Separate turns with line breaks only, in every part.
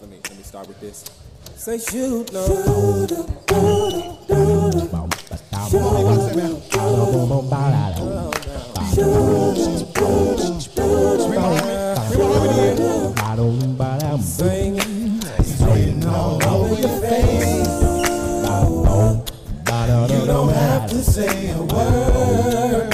Let me let me start with this. Say shoot no. Sing.
You don't have to say a word.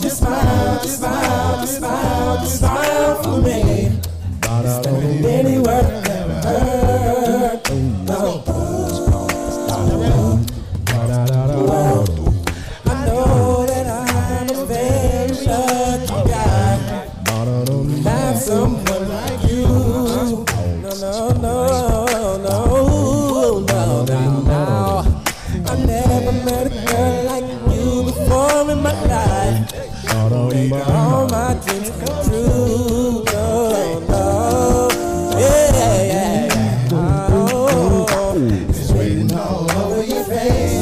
Just smile, just smile, just smile, just smile for me. Any word I've ever heard. I know that I'm a very lucky guy. Have someone like you.
No no no no no no no.
I never met a girl like you before in my life.
All my dreams come true. No no. Yeah yeah yeah. Oh.
Waiting all over your face.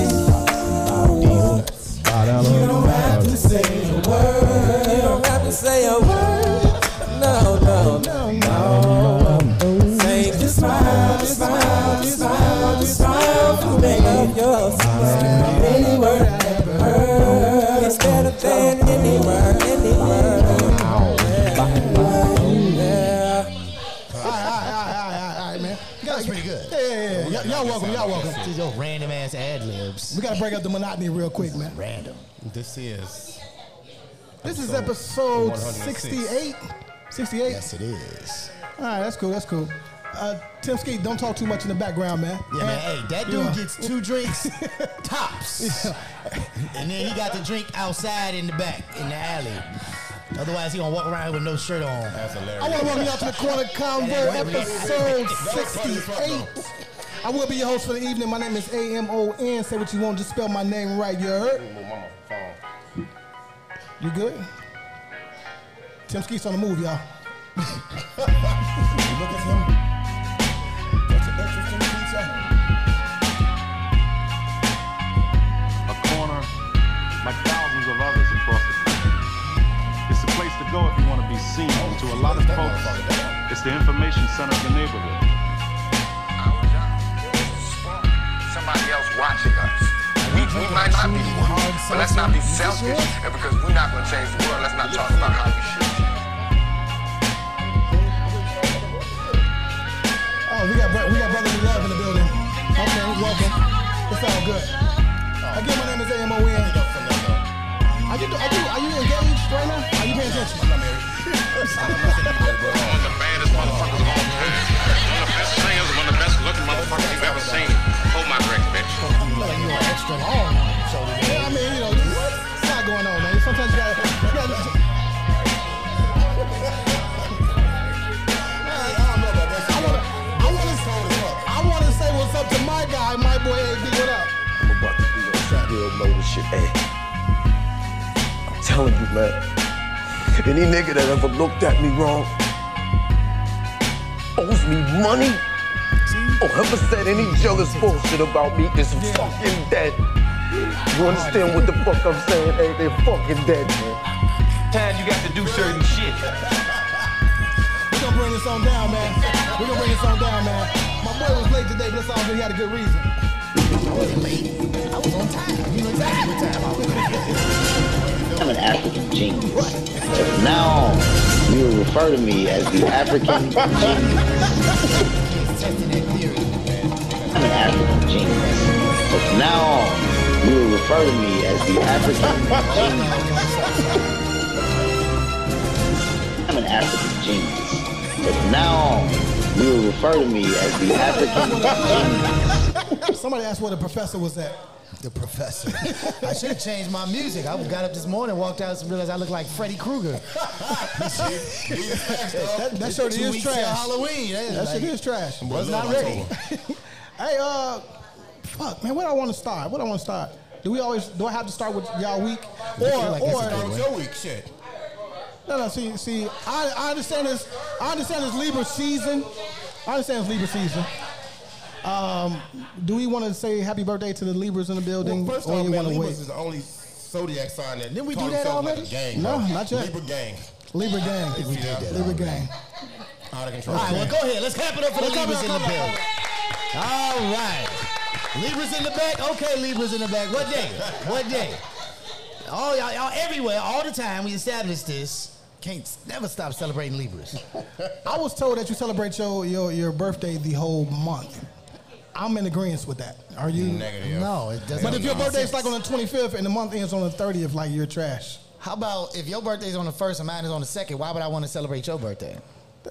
You don't have to say a word.
You don't have to say a word. No no no no. Say
Just smile, just smile, just smile, just smile for me.
love yourself.
Any word I ever heard.
Instead of saying any word, any word. Yeah.
All right, all right, all right, all right, man. That's pretty good. Yeah, yeah, yeah. Y'all welcome. Y'all welcome.
Just your random ass ad libs.
We got to break up the monotony real quick, man.
Random.
This is.
This is episode
106.
68. 68?
Yes, it is.
All right, that's cool. That's cool. Uh, Tim Skeet, don't talk too much in the background, man.
Yeah, man. Hey, that dude
Yeah.
gets two drinks tops, and then he got the drink outside in the back in the alley. Otherwise, he gonna walk around with no shirt on.
That's
I want
hilarious.
to welcome y'all to the Corner Convo episode 68. I will be your host for the evening. My name is A-M-O-N. Say what you want, just spell my name right. You heard? You good? Tim Skeet's on the move, y'all.
a corner like thousands of others across the country. It's the place to go if you want to be seen. And to a lot of folks, it's the information center of the neighborhood.
Our job is to spark somebody else watching us. We, we might not be, but let's not be selfish. And because we're not going to change the world, let's not talk about how we should.
Oh, we got bro- we got brotherly love in the building. Okay, welcome. It's all good. Again, my name is A-M-O-N. Are you, are you, are you engaged right now? Are you paying attention?
One of the baddest motherfuckers of all time. One of the best singers, one of the best looking motherfuckers you've ever seen. Hold my drink, bitch.
Like you on extra long. So
Yeah, I mean, you know, it's not going on, man. Sometimes you gotta. You gotta just, I wanna, I wanna, I wanna say what's up to my guy, my boy AB. What up?
I'm about to be on some real loaded shit, ayy. I'm telling you, man. Any nigga that ever looked at me wrong owes me money or ever said any jealous bullshit about me is fucking dead. You understand what the fuck I'm saying? Hey, they're fucking dead, man.
Times you got to do certain shit.
We gonna bring this on down, man. We gonna bring this on down, man. My boy was late today, but that's all good. He had a good reason.
I was on time. You know exactly what time I was.
I'm an African genius. From now on, you will refer to me as the African genius.
Testing that theory.
I'm an African genius. So from now on, you will refer to me as the African genius. I'm an African genius. So from now on, you will refer to me as the African genius.
Somebody asked where the professor was at.
The professor. I should have changed my music. I got up this morning, walked out, and realized I look like Freddy Krueger.
That, that shirt
Two
is
weeks till
trash.
Halloween. That is
That
like-
shit is trash.
was not ready.
Hey, uh, fuck, man, where do I want to start? Where do I want to start? Do we always? Do I have to start with y'all week, or
like that's a
or
good
Your week shit.
no, no? See, see, I, I understand this. I understand this Libra season. I understand it's Libra season. Um, do we want to say happy birthday to the Libras in the building,
Well, first
or
off,
you
man,
want to
Libras
wait?
is the only zodiac sign that.
Didn't we
call
do that
themselves
already?
Like a gang,
No,
bro.
not yet.
Libra gang.
Libra gang.
We did that
Libra gang.
Out of control. All right, well, go ahead. Let's clap it up for the
Come on,
Libras in the
come on,
building. All right. Libras in the back. Okay, Libras in the back. What day? What day? All y'all, y'all everywhere, all the time. We established this. Can't s- never stop celebrating Libras.
I was told that you celebrate your, your, your birthday the whole month. I'm in agreement with that. Are you?
Negative.
No, it doesn't
But if your
make
birthday is
sense.
like on the 25th and the month ends on the 30th, like you're trash.
How about if your birthday's on the first and mine is on the second? Why would I want to celebrate your birthday?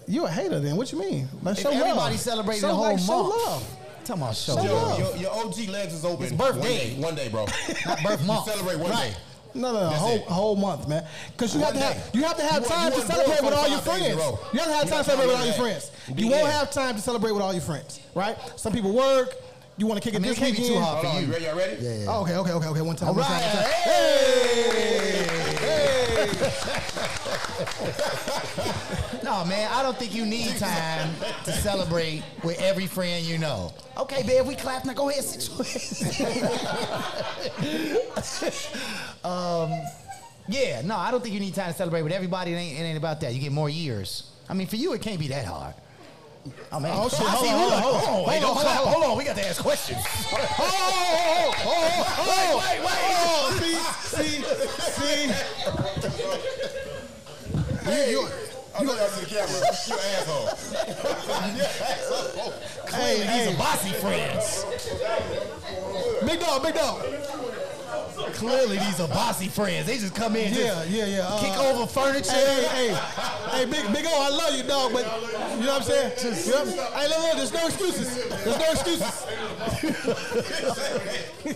You a hater then? What you mean? Let's
If
show
everybody
love.
celebrating
Show
the whole
like, show
month.
love.
Talking about show
Show
Yo,
love.
love.
your, your OG legs is open.
It's birthday.
One day, one day bro.
Not birth
You
month.
celebrate one
Right.
day.
No, no, no,
That's
whole
it.
whole month, man. Because you
One
have to
day.
have you have to have
You
time
want-
to
you want
celebrate
four,
with all
five
your
days in a
friends.
row.
You have to have time
You
to
not
celebrate with all
gonna
your
do that.
friends.
Be
You won't
in.
have time to celebrate with all your friends, right? Some people work. You want to kick it
mean,
this
it can't be
weekend.
too hard
Hold on, you ready? Y'all ready?
Yeah, yeah.
Oh, okay, okay, okay, okay. One time.
All
one time,
right.
one time.
No, man, I don't think you need time to celebrate with every friend you know. Okay, babe, we clap now. Go ahead, sit your ass. um, yeah, no, I don't think you need time to celebrate with everybody. It ain't, it ain't about that. You get more years. I mean, for you, it can't be that hard. Oh, man.
Oh, shit,
I
hold
see
on,
you.
hold on, hold on. Hold
Hey,
on,
don't
hold on,
clap.
hold on.
Hold on, we got to ask questions.
Oh, oh, oh, oh, oh,
Wait, wait, wait.
oh, see, see, see.
Hey, you, I'm going to the camera. You asshole.
Hey,
These are
hey,
bossy friends.
big dog, big dog.
Clearly, these are bossy friends. They just come in,
Yeah,
just
yeah, yeah. Uh,
kick over furniture.
Hey, hey, hey, hey, big, big O, I love you, dog, but you know what I'm saying? You know what I'm- hey, look, look, there's no excuses. There's no excuses.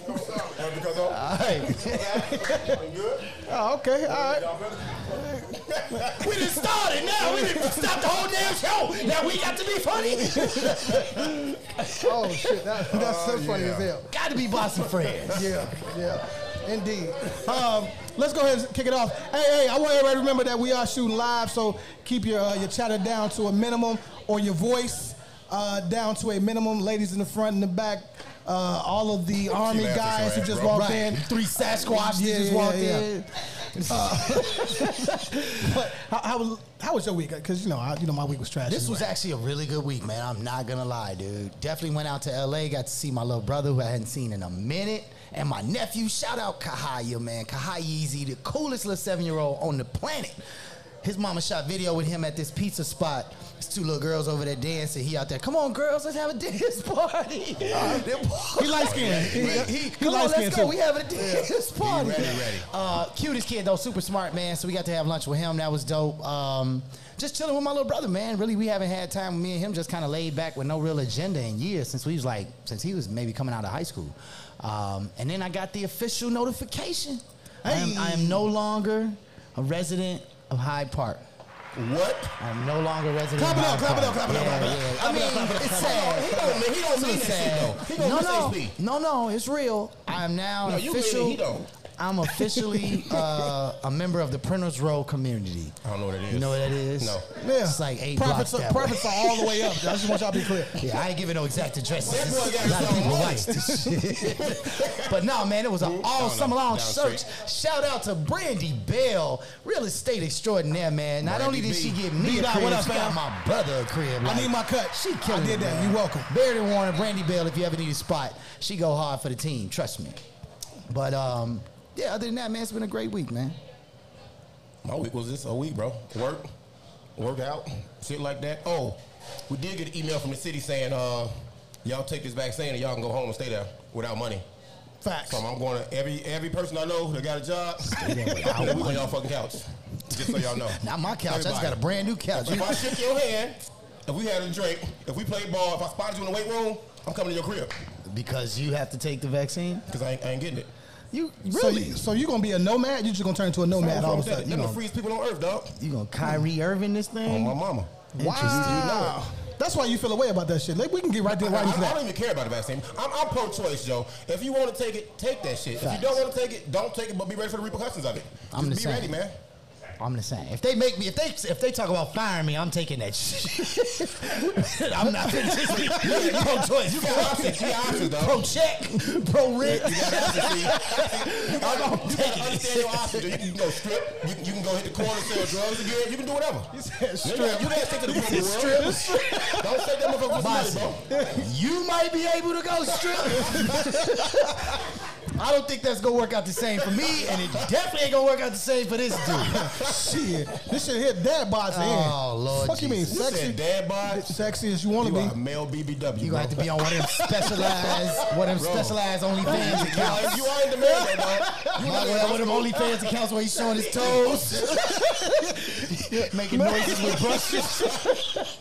Because I'm
All right.
Oh, okay, all right.
we done started now. We done stopped the whole damn show. Now we got to be funny.
Oh shit, that, that's so funny as hell.
got to be bossy friends.
Yeah, yeah, indeed. Um, let's go ahead and kick it off. Hey, hey, I want everybody to remember that we are shooting live, so keep your uh, your chatter down to a minimum or your voice uh, down to a minimum. Ladies in the front and the back, uh, all of the army
laughing
guys
so
who just
hard, bro.
walked
Right.
in,
Three Sasquatches
Yeah,
just
yeah,
walked
yeah.
in.
But how, how, was, how was your week? Because you know, I, you know, my week was trash.
This
anyway.
was actually a really good week, man. I'm not gonna lie, dude. Definitely went out to LA, got to see my little brother who I hadn't seen in a minute, and my nephew. Shout out Kahaya, man. Kahaya Yeezy, the coolest little seven year old on the planet. His mama shot video with him at this pizza spot. There's two little girls over there dancing. He out there, come on, girls, let's have a dance party.
He light-skinned. He- he- he
come on,
light-skinned
let's go.
too.
We having a dance party.
ready, ready.
Uh, cutest kid though, super smart man. So we got to have lunch with him. That was dope. Um, just chilling with my little brother, man. Really, we haven't had time. Me and him just kind of laid back with no real agenda in years since we was like since he was maybe coming out of high school. Um, and then I got the official notification. I, am, I am no longer a resident of Hyde Park.
what?
I'm no longer a resident.
Clap it
of Hyde
up, clap it up,
Park.
clap it up,
Yeah,
clap it up.
yeah.
Clap
I
it up,
mean,
clap it up,
it's
clap it up.
sad.
He don't mean- he don't
It's
mean that shit,
sad.
though. He gonna miss
no,
HP.
no, no, no, it's real. I'm now
No,
an
you mean it,
official.
he don't.
I'm officially uh, a member of the Printers Row community.
I don't know what it is.
You know what that is?
No.
yeah.
It's like eight
profits,
blocks
are,
that way.
profits are all the way up. I just want y'all to be clear.
Yeah, I ain't giving no exact addresses.
That boy got
a lot of
some
people
money.
watch this shit. but no, man, it was an all summer long
Down
search. Shout out to Brandy Bell, real estate extraordinaire, man. Not only did
B.
she give me
B.
a
Dot, what
crib,
up,
she got
fam?
my brother a crib.
I
like-
need my cut.
She killing
I did
it,
that.
man.
You welcome.
Barry Warner, Brandy Bell, if you ever need a spot, she go hard for the team. Trust me. But um, yeah, other than that, man, it's been a great week, man.
My week was just a week, bro. Work, work out, shit like that. Oh, we did get an email from the city saying, uh, y'all take this back saying that y'all can go home and stay there without money.
Facts.
So I'm going to every every person I know that got a job, we on y'all fucking couch. Just so y'all know.
Not my couch. I just
Everybody.
got a brand new couch.
If I shook your hand, if we had a drink, if we played ball, if I spotted you in the weight room, I'm coming to your crib
because you have to take the vaccine.
because I ain't, I ain't getting it.
You
So,
really?
you, so you gonna be a nomad? You just gonna turn into a nomad all of a
Them
sudden?
the
You know?
freest people on earth, dog.
You gonna Kyrie Irving this
On
thing?
my mama.
Wow. That's why you feel away about that shit. Like, we can get right there, right
I,
into
I don't
that.
even care about the vaccine. I'm, I'm pro-choice, Joe. If you want to take it, take that shit. If you don't want to take it, don't take it, but be ready for the repercussions of it.
I'm
Just
the
be
same.
ready, man.
I'm the same. If they make me, if they if they talk about firing me, I'm taking that shit. I'm not gonna just be pro choice.
You got options. You got options, though.
Pro check, pro rent.
I'm gonna take Understand your options. dude. You can go strip. You can, you can go hit the corner, sell drugs again. You can do whatever. You said
strip.
You gotta stick to the criminal world. Don't take that motherfucker for money,
Boss,
bro.
you might be able to go strip. I don't think that's gonna work out the same for me, and it definitely ain't gonna work out the same for this dude.
shit, this shit hit dad bods in.
Oh, Lord
Fuck you mean
Jesus.
You
sexy?
said dad bod.
Sexy as you want
You
to
are a
be.
male BBW.
You gonna have to be on one of them specialized, one of them
Bro.
specialized OnlyFans
You are,
accounts.
you are in the man, though, dog.
Might as
You are in
well
the
one of them OnlyFans accounts where he's showing his toes, making noises with brushes.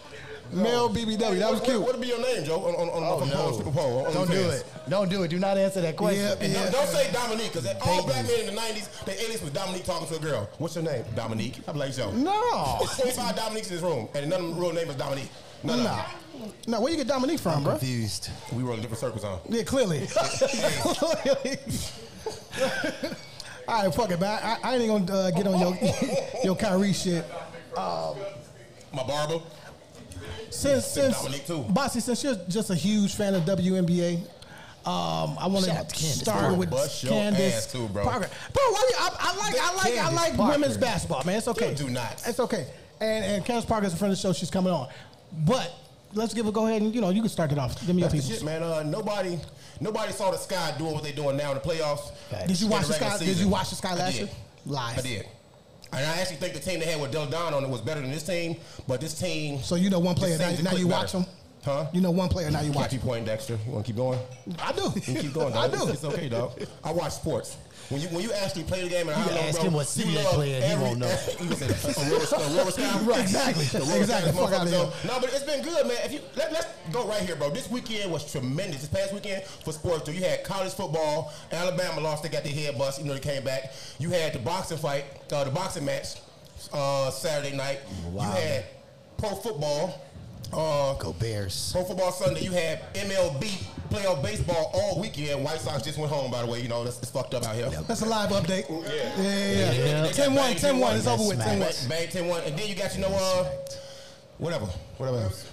Male BBW. That was
What-
cute.
What would be your name, Joe? On on on oh,
no.
Stripper pole. on- on
Don't
the
do
fence?
it. Don't do it. Do not answer that question.
Yeah,
And
yeah.
Don't, don't say Dominique, because all black men in the 90s, they alias was Dominique talking to a girl. What's your name? Dominique. I'm like, yo.
No.
25 Dominiques in this room, and none of them real name is Dominique. None of
Nah. No, where you get Dominique from, bro?
Confused.
them. We rolling different circles, huh?
Yeah, clearly. All right, fuck it, man. I, I ain't even gonna uh, get on your your Kyrie shit.
My barber.
Since since
Dominique, too.
Bossy, since you're just a huge fan of WNBA, um, I want
Shout out to
to
Candace
start
Parker.
with
Bust your
Candace
ass, too, bro.
Parker. Bro, why you, I, I like I like I
Candace
like
Parker.
women's basketball, man. It's okay.
You do not.
It's okay. And and Candace Parker is a friend of the show. She's coming on, but. Let's give a go ahead and you know you can start it off. Give me your
That's the
pieces.
shit, man. Uh, nobody, nobody saw the sky doing what they doing now in the playoffs.
Did you watch
In
the
regular
sky? Did you
season.
watch the sky
I
last
did.
year? Lies.
I did. And I actually think the team they had with Del Don on it was better than this team, but this team.
So you know one player
Just
now,
seems to
now
click
you
better.
watch him.
Huh?
You know one player now you
Can't
watch
keep
him.
pointing, Dexter. You want to keep going?
I do.
You keep going,
I
dog.
do.
It's, it's okay, dog. I watch sports. When you when you actually play the game and I
can
know,
ask
bro,
him what city
you
they
love
play in, he
every-
won't know.
you gonna say, "A real- a real sky?"
Right, exactly.
The real
Exactly.
sky,
Fuck outta
motherfucker,
here.
though. No, but it's been good, man. If you let, let's go right here, bro. This weekend was tremendous. This past weekend for sports, though, you had college football. Alabama lost. They got their head bust. You know they came back. You had the boxing fight, uh, the boxing match, uh, Saturday night.
Wow.
You had pro football. Uh,
Go Bears.
Pro Football Sunday, you had MLB playoff baseball all weekend. White Sox just went home, by the way. You know, that's it's fucked up out here.
That's a live update. Yeah, yeah, yeah.
Yeah.
10 1, 10 1. It's over with. 10 1.
Bang, bang 10 1. And then you got, you know, uh, whatever. Whatever else.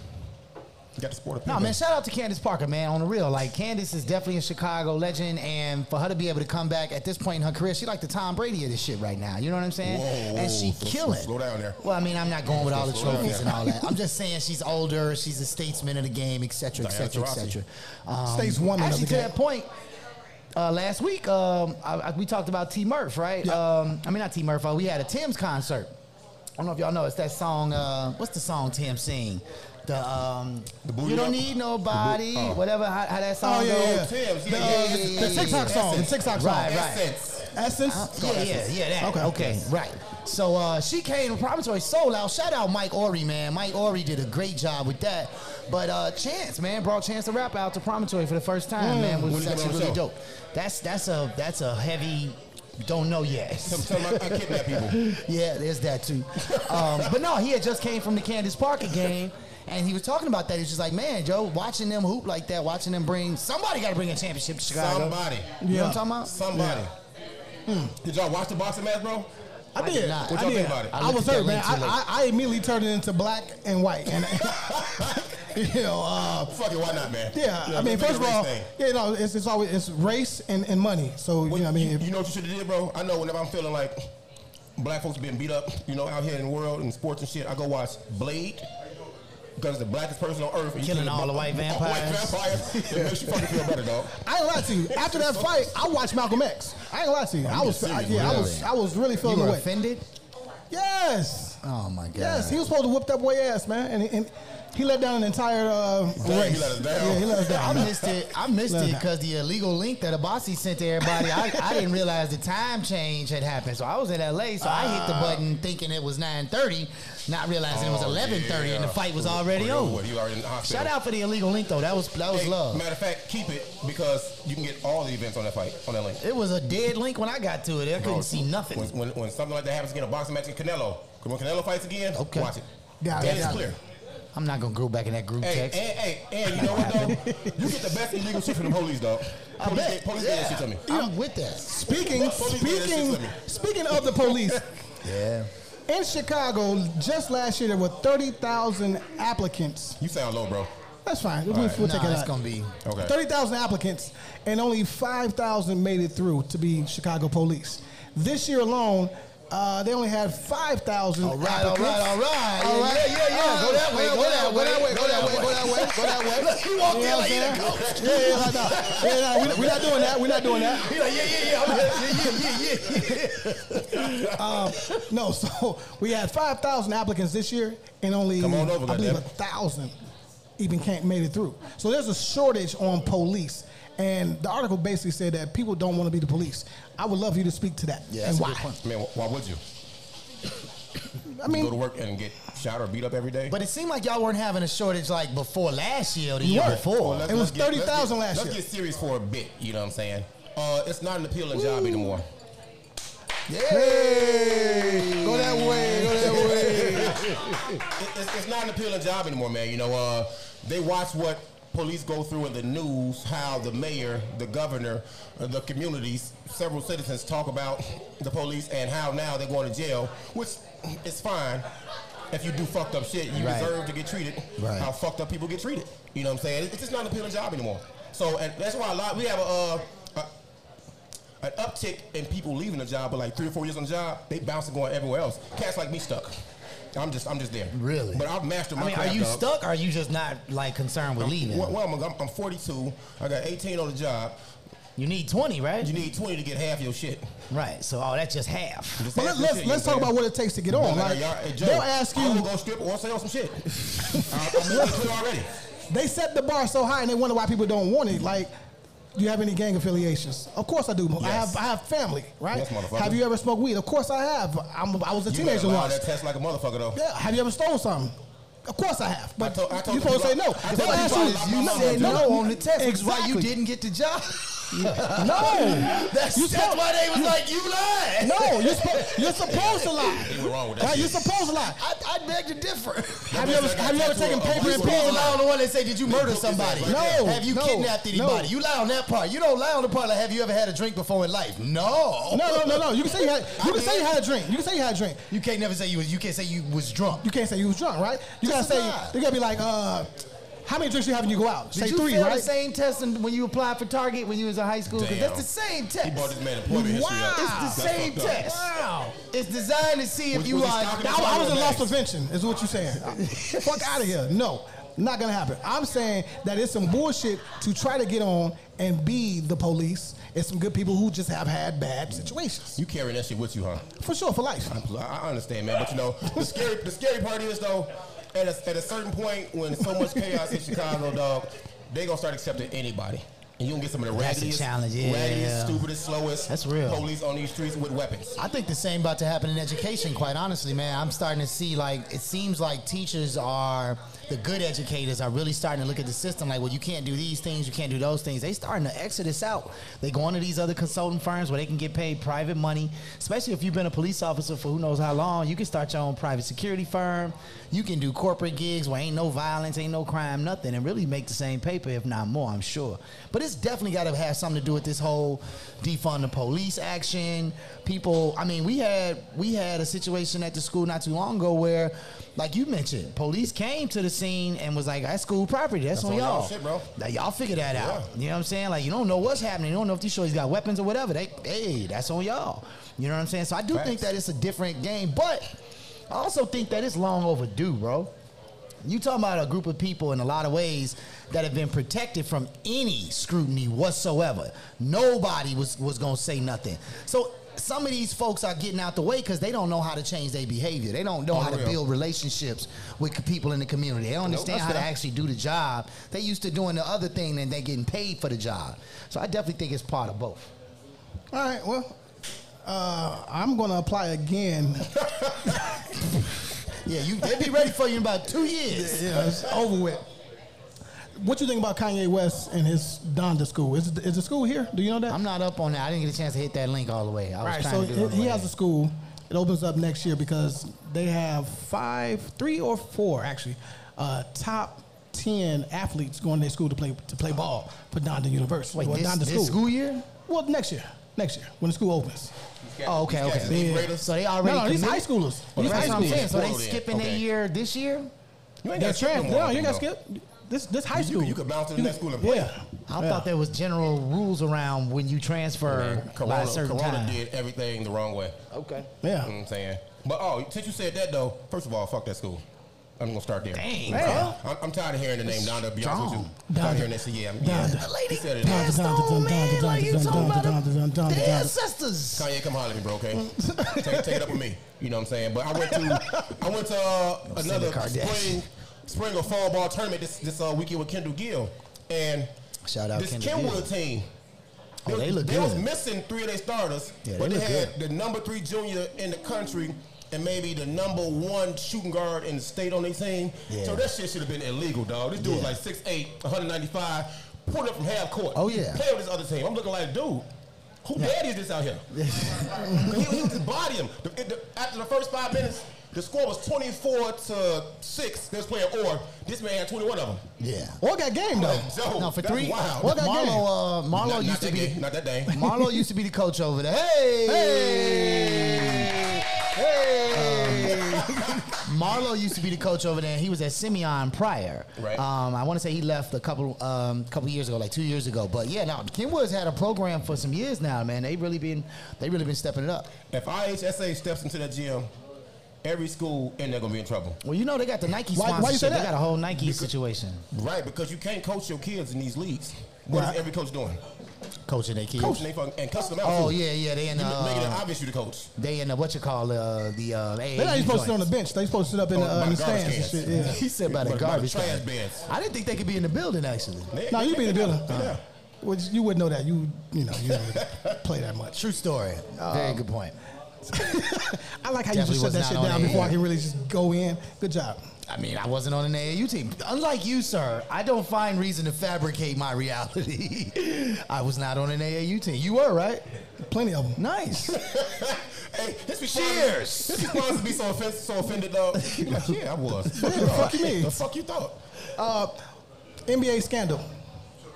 You got the sport of
No
people.
man, shout out to Candace Parker, man. On the real, like Candace is definitely a Chicago legend, and for her to be able to come back at this point in her career, she like the Tom Brady of this shit right now. You know what I'm saying?
Whoa,
and she
slow-
killing.
slow down there.
Well, I mean, I'm not going with all the
Slow down
trophies
there.
and all that. I'm just saying she's older, she's a statesman of the game, et cetera, et
Diana
cetera, et
Taurasi.
cetera. Um,
Stateswoman of
Actually,
the
to
game.
that point. Uh, last week, um, I, I- we talked about T. Murph, right? Um, I mean, not T. Murph. Uh, we had a Tim's concert. I don't know if y'all know. It's that song. Uh, what's the song Tim sing? The, um,
booty
you don't
up?
need nobody, whatever. How, how that song
uh. Oh, yeah, yeah.
goes.
Tim's,
The,
yeah,
uh,
yeah, yeah,
the
yeah,
TikTok
yeah.
song. The
Essence.
TikTok
Right,
song.
right.
Essence.
Essence.
Yeah, yeah, yeah, that.
Okay.
Okay, okay, right. So uh, she came to Promontory Soul Out. Shout out Mike Ori, man. Mike Ori did a great job with that. But uh, Chance, man, brought Chance the Rapper out to Promontory for the first time, man, which
When
was
he come on
actually
the
really
show?
dope. That's that's a that's a heavy. Don't know yet.
Tell, tell them I, I kidnap people.
yeah, there's that too. Um, but no, he had just came from the Candace Parker game, and he was talking about that. He was just like, man, Joe, watching them hoop like that, watching them bring somebody got to bring a championship to Chicago.
Somebody.
You know
Yeah.
what I'm talking about?
Somebody. Hmm. Did y'all watch the boxing match, bro?
I
did
did.
not.
I
What y'all
did.
think about it?
I,
I looked
was
at that
hurt, man.
link too
I, I, I immediately turned it into black and white. And, you know, uh,
Fuck it, why not, man?
yeah,
You
I
know,
mean,
make it a
first of
race
all,
thing.
yeah, no, it's, it's always it's race and, and money. So, you know what I mean?
You,
If-
you know what you should have did, bro? I know whenever I'm feeling like black folks being beat up, you know, out here in the world and sports and shit, I go watch Blade. Because the blackest person on earth. and you
Killing
kill
all the white vampires.
White vampires. It makes you fucking feel better, dog.
I ain't lie to you. After that fight, I watched Malcolm X. I ain't lie to you.
Oh,
I was, I, yeah, I was, I was really feeling
You
the
were
way.
offended?
Yes,
Oh my god.
yes. He was supposed to whip that boy ass, man, and, and he let down an entire uh,
Damn,
race.
he let us down.
Yeah, he let us
I
down. man.
missed it. I missed it because the illegal link that Abasi sent to everybody, I, I didn't realize the time change had happened. So I was in LA, so I hit the button thinking it was 9:30, not realizing it was
Ah. Oh,
11:30, and the
yeah.
fight was already
Oh,
over.
yeah, You already in the hospital.
Shout out for the illegal link though. That was that was
Hey,
love.
Matter of fact, keep it because you can get all the events on that fight on that link.
It was a dead link when I got to it. I
Oh,
couldn't see nothing.
When, when, when something like that happens again, a boxing match with Canelo. 'Cause When Canelo fights again,
Okay.
watch it.
Got it,
That is
got it.
clear.
I'm not gonna go back in that group
Hey, and,
text.
hey, and you know what though? You get the best illegal shit from the police, dog.
I
Police,
bet.
did- police
Yeah.
did that shit to me.
I'm with that.
Speaking,
Police did that shit
speaking,
to me.
speaking of the police,
Yeah.
In Chicago, just last year, there were 30,000 applicants.
You sound low, bro.
That's fine.
All
We'll,
right.
we'll
Nah,
take it
it's
out.
gonna be- Okay.
30,000 applicants, and only 5,000 made it through to be Chicago police. This year alone, uh, they only had 5,000
All right, all
applicants.
right, all right. Yeah, yeah, yeah, yeah. Go that way, go that way,
Go that way, go that way, go that way. Look, he walked in like he the ghost. Yeah, yeah, like, nah. yeah, nah, we- we not doing that. We're not doing that.
He like, yeah, yeah, yeah. I'm yeah, yeah, yeah, yeah.
um, no, so we had 5,000 applicants this year, and only
Come on over,
I believe
goddamn
a
it.
thousand even can't made it through. So there's a shortage on police, and the article basically said that people don't want to be the police. I would love you to speak to that. and why?
Man, wh- why would you?
I mean,
go to work and get shot or beat up every day.
But it seemed like y'all weren't having a shortage like before last year or the
You
year
were.
before.
Well, let's- let's get- let's get- Let's get serious for a bit. You know what I'm saying? Uh, it's not an appealing job anymore.
Hey, go that way, go that
way. it's, it's not an appealing job anymore, man. You know, uh, they watch what police go through in the news, how the mayor, the governor, uh, the communities, several citizens talk about the police and how now they're going to jail, which is fine. If you do fucked up shit, you
Right.
deserve to get treated
Right.
how fucked up people get treated. You know what I'm saying? It's just not an appealing job anymore. So and that's why a lot we have a, uh, a an uptick in people leaving the job, but like three or four years on the job, they bouncing going everywhere else. Cats like me stuck. I'm just I'm just there. Really? But I've mastered my
I mean, are
craft,
you
dog.
stuck or are you just not like concerned with
I'm-
leaving?
Well, well, I'm, I'm, I'm 42. I got 18 on the job.
You need 20, right?
You need 20 to get half your shit.
Right. So, oh, that's just half.
Just
But let,
half your
let's
shit, you
let's
know
talk
what
about
I'm
what it takes to get on.
saying?
Like,
Y'all- hey, Joe,
they'll ask
I will
you.
go strip or sell some shit. I'm, I'm really clear already.
They set the bar so high, and they wonder why people don't want it. Like, do you have any gang affiliations? Of course I do. I
Yes.
have I have family, right?
Yes, motherfucker.
have you ever smoked weed? Of course I have. I'm, I was a
You better
teenager
lie on
once.
that test like a motherfucker though.
Yeah, have you ever stolen something? Of course I have. But
I told- I told
you supposed to say
people-
no.
I
They
told
ask
people I- I- I- I-
say
no
on the test, which is why you
Exactly.
didn't get the job.
No.
that's,
You
that's
told-
why they was
you-
like, you lied.
No, you're, suppo- you're supposed to lie.
They were wrong with that
Right?
shit.
You're supposed to lie.
I, I beg to differ.
Have you ever, have you ever taken paper and
You
pen?
lie on the one that say, did you murder somebody?
No,
Have you
no,
kidnapped anybody?
no.
You lie on that part. You don't lie on the part like, have you ever had a drink before in life? No.
No, no, no, no. You can say you had. You can say you had a drink. You can say you had a drink.
You can't never say you was. You can't say you was drunk.
You can't say you was drunk, right? You
This
gotta say
is why.
you gotta be like, uh, how many drinks you have when you go out?
Did
say
you
three,
fail
right?
the same test in- when you applied for Target when you was in high school? Because
Damn.
that's the same test.
He brought this man employment history up.
It's
That's
the same
fucked up.
test. Wow. It's designed to see if
Was-
you
was he
are.
stalking
Now, I, I was in loss prevention, is what you saying. Fuck out of here. No, not gonna happen. I'm saying that it's some bullshit to try to get on and be the police. It's some good people who just have had bad situations.
You carrying that shit with you, huh?
For sure, for life.
I I understand, man, but you know the scary the scary part is though, at a, at a certain point when so much chaos in Chicago, dog, they gonna start accepting anybody, and you gonna get some of the
That's a
raggiest,
challenge, yeah.
raggiest, stupidest, slowest
That's real.
police on these streets with weapons.
I think the same about to happen in education. Quite honestly, man, I'm starting to see like it seems like teachers are the good educators are really starting to look at the system like, well, you can't do these things, you can't do those things. They starting to exodus out. They going to these other consulting firms where they can get paid private money. Especially if you've been a police officer for who knows how long, you can start your own private security firm. You can do corporate gigs where ain't no violence, ain't no crime, nothing, and really make the same paper, if not more. I'm sure, but it's definitely got to have something to do with this whole defund the police action. People, I mean, we had we had a situation at the school not too long ago where, like you mentioned, police came to the scene and was like, "That's school property. That's, on,
on y'all
y'all.
shit, bro.
Now, y'all figure that out. You know what I'm saying? Like you don't know what's happening. You don't know if these shorties got weapons or whatever. They, hey, that's on y'all. You know what I'm saying? So I do think that it's a different game, but I also think that it's long overdue, bro. You talking about a group of people in a lot of ways that have been protected from any scrutiny whatsoever. Nobody was was gonna say nothing. So some of these folks are getting out the way because they don't know how to change their behavior. They don't know
On
how
the
to
real.
build relationships with c- people in the community. They don't
Nope,
understand
that's
how to
fair.
actually do the job. They used to doing the other thing and they getting paid for the job. So I definitely think it's part of both.
All right, well, uh, I'm gonna apply again.
Yeah, you they'll be ready for you in about two years.
Yeah, it's over with. What you think about Kanye West and his Donda school? Is it, is the school here? Do you know that?
I'm not up on that. I didn't get a chance to hit that link all the way. I was
Right,
trying
so
to do it.
he, he has a school. It opens up next year because they have five, three or four actually, uh, top ten athletes going to their school to play to play ball for Donda University.
Wait,
or
this-
Donda
this school year?
Well, next year, next year when the school opens.
Oh, okay,
These
okay.
cats is eighth graders.
So they already
No, no, these
committed?
high schoolers.
Well,
These
that's
high
what I'm saying.
schoolers.
So they
World, yeah.
skipping their
Okay.
year this year?
You ain't
They're
got to skip
trans.
no
No,
more.
you
You
got
got
skip. This this high
You
school.
can- you can bounce to the next school and play.
Yeah.
I
Yeah.
thought there was general rules around when you transfer by
Corona,
a certain
Corona
time.
did everything the wrong way.
Okay.
You know what
Yeah.
I'm saying? But oh, since you said that though, first of all, fuck that school. I'm gonna start there. Dang,
Damn.
I'm, I'm tired of hearing the name Donda. to Be honest with you, I'm
Donda.
tired of hearing that shit. Yeah, yeah.
Donda.
He said it. Kanye,
The ancestors.
come holler at me, bro. Okay,
Mm.
take, take it up with me. You know what I'm saying? But I went to I went to uh, another
Kardashian.
spring spring or fall ball tournament this this uh, weekend with Kendall Gill and
Shout out
this
Kendall Gill.
Kenwood team.
Oh, they look
was
good.
missing three of their starters,
Yeah, they
but they
look
had the number three junior in the country and maybe the number one shooting guard in the state on their team.
Yeah.
So that shit should have been illegal, dog. This dude
Yeah.
was like 6'8", 195, pulled up from half court.
Oh, yeah.
Playing with this other team. I'm looking like, dude, who daddy is this out here? he, he was just body him. The- the- after the first five minutes, the score was 24 to 6. They was playing or. This man had 21 of them.
Yeah.
Or got game though.
So,
No, for
that's
three.
wild.
Marlo,
that game?
uh, Marlo
Not-
used
not
to
that
be.
game, not that day.
Marlo used to be the coach over there. Hey. Hey. Marlo used to be the coach over there. and He was at Simeon prior.
Right.
Um, I want to say he left a couple um, couple years ago, like two years ago. But yeah, now Ken Woods had a program for some years now, man. They really been they really been stepping it up.
If IHSA steps into that gym, every school in there gonna be in trouble.
Well, you know they got the Nike
Why-
sponsorship.
why you say
They
that?
got a whole Nike situation.
Right, because you can't coach your kids in these leagues. What is
Right.
every coach doing?
Coaching their kids.
Coaching they fucking and cussing them out.
Oh
too.
yeah, yeah. They in
You
the
making it
uh,
obvious you the coach.
they in the what you call uh, the uh,
They're not even supposed to sit on the
joints.
bench. They supposed to sit up in the,
Oh,
uh, in the
by garbage
stands and shit.
cans.
Yeah.
He said about the
About- about
garbage
trash
can.
bins.
I didn't think they could be in the building actually.
No, you be the builder.
Yeah.
Which you wouldn't know that. You you know you don't play that much.
True story.
um,
Very good point.
I like how you just
Definitely
shut
was
that
not
shit
on
down
the
before I
air.
can really just go in. Good job.
I mean, I wasn't on an AAU team. Unlike you, sir, I don't find reason to fabricate my reality. I was not on an AAU team. You were, right?
Plenty of them.
Nice.
Hey, this response,
Cheers.
This response to be so offended, so offended, dog. You like, yeah, I was. What
the fuck you mean?
The fuck you thought?
Uh, NBA scandal.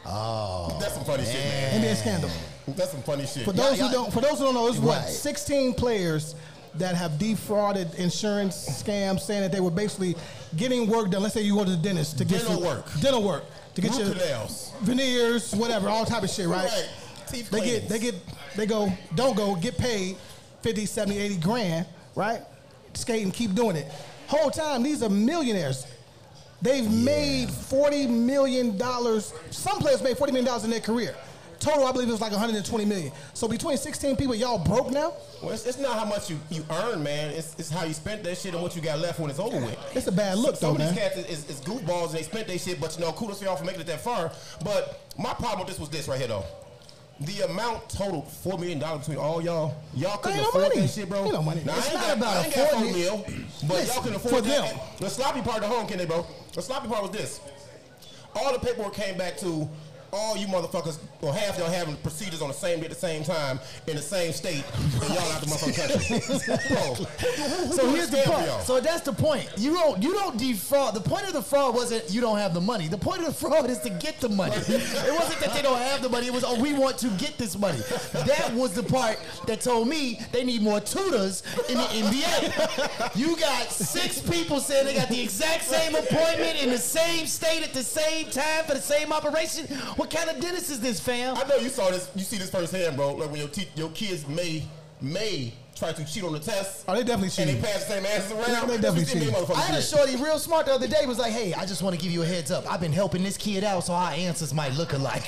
That's some funny shit, man.
NBA scandal.
That's some funny shit.
For those
y'all-
who don't, for those who don't know, it's what
Right.
16 players that have defrauded insurance scams, saying that they were basically getting work done. Let's say you go to the dentist to get
Dental
your-
work.
dental work to get
Root
your
canals.
veneers, whatever, all type of shit, right?
Right. Teeth
they
cleanings.
get, they get, they go, don't go, get paid 50, 70, 80 grand, right? Skate and keep doing it. Whole time, these are millionaires. They've made forty million dollars. Some players made forty million dollars in their career. Total, I believe it was like 120 million. So between 16 people, y'all broke now.
Well, it's, it's not how much you, you earn, man. It's, it's how you spent that shit and what you got left when it's over with.
It's a bad look,
Some
though, man.
of these cats is, is, is goofballs and they spent their shit, but you know, kudos to y'all for making it that far. But my problem with this was this right here, though. The amount totaled four million dollars between all y'all. Y'all couldn't
Ain't no
afford
money.
that shit, bro.
Ain't no money.
Now,
It's
I ain't
not
got,
about
I ain't got
affording it.
four mil, but y'all
Listen,
can
for
afford
them.
that. The sloppy part of the home, can they, bro? The sloppy part was this. All the paperwork came back to all you motherfuckers, or half y'all having procedures on the same day at the same time in the same state, and y'all out the motherfucking country. Bro,
so here's the
scam for
point.
y'all?
So that's the point. You don't you don't defraud. The point of the fraud wasn't you don't have the money. The point of the fraud is to get the money. it wasn't that they don't have the money. It was oh we want to get this money. That was the part that told me they need more tutors in the NBA. you got six people saying they got the exact same appointment in the same state at the same time for the same operation. What kind of dentist is this, fam?
I know you saw this. You see this firsthand, bro. Like when your te- your kids may may try to cheat on the test.
Oh, they definitely
and they
cheated.
pass the same answers around.
Yeah, they
You
definitely
see them
cheated.
motherfuckers
I had a
cheat.
shorty real smart the other day was like, hey, I just want to give you a heads up. I've been helping this kid out, so our answers might look alike.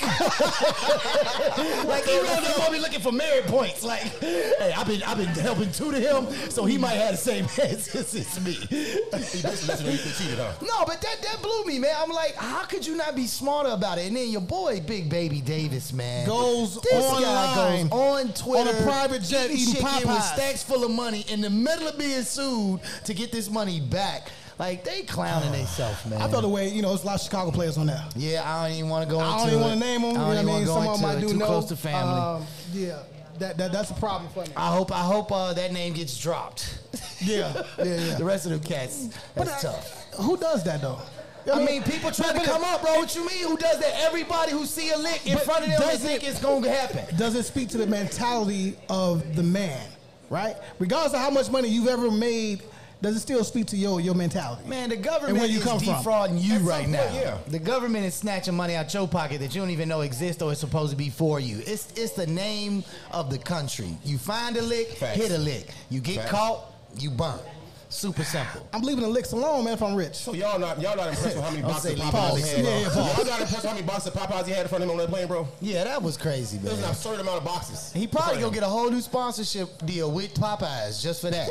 like even though they won't be looking for merit points. Like, hey, I've been I've been helping two to him, so he might have the same answers as me.
You basically let you know you been cheated, huh?
No, but that that blew me, man. I'm like, how could you not be smarter about it? And then your boy, Big Baby Davis, man,
Goes
this guy
online
goes on Twitter
on a private jet eating
chicken with
Popeyes.
stacks full of money in the middle of being sued to get this money back. Like they clowning themselves, man.
I felt the way you know, there's a lot of Chicago players on there.
yeah, I don't even want to go into
I don't even
it.
want to name them. You know
I
what I
don't
mean?
even
Some
want
of
to
them
go
I do
into it. Too
know.
close to family.
Um, yeah, that, that that's a problem for me.
I hope I hope uh, that name gets dropped.
Yeah, yeah, yeah.
the rest of them cats,
But
that's
I-
tough.
Who does that though?
I mean, people try to
but-
come up, bro. What you mean? Who does that? Everybody who see a lick in
But
front of them, they
does
think
it-
it's gonna happen.
Does it speak to the mentality of the man? right? Regardless of how much money you've ever made, does it still speak to your your mentality?
Man, the government
And where you
is
come from.
defrauding you
At some
right
point,
now.
yeah.
The government is snatching money out your pocket that you don't even know exists or is supposed to be for you. It's it's the name of the country. You find a lick,
Facts.
hit a lick. You get
Facts.
caught, you burn. Super simple.
I'm leaving the licks alone, man. If I'm rich, so
y'all not y'all not impressed with how many
Don't
boxes
say
of
leave
Popeyes
all
he
this
had?
alone. Yeah, yeah,
y'all
pause.
not impressed with how many boxes of Popeyes he had in front of him on that plane, bro?
Yeah, that was crazy,
It was an
man.
absurd amount of boxes.
He probably gonna get a whole new sponsorship deal with Popeyes just for that.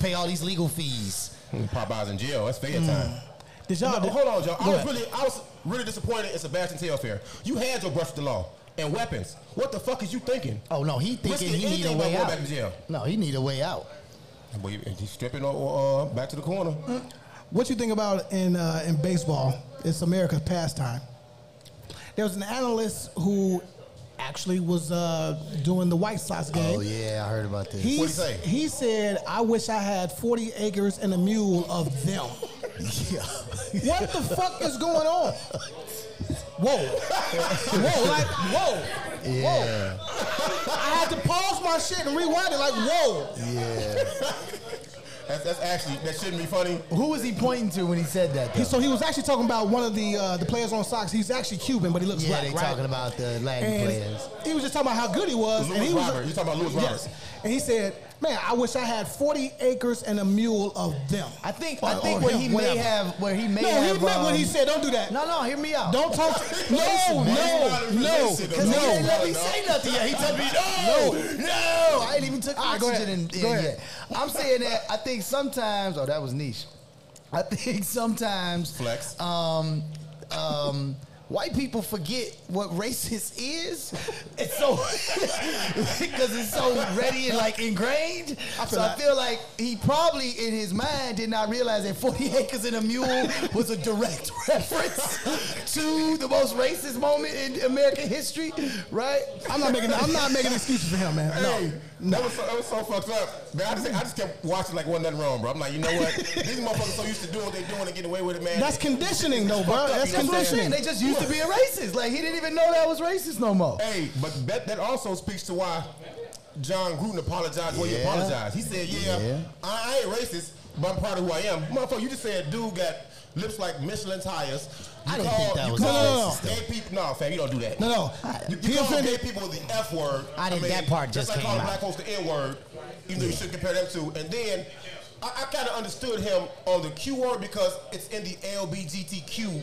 Pay all these legal fees.
Popeyes in jail. That's fair time.
Hmm.
Did y'all-
No,
did-
hold on, y'all.
Go
I was
ahead.
really, I was really disappointed in Sebastian Tail Fair. You had your brush with the law and weapons. What the fuck is you thinking?
Oh no, he
Risking
thinking he need
anything
a
but
way
going
out.
back to jail.
No, he need a way out.
Boy, you- he's stripping or, or uh, back to the corner.
What you think about in uh, in baseball? It's America's pastime. There was an analyst who actually was uh, doing the White Sox game.
Oh yeah, I heard about this.
He, he said, I wish I had 40 acres and a mule of them. What the fuck is going on? Whoa. Whoa, like, whoa.
Yeah.
Whoa. I had to pause my shit and rewind it, like, whoa.
Yeah.
That's, that's actually that shouldn't be funny.
Who was he pointing to when he said that?
He- so he was actually talking about one of the uh, the players on Sox. He's actually Cuban, but he looks
Yeah,
black,
they
right?
talking about the Latin
And
players.
He was just talking about how good he was. and
Louis
he was,
Robert. You talking about Louis Robert.
Yes. And he said, man, I wish I had 40 acres and a mule of them.
I think
Or-
I think
or
what
Oh, him,
he may
whatever.
have where he may
no,
have
he meant what he
um,
said. Don't do that.
No, no, hear me out.
Don't talk.
Listen,
No, no,
man.
no,
Cause he didn't let me
no.
say nothing yet. He told me no, no. I ain't even took
All right, Ah, go
oxygen
ahead.
in,
Go
in
ahead.
yet. I'm saying that I think sometimes. Oh, that was niche. I think sometimes
flex.
Um, um, white people forget what racist is. It's so because it's so ready and like ingrained.
I feel
so I
that.
feel like he probably in his mind did not realize that 40 acres and a mule was a direct reference to the most racist moment in American history, right?
I'm not making. I'm not making excuses for him, man.
Hey,
No.
that was so, that was so fucked up. Man, I just, I just kept watching like wasn't nothing wrong, bro. I'm like, you know what? These motherfuckers so used to doing what they doing and getting away with it, man.
That's conditioning, though, bro.
Fucked up,
That's
you know what I'm
conditioning.
saying?
They just used to being racist. Like he didn't even know that was racist no more.
Hey, but that, that also speaks to why John Gruden apologized when he
Yeah.
apologized. He said, yeah,
Yeah.
I, I ain't racist, but I'm proud of who I am. Motherfucker, you just said dude got lips like Michelin tires. You
I didn't think that
you
was
call
racist,
Gay people, no, fam, you don't do that.
No, no.
You,
He
you call
offended-
gay people the F word.
I didn't- that part just
like
came
calling
out.
black folks the N word, even though you should compare them to. And then I, I kind of understood him on the Q word because it's in the LBGTQ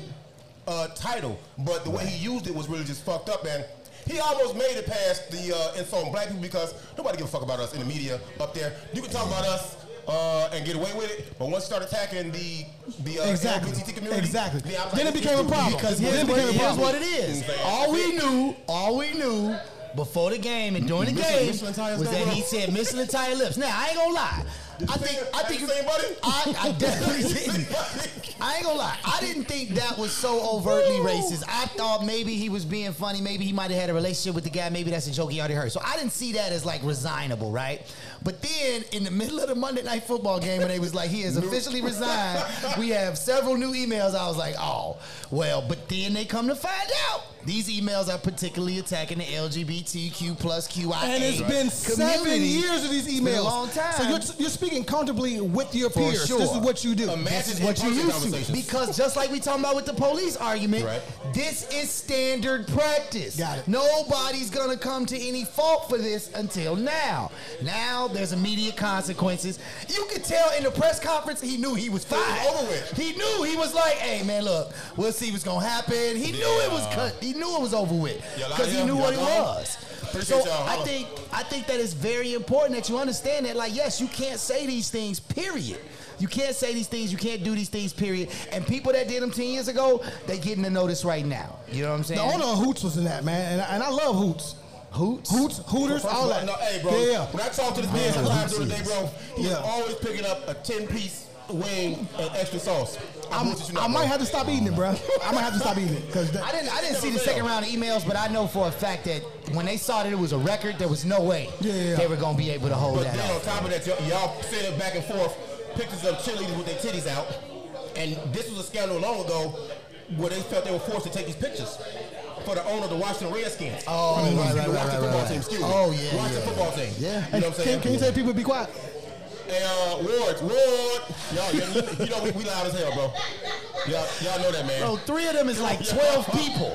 uh, title, but the way he used it was really just fucked up, and he almost made it past the uh, insulting black people because nobody give a fuck about us in the media up there. You can talk about us. Uh, and get away with it, but once you start attacking the the uh,
Exactly.
LGBT community,
Exactly.
then, I'm
Then it
this
became a
dude-
problem.
Because
Well, then
here's, what,
became a
here's
problem.
what it is. All we knew, all we knew before the game and during the
Michelin-
game
Michelin tires
was
don't
that he
work.
said Michelin tire lips. Now I ain't gonna lie. I think I think you,
Same buddy.
I, I definitely didn't. I ain't gonna lie. I didn't think that was so overtly racist. I thought maybe he was being funny. Maybe he might have had a relationship with the guy. Maybe that's a joke he already heard. So I didn't see that as like resignable, right? But then in the middle of the Monday night football game, when they was like, he is officially resigned. We have several new emails. I was like, oh, well. But then they come to find out these emails are particularly attacking the LGBTQ plus QIA.
And it's been seven
community.
years of these
It's been
emails.
a long time.
So you're, you're speaking comfortably with your
For
peers.
sure.
This is what you do.
Imagine
This is
what
what
you
you
do.
use.
conversations.
Because just like we talking about with the police argument,
Right.
this is standard practice.
Got it.
Nobody's gonna come to any fault for this until now. Now there's immediate consequences. You could tell in the press conference he knew he was fired.
over with.
He knew he was like, hey man, look, we'll see what's gonna happen. He knew it was cut. He knew it was over with
Y'all out
because he
here?
knew
Y'all
what it
gone?
was.
Appreciate
so
y'all.
I
Holla.
think I think that it's very important that you understand that. Like, yes, you can't say these things. Period. You can't say these things. You can't do these things. Period. And people that did them ten years ago, they getting the notice right now. You know what I'm saying?
The owner of Hoots was in that, man. And I, and I love Hoots.
Hoots.
Hoots, Hooters,
First of
all
all,
that.
no, hey, bro.
Yeah, yeah.
When I talk to this man sometimes during the day, bro, he's
Yeah.
always picking up a ten-piece wing and extra sauce. I,
I'm,
bullshit you not,
I
bro.
might have to stop eating it, bro. I might have to stop eating it because
I didn't. I didn't see the second round of emails, but I know for a fact that when they saw that it was a record, there was no way
Yeah, yeah, yeah.
they were gonna be able to hold
But
that.
then
Up.
on top of that, y'all, y'all sending back and forth pictures of cheerleaders with their titties out, and this was a scandal long ago where they felt they were forced to take these pictures. for the owner of the Washington Redskins.
Oh,
I mean,
right,
the
right,
Washington
right,
football
right,
team.
right.
Excuse me.
Oh, yeah,
Washington
yeah.
football team.
Yeah.
You know what I'm
Can,
saying?
can you tell people to be quiet?
Hey, uh, Ward, Ward. Y'all, you, you know we, we loud as hell, bro. Y'all, y'all know that, man.
Bro, three of them is like 12 people.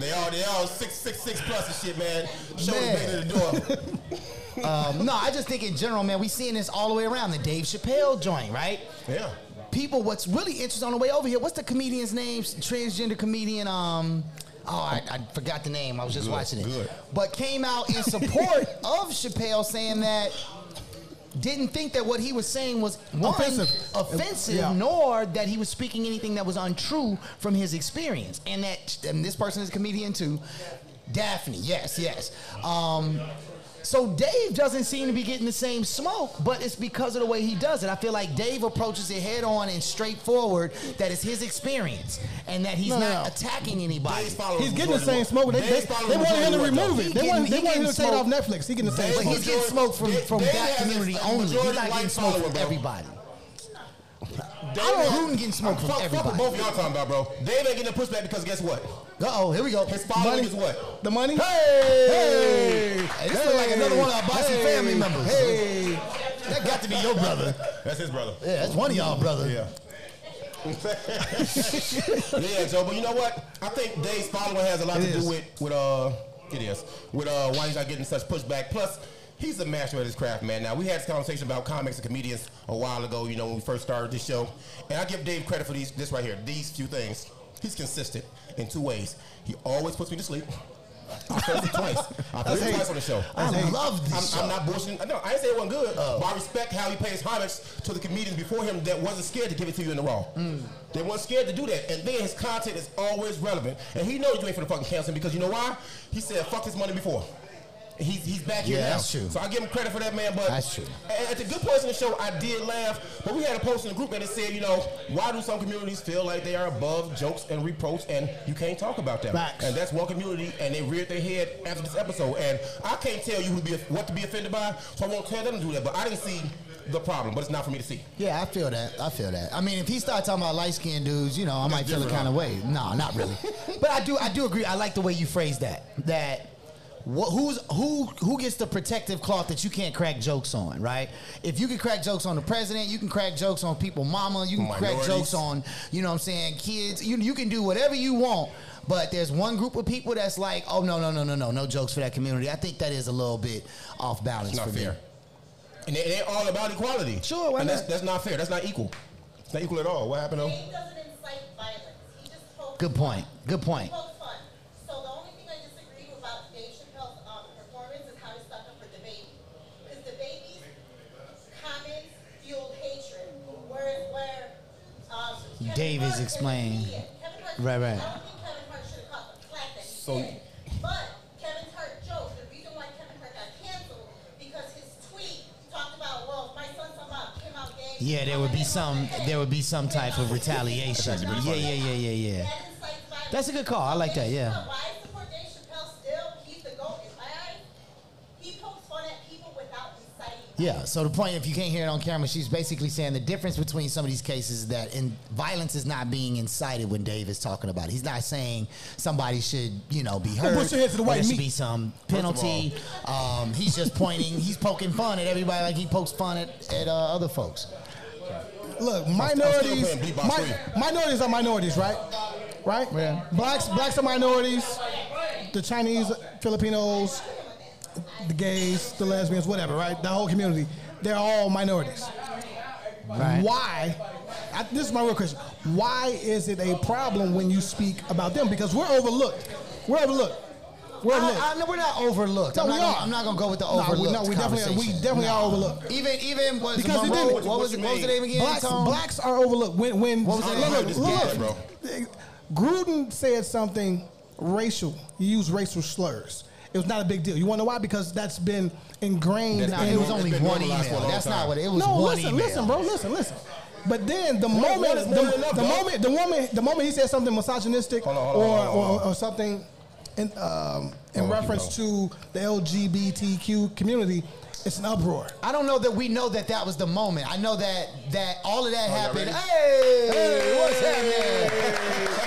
They all, they all six, six, six plus and shit, man. Show
Man.
big to the door.
Um, no, I just think in general, man, we seeing this all the way around. The Dave Chappelle joint, right?
Yeah.
People, what's really interesting on the way over here, what's the comedian's name? Transgender comedian, um, oh, I, I forgot the name. I was just
Good,
watching it.
good.
But came out in support of Chappelle saying that didn't think that what he was saying was one,
Offensive.
offensive,
Yeah.
nor that he was speaking anything that was untrue from his experience. And that and this person is a comedian too. Daphne, yes, yes. Um, so Dave doesn't seem to be getting the same smoke, but it's because of the way he does it. I feel like Dave approaches it head on and straightforward that it's his experience and that he's
No, no,
not
no.
attacking anybody.
Dave's followers
He's
was
getting the
Jordan
same smoke.
Ward.
They, they,
Dave's
they
followers was
wanted him to
Jordan Ward,
remove
though.
it. They wanted, they wanted him to take it off Netflix. He getting the same
Dave
But
smoke.
he's getting smoke from, from
Dave
that
has his
community
fucking
only. He's
majority
not getting
white
smoke
follower,
from
bro.
everybody.
Dave
Donald
ain't-
Gruden getting smoke from
fuck, Fuck
everybody.
what both of y'all talking about, bro. Dave ain't getting a pushback because guess what?
Uh-oh, here we go.
His following is what?
The money?
Hey! Hey, this look like another one of our Bossy
hey,
family members.
Hey.
That got to be your brother.
That's his brother.
Yeah, that's one of y'all brother.
Yeah. yeah, Joe. But you know what? I think Dave's following has a lot to
It is.
do with with uh, it is with uh, why he's not getting such pushback. Plus, he's a master at his craft, man. Now we had this conversation about comics and comedians a while ago. You know, when we first started this show, and I give Dave credit for these this right here. These few things. He's consistent in two ways. He always puts me to sleep. I said it twice. I said it twice on the show.
I love
I'm,
this
I'm
show. Oh.
not bullshitting. No, I didn't say it wasn't good, but I respect how he pays homage to the comedians before him that wasn't scared to give it to you in the raw.
Mm.
They weren't scared to do that, and then his content is always relevant. And he knows you ain't for the fucking cancel him because you know why? He said fuck his money before. He's, he's back here
Yeah,
now.
that's true.
So I give him credit for that, man. But
That's true.
a- At the good points in the show, I did laugh. But we had a post in the group that it said, you know, why do some communities feel like they are above jokes and reproach, and you can't talk about them?
Facts.
And that's one community, and they reared their head after this episode. And I can't tell you who be, what to be offended by, so I won't tell them to do that. But I didn't see the problem, but it's not for me to see.
Yeah, I feel that. I feel that. I mean, if he started talking about light skinned dudes, you know, I might feel a kind of way. No, not really. but I do. I do agree. I like the way you phrase that. That. What, who's who? Who gets the protective cloth that you can't crack jokes on, right? If you can crack jokes on the president, you can crack jokes on people, mama. You can
Minorities.
crack jokes on, you know, what I'm saying, kids. You you can do whatever you want, but there's one group of people that's like, oh no no no no no no jokes for that community. I think that is a little bit off balance
It's not
for me.
fair. And they, they're all about equality.
Sure, why
and
not?
That's, that's not fair. That's not equal. It's not equal at all. What happened, though?
Dave doesn't incite violence. He just pokes
Good point. Good point.
pokes fun. So the only thing I disagree with about Dave Chappelle's um, performance is how he stuck up for the baby. Because the baby's comments fueled hatred. Whereas where um, Kevin
Dave is
Hart is a
explaining.
comedian. Kevin Hart-
Right, right.
I don't think Kevin Hart should have caught the flack that he
So-
did. But Kevin Hart joke, the reason why Kevin Hart got canceled because his tweet talked about, well, if my son somehow came out gay.
Yeah, there
I'm
would
gonna
be
hit him on
some
the head.
there would be some type of retaliation.
That's
Yeah,
actually
yeah, yeah, yeah, yeah.
That incites violence.
That's a good call. I like that, yeah.
Why I support Dave Chappelle still? He's the goat in my eyes. He pokes fun at people without inciting.
Yeah, so the point, if you can't hear it on camera, she's basically saying the difference between some of these cases is that in, violence is not being incited when Dave is talking about it. He's not saying somebody should, you know, be hurt.
push your head to the
or
white
there should
meat.
be some penalty. Um, he's just pointing, he's poking fun at everybody like he pokes fun at, at uh, other folks.
Look,
I'm
minorities,
still playing beatbox
mi- minorities are minorities, right? Right?
Yeah.
Blacks, blacks are minorities. The Chinese, Filipinos, the gays, the lesbians, whatever, right? The whole community, they're all minorities.
Right.
Why? I, this is my real question. Why is it a problem when you speak about them? Because we're overlooked. We're overlooked. We're overlooked.
I, I, no, we're not overlooked.
No,
I'm
we
not gonna-
are.
I'm not gonna go with the
No, we- no,
overlooked.
we definitely are- we
conversation.
definitely are
No.
overlooked.
Even even was
Because they
Monroe-
did.
what, was it, what was the name again?
Blacks,
Tom?
blacks are overlooked. When when
What was that?
look,
I heard
look,
this
look,
guy, bro.
Gruden said something racial. He used racial slurs. It was not a big deal. You want to know why? Because that's been ingrained.
That's
Nah,
been
in-
it was
normal-
only
it's been
one
normalized for a
email.
long
That's not
time.
what it, it was.
no,
one
listen,
email.
listen, bro, listen, listen. But then the
one is
moment,
more than
the,
enough,
the
bro.
moment, the moment, the moment he said something misogynistic
Hold on, hold on,
or,
hold on, hold
or, or something in, um, in
on,
reference to the LGBTQ community, it's an uproar.
I don't know that we know that that was the moment. I know that that all of that
y'all
happened.
ready?
Hey, what's happening?
All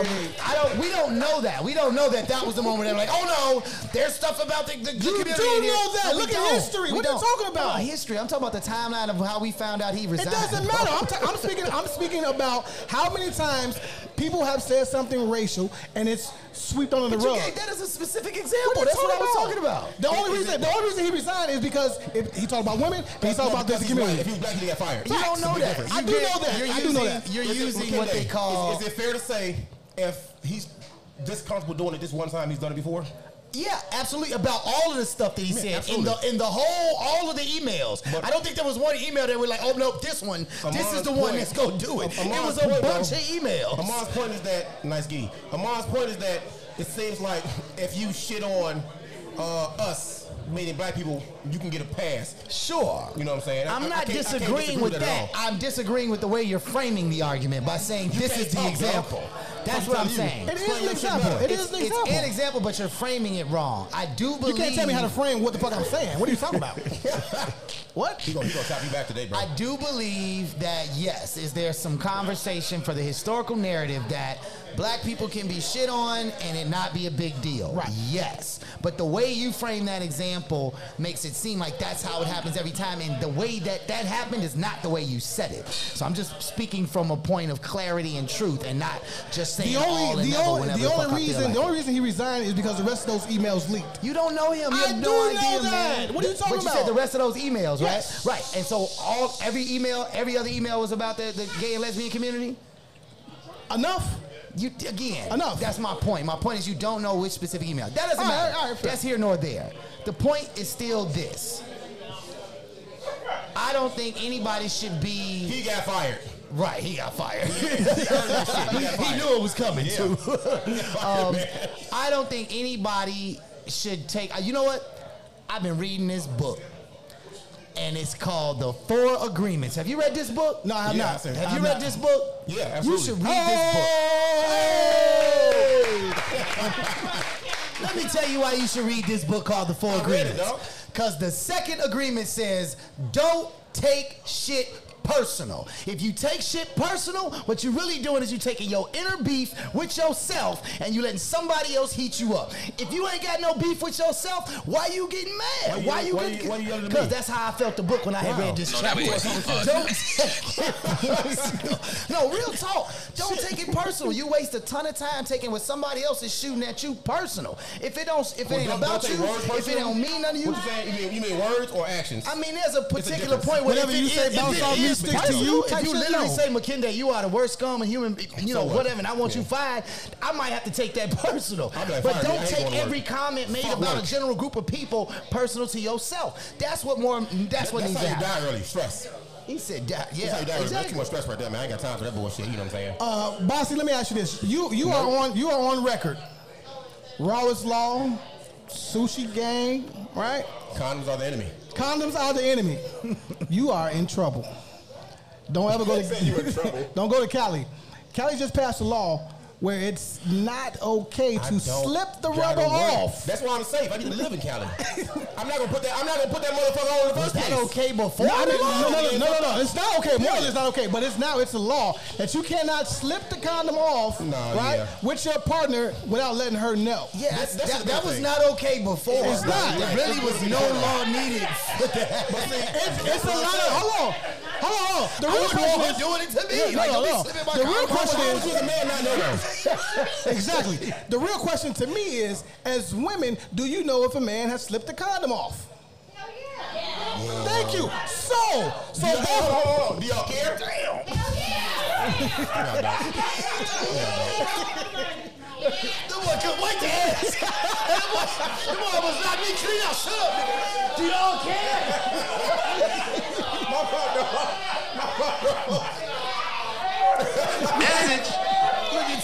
Um, I don't. We don't know that. We don't know that that was the moment. They're like, oh no, there's stuff about the, the, the
You
community.
do
in here."
know that.
No, we
Look at
don't.
history.
We
What are you
don't.
talking about?
No, history. I'm talking about the timeline of how we found out he
It
resigned.
doesn't matter. I'm, ta- I'm speaking. I'm speaking about how many times people have said something racial and it's swept under
But
the
you
rug.
gave that as a specific
What are
example.
you
That's what I was talking about.
The only
Is
reason,
it-
the only reason he resigned is because if he talked about women. and He talked about this community.
If he was black, he got fired.
You don't know that. I do know that.
You're
I do
using-
know that.
is it- okay, is- Is, it fair to say if he's this comfortable doing it this one time, he's done it before?
Yeah, absolutely. About all of the stuff that he
Yeah,
said
absolutely.
in the in the whole all of the emails. I don't think there was one email that we're like, oh no, this one, this is
Amon's
the one
point-
that's gonna do it.
Am-
it
Amon's
was a
point,
bunch
though-
of emails.
Amon's point is that nice gee. Amon's point is that it seems like if you shit on uh, us, meaning black people, you can get a pass.
Sure.
You know what I'm saying? I- I- I
I'm not
can't- I can't
disagreeing
disagree
with
at all.
that. I'm disagreeing with the way you're framing the argument by saying this
can't
is the
talk, bro.
example. That's what I'm
Sometimes you
saying.
explain It is an your shit example. better. It
It's-
is an
It's
example.
an example, but you're framing it wrong. I do believe
You can't tell me how to frame what the fuck I'm saying. What are you talking about?
What?
He gonna, he gonna tap you back today, bro.
I do believe that yes, is there some conversation for the historical narrative that black people can be shit on and it not be a big deal. Right. Yes. But the way you frame that example makes it seem like that's how it happens every time and the way that that happened is not the way you said it. So I'm just speaking from a point of clarity and truth and not just saying
The
all
only,
and
the
other
only,
whenever
the
fuck I
only
feel
reason,
like
the
it.
only reason he resigned is because the rest of those emails leaked.
You don't know him. You
I
have
do
no idea,
know that.
man.
What are you talking
but
about?
you said the rest of those emails,
Yes.
right? Right. And so all every email, every other email was about the, the gay and lesbian community.
Enough.
You again.
Enough.
That's my point. My point is you don't know which specific email. That doesn't
All right,
matter.
all right, fair.
That's here nor there. The point is still this. I don't think anybody should be.
He got fired.
Right, he got fired.
he knew it was coming too.
Um, I don't think anybody should take. uh, You know what? I've been reading this book, and it's called The Four Agreements. Have you read this book?
No, I have
Yeah, I
not.
said-
Have
I'm
you read
not.
this book?
Yeah,
You
absolutely.
should read this book. Let me tell you why you should read this book called The Four
read it,
Agreements.
dog.
Because the second agreement says, don't take shit personal. If you take shit personal, what you're really doing is you taking your inner beef with yourself and you letting somebody else heat you up. If you ain't got no beef with yourself, why you getting
Why
mad?
you-
Why you,
why
getting?
you- why you yelling at
Because
me?
that's how I felt the book when I had
Wow.
read this
No, that
chapter.
was us.
Don't take it personal. No, real talk. Don't take it personal. You waste a ton of time taking what somebody else is shooting at you personal. If it don't, if it
Well,
ain't
don't-
about
don't
you,
take words
if it
personal?
don't mean nothing to you.
What you saying? You mean, you mean words or actions?
I mean, there's a particular
difference.
point where
Whatever
if
you
it
say
is- if
bounce
it
off me,
is
sticks to
personal,
you,
If
type
you
shit,
literally
no.
say, McKinney, you are the worst scum and human, be- you know,
what?
whatever, and I want
Yeah.
you fired, I might have to take that personal.
I'll be like,
But
"Fire me. I
don't
ain't
take
going to work."
every comment made
Fuck
about a
work.
general group of people personal to yourself. That's what more. That's what
That's
needs
how
to
you
happen.
die early. Stress.
He said, "Die."
That's how
"Yeah,
you die early. That's too
exactly."
much stress right there, man. I ain't got time for that bullshit. You know what I'm saying?
Uh, Bossy, let me ask you this: You you are on you are on record. Rawest Law, Sushi Gang, right?
Condoms are the enemy.
Condoms are the enemy. you are in trouble. Don't ever go
Said you in
to
trouble.
don't go to Cali. Cali just passed a law where it's not okay
I
to
don't
slip the
gotta
rubber
worry.
off.
That's why I'm safe. I need to live in Cali. I'm not gonna put that. I'm not gonna put that motherfucker on in the
Was
first
that
place.
okay before?
No, I
the
mean,
law?
no, no, no, no, no, no. It's not okay. Morally, it's not okay. But it's now it's a law that you cannot slip the condom off,
Nah,
right,
yeah.
with your partner without letting her know.
Yeah,
That's-
that's- that,
that's the
that
big
was
thing.
not okay before.
It's not.
There really was no law needed. for that.
But see,
It's, it's a lot. Of, hold on, hold on, hold on. The
I
real
wouldn't
question
want
is
her doing it to me.
Yeah, no,
Like, don't be
no, no.
slipping my
The real
condom off.
question
Why
is,
would you as a man not know that?
exactly. The real question to me is, as women, do you know if a man has slipped the condom off? Thank you. So, so
Do y'all- hold on,
therefore,
uh,
hold on. Do y'all care?
That boy couldn't wait to ask. That boy, that boy was not me clean out. Shut up, nigga. Do y'all care? Look at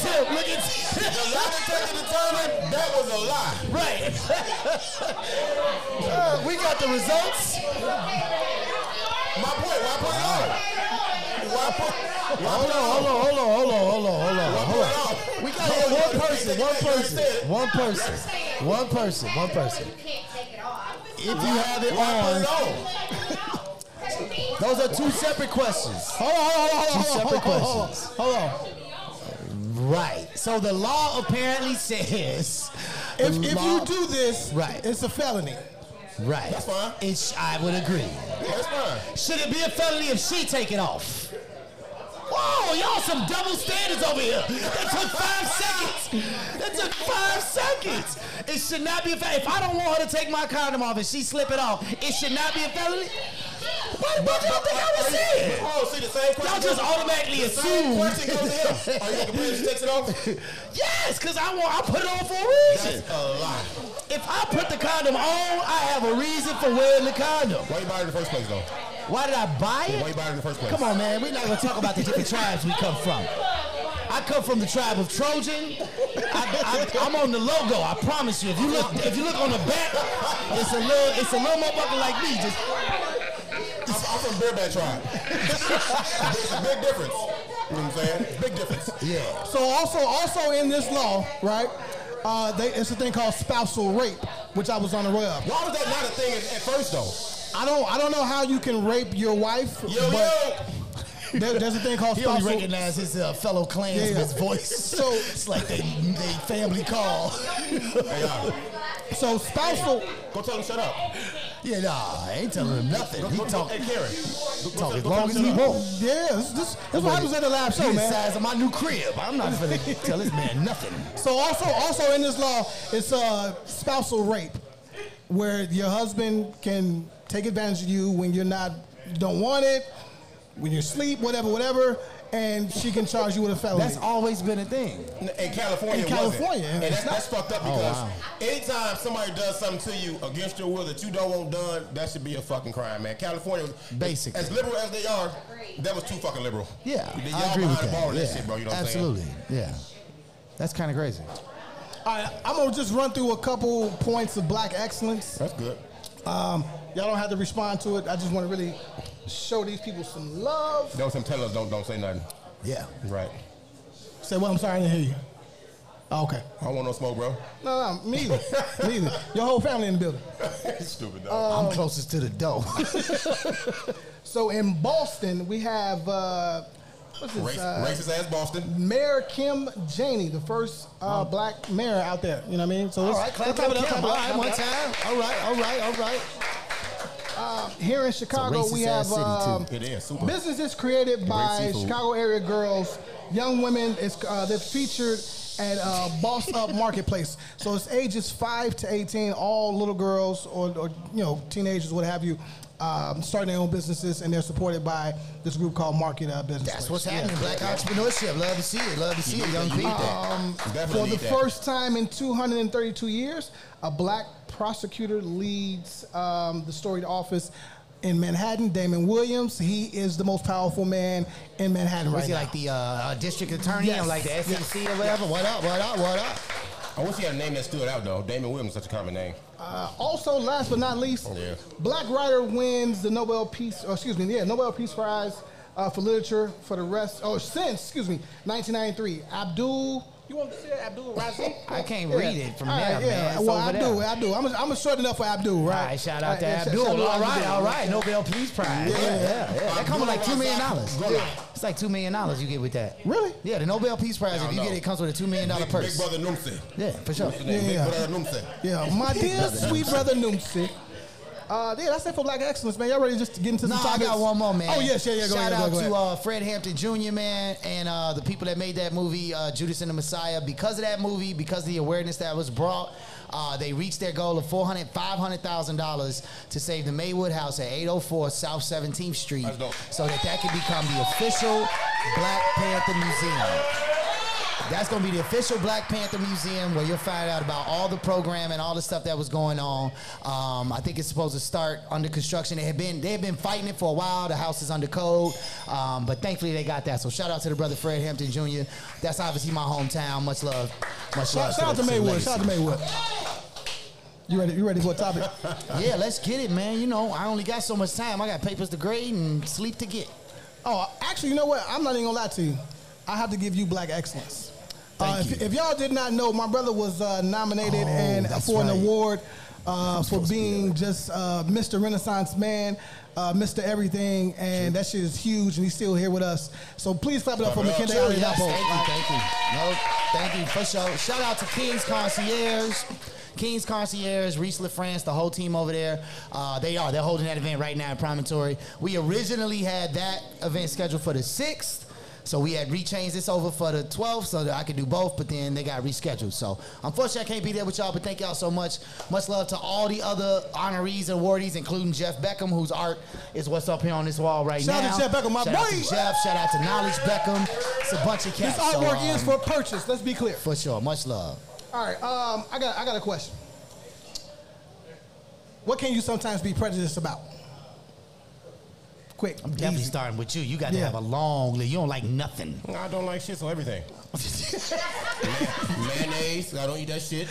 Tim. Look at Tim.
The lie detector determined that was a lie.
Right. Uh, we got the results.
My point. Why put it on? Why put? Why
Hold
put
on,
it on?
hold on, hold on, hold on, hold on, hold on,
Why
hold
put
on.
it on?
We got to
Hold
get
on,
one
you
person, one
understand that? You
person,
understand?
one person, one person, one person.
You can't take it off.
If you have it
Why put
on,
it on?
those are two separate questions.
hold on, hold on, hold on,
Two
hold on, hold
separate
on, hold on, hold on.
Right. So the law apparently says
If, if
law-
you do this,
Right.
it's a felony.
Right.
That's fine.
It sh- I would agree.
Yeah, that's fine.
Should it be a felony if she take it off? Whoa, y'all some double standards over here. That took five seconds. That took five seconds. It should not be a felony. If I don't want her to take my condom off and she slip it off, it should not be a felony. What, what y'all think I was saying?
Oh, see the same question.
Y'all just automatically
the Same
assume.
question goes to
Oh,
him. Are you complaining she takes it off?
Yes, because I want I put it on for a reason.
That's a lie.
If I put the condom on, I have a reason for wearing the condom.
Why you buy it in the first place though?
Why did I buy
Why you
it?
buy it in the first place?
Come on, man. We're not gonna talk about the different tribes we come from. I come from the tribe of Trojan. I, am on the logo. I promise you. If you look, if you look on the back, it's a little, it's a little motherfucker like me. Just
I'm, I'm from Bearback Tribe. There's a big difference. You know what I'm saying? Big difference.
yeah.
So also, also in this law, right? Uh, they, it's a thing called spousal rape, which I was on the way up.
Why was that not a thing at, at first though?
I don't, I don't know how you can rape your wife,
Yo,
but
yo.
there- there's a thing called
He only
spousal.
recognized his uh, fellow clansman's
Yeah.
voice. So it's like they, they family call.
Hey, y'all.
So spousal,
Go tell him shut up.
yeah, nah, I ain't telling him nothing. He
Go,
talk,
Hey, Karen. Go,
talk
go,
as
go
long as
tell
he
him shut up.
wants.
yeah, this, this, this what happens in the lab show,
He the
man.
size of my new crib. I'm not gonna tell this man nothing.
So also, also in this law, it's uh, spousal rape, where your husband can take advantage of you when you're not, don't want it, when you're asleep, whatever, whatever, and she can charge you with a felony.
That's always been a thing.
in California.
In
it wasn't.
California,
and
it's
that's,
not-
that's fucked up because
wow.
anytime somebody does something to you against your will that you don't want done, that should be a fucking crime, man. California, was-
Basically.
as liberal as they are, that was too fucking liberal.
Yeah,
Y'all
I agree with
behind the
that.
ball on
yeah.
that shit, bro. You know what I'm saying?
Absolutely, yeah. That's kind of crazy.
All right, I'm gonna just run through a couple points of black excellence.
That's good.
Um, y'all don't have to respond to it. I just want to really show these people some love.
Don't some tell us don't don't say nothing.
Yeah.
Right.
Say, well, I'm sorry, I didn't hear you. Oh, okay.
I don't want no smoke, bro.
No, no, me either. me either. Your whole family in the building.
Stupid dog.
I'm closest to the door.
So in Boston, we have uh, what's
Oh,
this?
Race,
uh,
racist ass Boston.
Mayor Kim Janey, the first uh, black mayor out there. You know what I mean? So
all
let's-
right, clap,
let's
clap
give
it up.
Kim
All
a-
right, one time. All right, all right, all right.
Uh, Here in Chicago, we
racist-ass
have um,
city,
It is super.
businesses created by
seafood.
Chicago area girls, young women. It's uh, they're featured at uh, Boss Up Marketplace. So it's ages five to eighteen. All little girls or, or you know teenagers, what have you. Um, starting their own businesses and they're supported by this group called Market uh, Business.
That's
Place.
what's happening. Black entrepreneurship. Love to see it. Love to see it, young people.
Um,
For the first time in 232 years, a black prosecutor leads um, the storied office in Manhattan. Damon Williams, he is the most powerful man in Manhattan
Was
right
he
now.
like the uh, uh, district attorney
Yes.
or like the SEC or whatever? What up? What up? What up?
I wish he had a name that stood out though. Damon Williams is such a common name.
Uh, also, last but not least,
Oh,
Yeah.
Black writer wins the Nobel Peace, or excuse me, yeah, Nobel Peace Prize uh, for literature for the rest, oh, since, excuse me, 1993. Abdul, you want to say that? Abdul Razi?
I can't
Yeah.
read it from
All right,
there, man. It's
Well,
over there.
Abdul, Abdul. I'm, I'm shorten up for Abdul, right?
All right, shout out to
yeah, sh-
Abdul.
shout out to
all right,
Abdul.
all right. Nobel Peace Prize. Yeah, yeah, yeah. That come with like $2 million.
Yeah.
It's like $2 million you get with that.
Really?
Yeah, the Nobel Peace Prize, if you
know.
get it, comes with a $2 million
Big,
purse.
Big brother Noomse.
Yeah, for sure.
Big
Yeah.
brother Noomse.
Yeah, my dear sweet brother Noomsi. Uh, yeah, that's it for Black Excellence, man. Y'all ready to just get into
No,
some
I
topics?
got one more, man.
Oh, yes, yeah, yeah, go
Shout
ahead, go
out
ahead, go
to
ahead.
uh, Fred Hampton Jr., man, and uh, the people that made that movie, uh, Judas and the Messiah. Because of that movie, because of the awareness that was brought, uh, they reached their goal of $400,000, $500,000 to save the Maywood House at 804 South 17th Street
That's dope.
so that that can become the official Black Panther Museum. That's gonna be the official Black Panther Museum where you'll find out about all the program and all the stuff that was going on. Um, I think it's supposed to start under construction. They had been they had been fighting it for a while. The house is under code, um, but thankfully they got that. So shout out to the brother Fred Hampton Jr. That's obviously my hometown. Much love, much love.
Shout, shout out
the-
to Maywood.
legacy.
Shout out to Maywood. You ready? You ready for a topic?
Yeah, let's get it, man. You know I only got so much time. I got papers to grade and sleep to get.
oh, actually, you know what? I'm not even gonna lie to you. I have to give you Black Excellence.
Thank
uh, if,
you.
if y'all did not know, my brother was uh, nominated
Oh,
and
that's
for an
right.
award uh, for being just uh, Mr. Renaissance man, uh, Mr. Everything, and that shit is huge, and he's still here with us. So please clap it up for Makinde
Sure, yes,
Ariapo.
Thank you, thank you. No, thank you for sure. Shout out to King's Concierge. King's Concierge, Reese LaFrance, the whole team over there. Uh, they are. They're holding that event right now in Promontory. We originally had that event scheduled for the 6th. So we had rechanged this over for the 12th so that I could do both, but then they got rescheduled. So unfortunately, I can't be there with y'all, but thank y'all so much. Much love to all the other honorees and awardees, including Jeff Beckham, whose art is what's up here on this wall right
Shout
now.
out to Jeff Beckham, my
Shout out to
boy.
Jeff, shout out to Knowledge Beckham. It's a bunch of
This
cats.
artwork
so, um,
is for purchase. Let's be clear.
for sure. Much love.
All right, um, I got I got a question. What can you sometimes be prejudiced about? Quick.
I'm definitely starting with you. You got to
Yeah.
have a long list. You don't like nothing.
I don't like shit, so everything. mayonnaise, I don't eat that shit.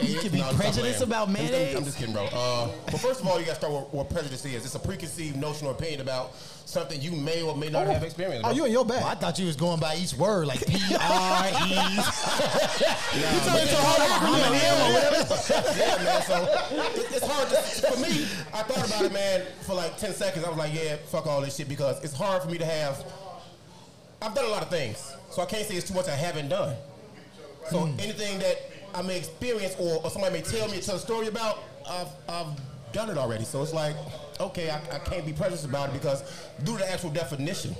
You can be
I'm just
prejudiced
playing.
about
I'm just- I'm- I'm,
mayonnaise?
just kidding, bro. Uh, but first of all, you got to start with what prejudice is. It's a preconceived notion or opinion about something you may or may not have experienced.
Oh,
bro.
you in your bag.
Well, I thought you was going by each word, like P R E.
Nah,
turned
but-
into a whole acronym.
Yeah, yeah, man. So it- it's hard to, for me. I thought about it, man, for like ten seconds. I was like, yeah, fuck all this shit because it's hard for me to have. I've done a lot of things, so I can't say it's too much I haven't done. So anything that I may experience or, or somebody may tell me tell a story about, I've, I've done it already. So it's like, okay, I, I can't be prejudiced about it because due to the actual definition,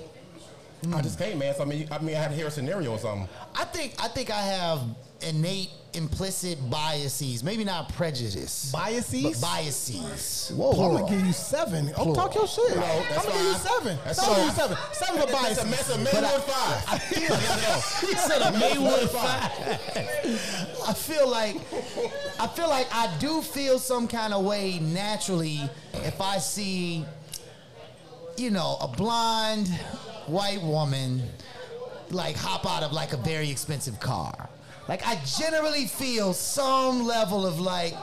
I just can't, man. So I mean, I mean, I had to hear a scenario or something.
I think I think I have innate implicit biases. Maybe not prejudice.
Biases?
But biases.
Whoa, I'm
Plural.
gonna give you seven. Oh, talk your shit.
No,
I'm
that's
gonna give you
fine.
seven.
That's
I'm gonna give you
fine.
seven. Seven for
That's a
biases.
mess of Maywood five.
he said a Maywood five. I feel like I feel like I do feel some kind of way naturally if I see, you know, a blonde white woman like hop out of like a very expensive car. Like I generally feel some level of like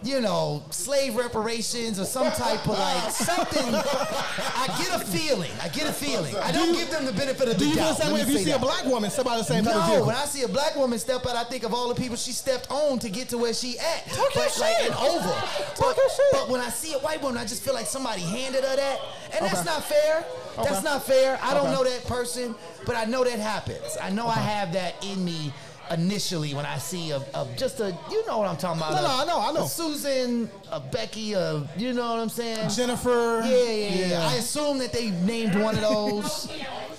you know, slave reparations or some type of like something. I get a feeling. I get a feeling. I don't give them the benefit of the
Do you feel the
doubt.
same
Let
way
me
if you
say
see a
that.
black woman step out of the same type of
No,
vehicle?
when I see a black woman step out, I think of all the people she stepped on to get to where she at.
Talk your
but, like,
shit.
and over.
Talk
but,
your shit.
but when I see a white woman, I just feel like somebody handed her that. And that's
Okay.
not fair.
Okay.
That's not fair. I don't
Okay.
know that person, but I know that happens. I know I have that in me initially when I see a, a just a, you know what I'm talking about.
No,
a-
no, I know, I know.
A Susan, a Becky, a, you know what I'm saying?
Jennifer.
Yeah, yeah, yeah, I assume that they named one of those.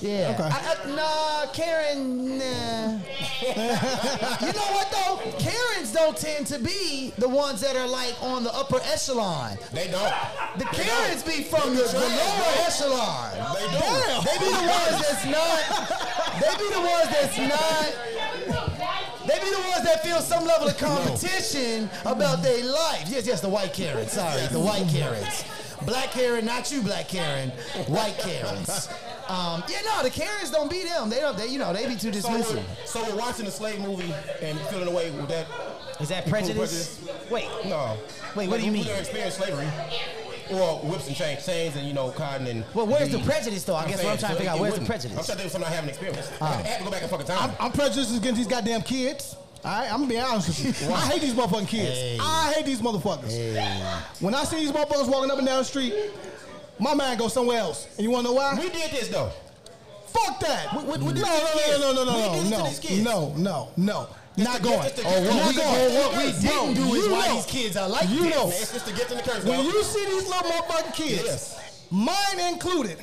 Yeah.
Okay.
I, I, nah, Karen. Nah. you know what though? Karens don't tend to be the ones that are like on the upper echelon.
They don't.
The
They
Karens
don't.
be from the,
They
the
trash,
lower
bro.
echelon.
They do.
They be the ones that's not. They be the ones that's not. They be the ones that feel some level of competition about their life. Yes, yes, the white Karens. Sorry, the white Karens. Black Karen, not you, Black Karen. White Karens. Um, yeah, no, the Karens don't be them. They don't. They, you know, they be too
So
dismissive.
we're, so we're watching the slave movie and feeling away with that.
Is that
prejudice?
Wait,
No.
Wait, what do you
we
mean?
never experienced slavery. Or whips and chains, chains and you know cotton and.
Well, where's the prejudice, though? I guess what
saying,
I'm trying to
so
figure
it-
out,
it
where's the
wouldn't.
prejudice? Ah.
I'm trying to do something I haven't experienced. I have to go back and fucking time.
I'm, I'm prejudiced against these goddamn kids. All right, I'm gonna be honest with you. I hate these motherfucking kids. I hate these motherfuckers. When I see these motherfuckers walking up and down the street, my mind goes somewhere else. And you wanna know why?
we did this though.
Fuck that.
We- we- we did
no,
this
no,
to kids.
no, no, no,
We did
no,
this to
no,
these kids.
no, no, no,
It's
Not
the-
going.
it's the-
Not
it's the-
going.
or what we
Bro,
didn't do is
you
why
know.
these kids are like
You
this.
know.
It's just the gift and the curse.
When
dog.
you see these little motherfucking kids,
Yes.
mine included,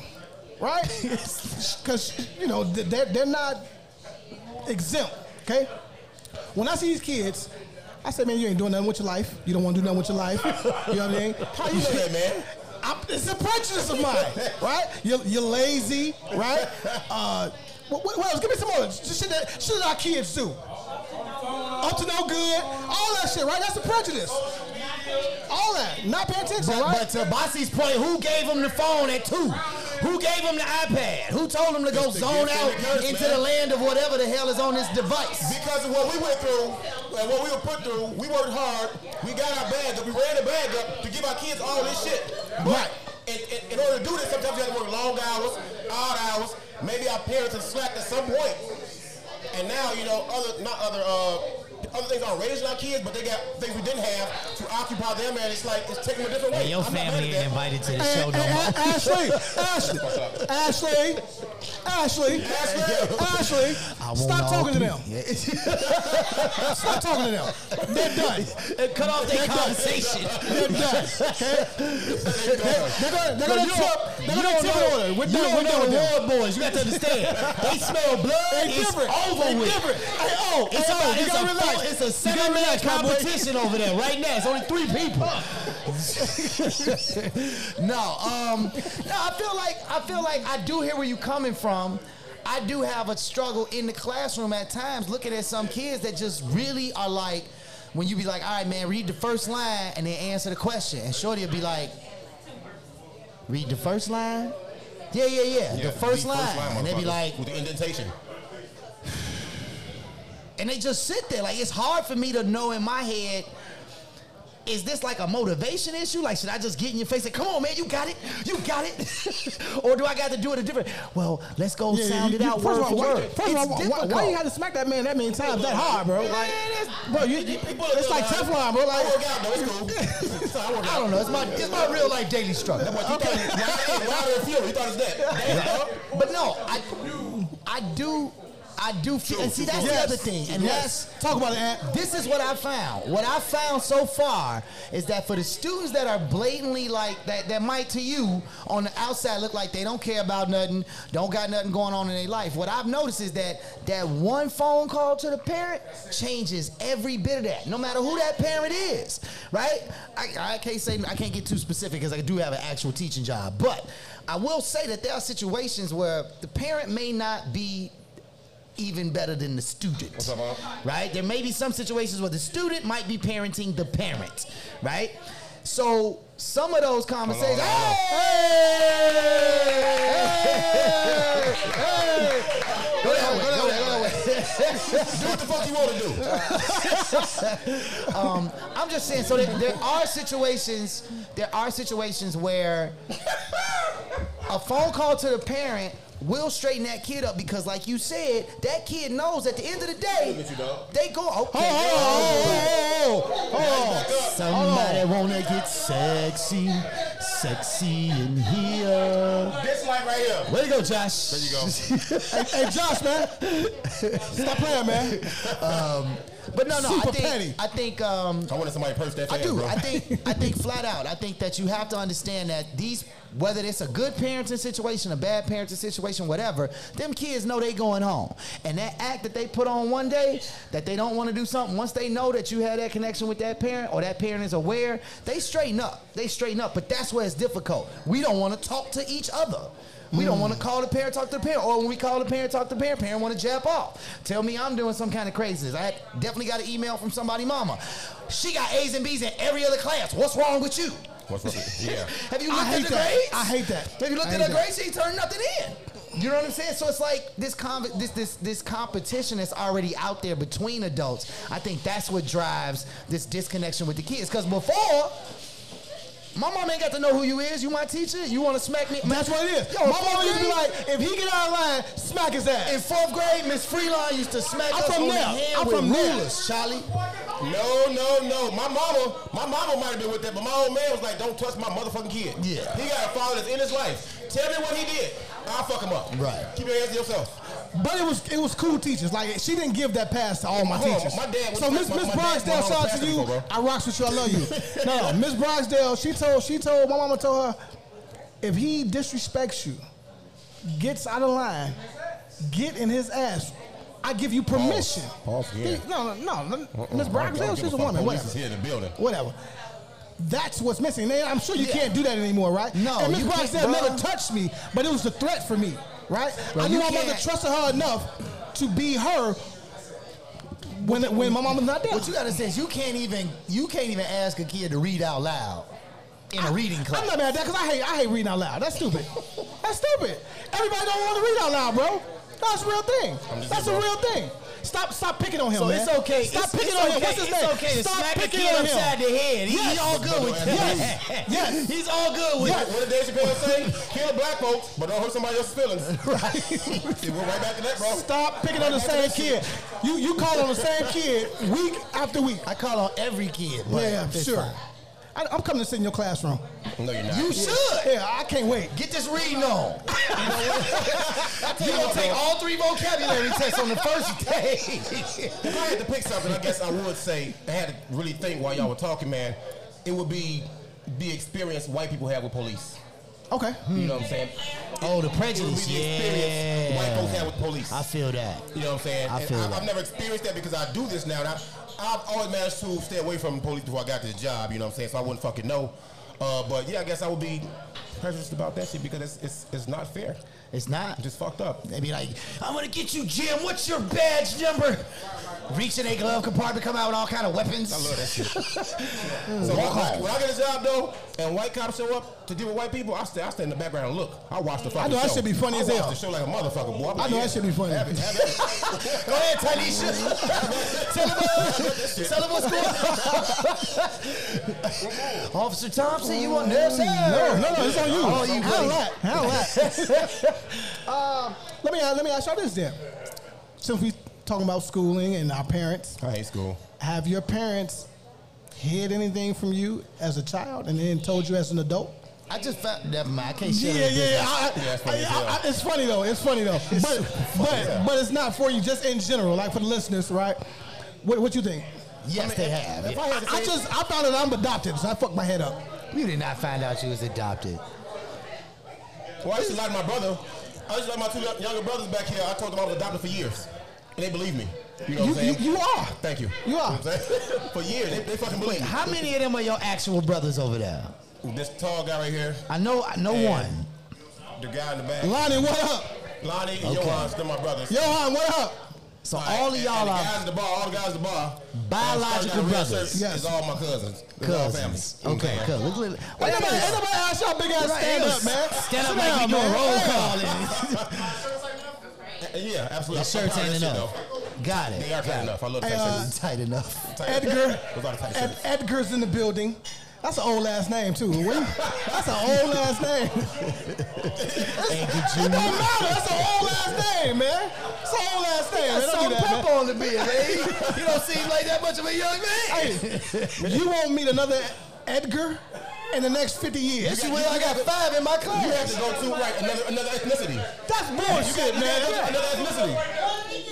right? Because, you know, th- they're, they're not exempt, okay? When I see these kids, I say, man, you ain't doing nothing with your life. You don't want to do nothing with your life. You know what I mean?
How you know that, man?
I'm, it's a prejudice of mine, right? You're, you're lazy, right? Uh, what, what else? Give me some more. Just Shit that, shit that our kids do. Up to no good. All that shit, right? That's a prejudice. All that. Not paying attention,
But,
right?
but to Bossy's point, who gave him the phone at two? Who gave him the iPad? Who told him to go
It's the
zone
gift and
out
the curse,
into
man.
the land of whatever the hell is on this device?
Because of what we went through and what we were put through, we worked hard, we got our bag up, we ran the bag up to give our kids all this shit. But in, in, in order to do this, sometimes you have to work long hours, odd hours. Maybe our parents have slacked at some point. And now, you know, other not other uh
other things on raising our kids, but they got things we didn't have to occupy them, and it's like it's taking them a different way.
Hey, your
I'm not mad
family
at
ain't
that.
invited to the
Hey,
show no
hey,
more.
hey,
Ashley, Ashley, Ashley, Ashley, Ashley,
I want
stop
all
talking to them.
people.
Stop talking to them. They're done.
Cut off their
They're done.
conversation.
They're done. Okay? They're, they're gonna, they're gonna
You
tip.
don't- you
They're gonna
don't
tip
know-
in order. We're
you
done.
don't
We're
know
done with
the
them.
Ward Boys. You got to understand. They smell blood.
They
It's
different.
over
They
with.
different. Hey, oh,
It's,
hey, oh,
about,
you
it's,
gotta
a,
relax.
four- it's a
You
seven
gotta
man
relax, my boy.
competition over there right now. It's only three people.
no, um, no, I feel like I feel like I do hear where you're coming from. I do have a struggle in the classroom at times looking at some kids that just really are like, when you be like, all right, man, read the first line and then answer the question. And Shorty will be like, read the first line? Yeah, yeah, yeah. the first line. and they be
motherfucker,
like,
with the indentation.
and they just sit there. Like it's hard for me to know in my head. Is this like a motivation issue? Like, should I just get in your face and come on, man, you got it, you got it, or do I got to do it a different? Well, let's go
Yeah,
sound
you-
it
you-
out
first
word
of all,
for
why-
word.
First of all, why- why, why you had to smack that man that many times that hard, bro? Like, bro, you, it's like Teflon, bro. Like,
I work out, though. It's cool. So I work out.
I don't know. It's my it's my real life daily struggle.
But you thought it was wilder than fuel. You thought it was that. Damn, dog.
But no, I I do I do feel and see that's
Yes.
the other thing. And
Yes.
that's
Talk about it, Ant.
This is what I found. What I found so far is that for the students that are blatantly like that that might to you on the outside look like they don't care about nothing, don't got nothing going on in their life. What I've noticed is that that one phone call to the parent changes every bit of that, no matter who that parent is, right? I, I can't say I can't get too specific because I do have an actual teaching job, but I will say that there are situations where the parent may not be even better than the student. Right? There may be some situations where the student might be parenting the parent, right? So some of those conversations, hey, hey, hey, go that way, go that way, go that way.
Do what the fuck you want to do.
um, I'm just saying. So there, there are situations. There are situations where a phone call to the parent will straighten that kid up because, like you said, that kid knows at the end of the day they go. Okay, Oh, somebody wanna get sexy, sexy in here.
This light right here.
Way to go, Josh.
There you go.
hey, hey, Josh, man, stop playing, man.
Um, but no, no,
Super
I think
petty.
I think um,
I wanted somebody to purse that
I
fast,
do.
bro.
I think I think flat out. I think that you have to understand that these whether it's a good parenting situation, a bad parenting situation, whatever, them kids know they going home. And that act that they put on one day that they don't want to do something, once they know that you had that connection with that parent or that parent is aware, they straighten up. They straighten up. But that's where it's difficult. We don't want to talk to each other. We
Hmm.
don't want to call the parent, talk to the parent, or when we call the parent, talk to the parent. Parent want to jab off. Tell me I'm doing some kind of craziness. I had, definitely got an email from somebody, mama. She got A's and B's in every other class. What's wrong with you?
What's wrong with you? Yeah.
Have you
I
looked at
hate
the
that.
grades?
I hate that.
Have you looked
I
at
hate
her
that.
grades? She turned nothing in. You know what I'm saying? So it's like this conv- this this this competition that's already out there between adults. I think that's what drives this disconnection with the kids. Because before. My mom ain't got to know who you is. You my teacher. You want to smack me?
That's what it is.
Yo,
My
fourth
mama used to be
grade?
like, if he get out of line, smack his
In
ass.
fourth grade, Miss Freelon used to smack
I'm
us
from
on
there.
the hand
I'm
with
from there.
rulers, Charlie.
No, no, no. My mama, my mama might have been with that, but my old man was like, "Don't touch my motherfucking kid."
Yeah.
He got a father that's in his life. Tell me what he did. I'll fuck him up.
Right.
Keep your hands to yourself.
But it was it was cool teachers. Like she didn't give that pass to all my
Hold on,
teachers.
my dad was-
so Miss
my-
Miss
my dad
Bronsdale,
was my
shout out
pastor
to you.
before,
I rocks with you. I love you. no, no, Miss Bronsdale. She told she told my mama told her, if he disrespects you, gets out of line, get in his ass. I give you permission.
Pause, yeah.
He- No, no, no.
Uh-uh.
Miss
I don't- I don't
Bronsdale,
give
she's a
fuck.
woman.
Police
Whatever.
is here in the building.
Whatever. That's what's missing. Man, I'm sure you can't do that anymore, right?
No,
And Miss
you can't,
Bronsdale never
bruh.
touched me, but it was the threat for me, right? I knew
you
my mother
can't-
trusted her enough to be her when when my mama's not there.
What you gotta say is you can't even you can't even ask a kid to read out loud in a reading class.
I'm not mad at that because I hate I hate reading out loud. That's stupid. That's stupid. Everybody don't want to read out loud, bro. That's a real thing. That's a real thing. Stop, stop picking on him,
So
man.
it's okay.
Stop
It's-
picking
it's
on him.
okay.
What's his
It's
name?
okay to
stop
smack a
picking
kid
on him.
upside the head. He- he all good with that.
Yes. yes.
He's all good with
What did Dave Chappelle say? Kill black folks, but don't hurt somebody else's feelings. right. We're right back to that, bro.
Stop picking on the same kid. You you call on the same kid week after week.
I call on every kid. but
Yeah,
it's
sure.
fine.
I, I'm coming to sit in your classroom.
No, you're not.
You should.
Yeah, I can't wait.
Get this reading on.
tell
You're
you
gonna
what,
take
bro.
all three vocabulary tests on the first day.
If I had to pick something, I guess I would say I had to really think while y'all were talking, man. It would be the experience white people have with police.
Okay.
You know what I'm saying?
Oh, the
It would be
prejudice.
the experience white folks have
Yeah.
with police.
I feel that.
You know what I'm saying?
I
And
feel
I,
that.
I've never experienced that because I do this now. And I, I've always managed to stay away from police before I got this job. You know what I'm saying? So I wouldn't fucking know. Uh, but yeah, I guess I would be prejudiced about that shit because it's it's, it's not fair.
It's not.
Just fucked up.
They be like, I'm gonna get you, Jim. What's your badge number? Reach in a glove compartment, come out with all kind of weapons.
I love that shit.
so
So when I, when I get a job though, and white cops show up to deal with white people, I stay, I stay in the background and look. I watch the fucking
know
show.
that shit be funny
I
as
watch
hell.
the show like a motherfucker, boy. I'm
I
like,
know
yeah.
that should be funny.
Have it, have it.
Go ahead, Tanisha. tell
uh,
him, tell him what's going on. Officer Thompson, you want this?
No, no, no, it's on you.
Oh, you
How
buddy.
that? How that? um, let me let me ask y'all this then. Since we talking about schooling and our parents,
I hate school.
have your parents hid anything from you as a child and then told you as an adult?
I just found. Never mind. I can't share.
Yeah, yeah,
this.
yeah. I,
Yeah, that's funny as
I- I-
hell.
I- it's funny though. It's funny though. But but but it's not for you. Just in general, like for the listeners, right? What what you think?
Yes, they have.
If I, had to say- I just I found out I'm adopted, so I fucked my head up.
You did not find out you was adopted.
Well, I used to lie to my brother. I used to lie to my two younger brothers back here. I told them I was adopted for years, and they believe me. You know what
You,
I'm
you,
saying?
you are.
Thank you.
You are.
know what I'm saying? for years, they, they fucking believe me.
How many of them are your actual brothers over there?
This tall guy right here,
I know, I know
Yeah.
one.
the guy in the back,
Lonnie, what up?
Lonnie and
Okay.
Johan's, they're my brothers.
Johan, what up?
So all of
and-
y'all
and the
are
guys at the bar, all the guys at the bar,
Biological brothers.
Yes,
Yes.
it's all my cousins. It's all family.
cousins. Okay, cool. Look, look,
Ain't
wait a
nobody,
minute.
ain't nobody ask y'all big ass
Right,
stand
it
up,
was-
man.
Stand up
Sit
like
down,
we doing
man.
roll
Hey.
call. and-
And- and Yeah, absolutely.
Your shirts
I'm proud
ain't
of that shit,
enough. Got
though.
it.
They are tight enough. I love
Hey,
tight
uh,
shirts.
Tight enough.
Tight-
Edgar.
There's a lot of tight
Ed,
shirts.
Edgar's in the building. That's an old ass name too. Will you? That's an old ass name.
Edgar
It don't
Jr.
matter. That's an old ass name, man. It's an old ass name. Man. Don't
Salt
do that, man.
pepper on the beer, man. You don't seem like that much of a young man.
Hey, you won't meet another Edgar in the next 50 years.
Yes, you will. I got five in my
You have
class.
to go to right another another ethnicity.
Oh,
That's bullshit, man.
Another another ethnicity.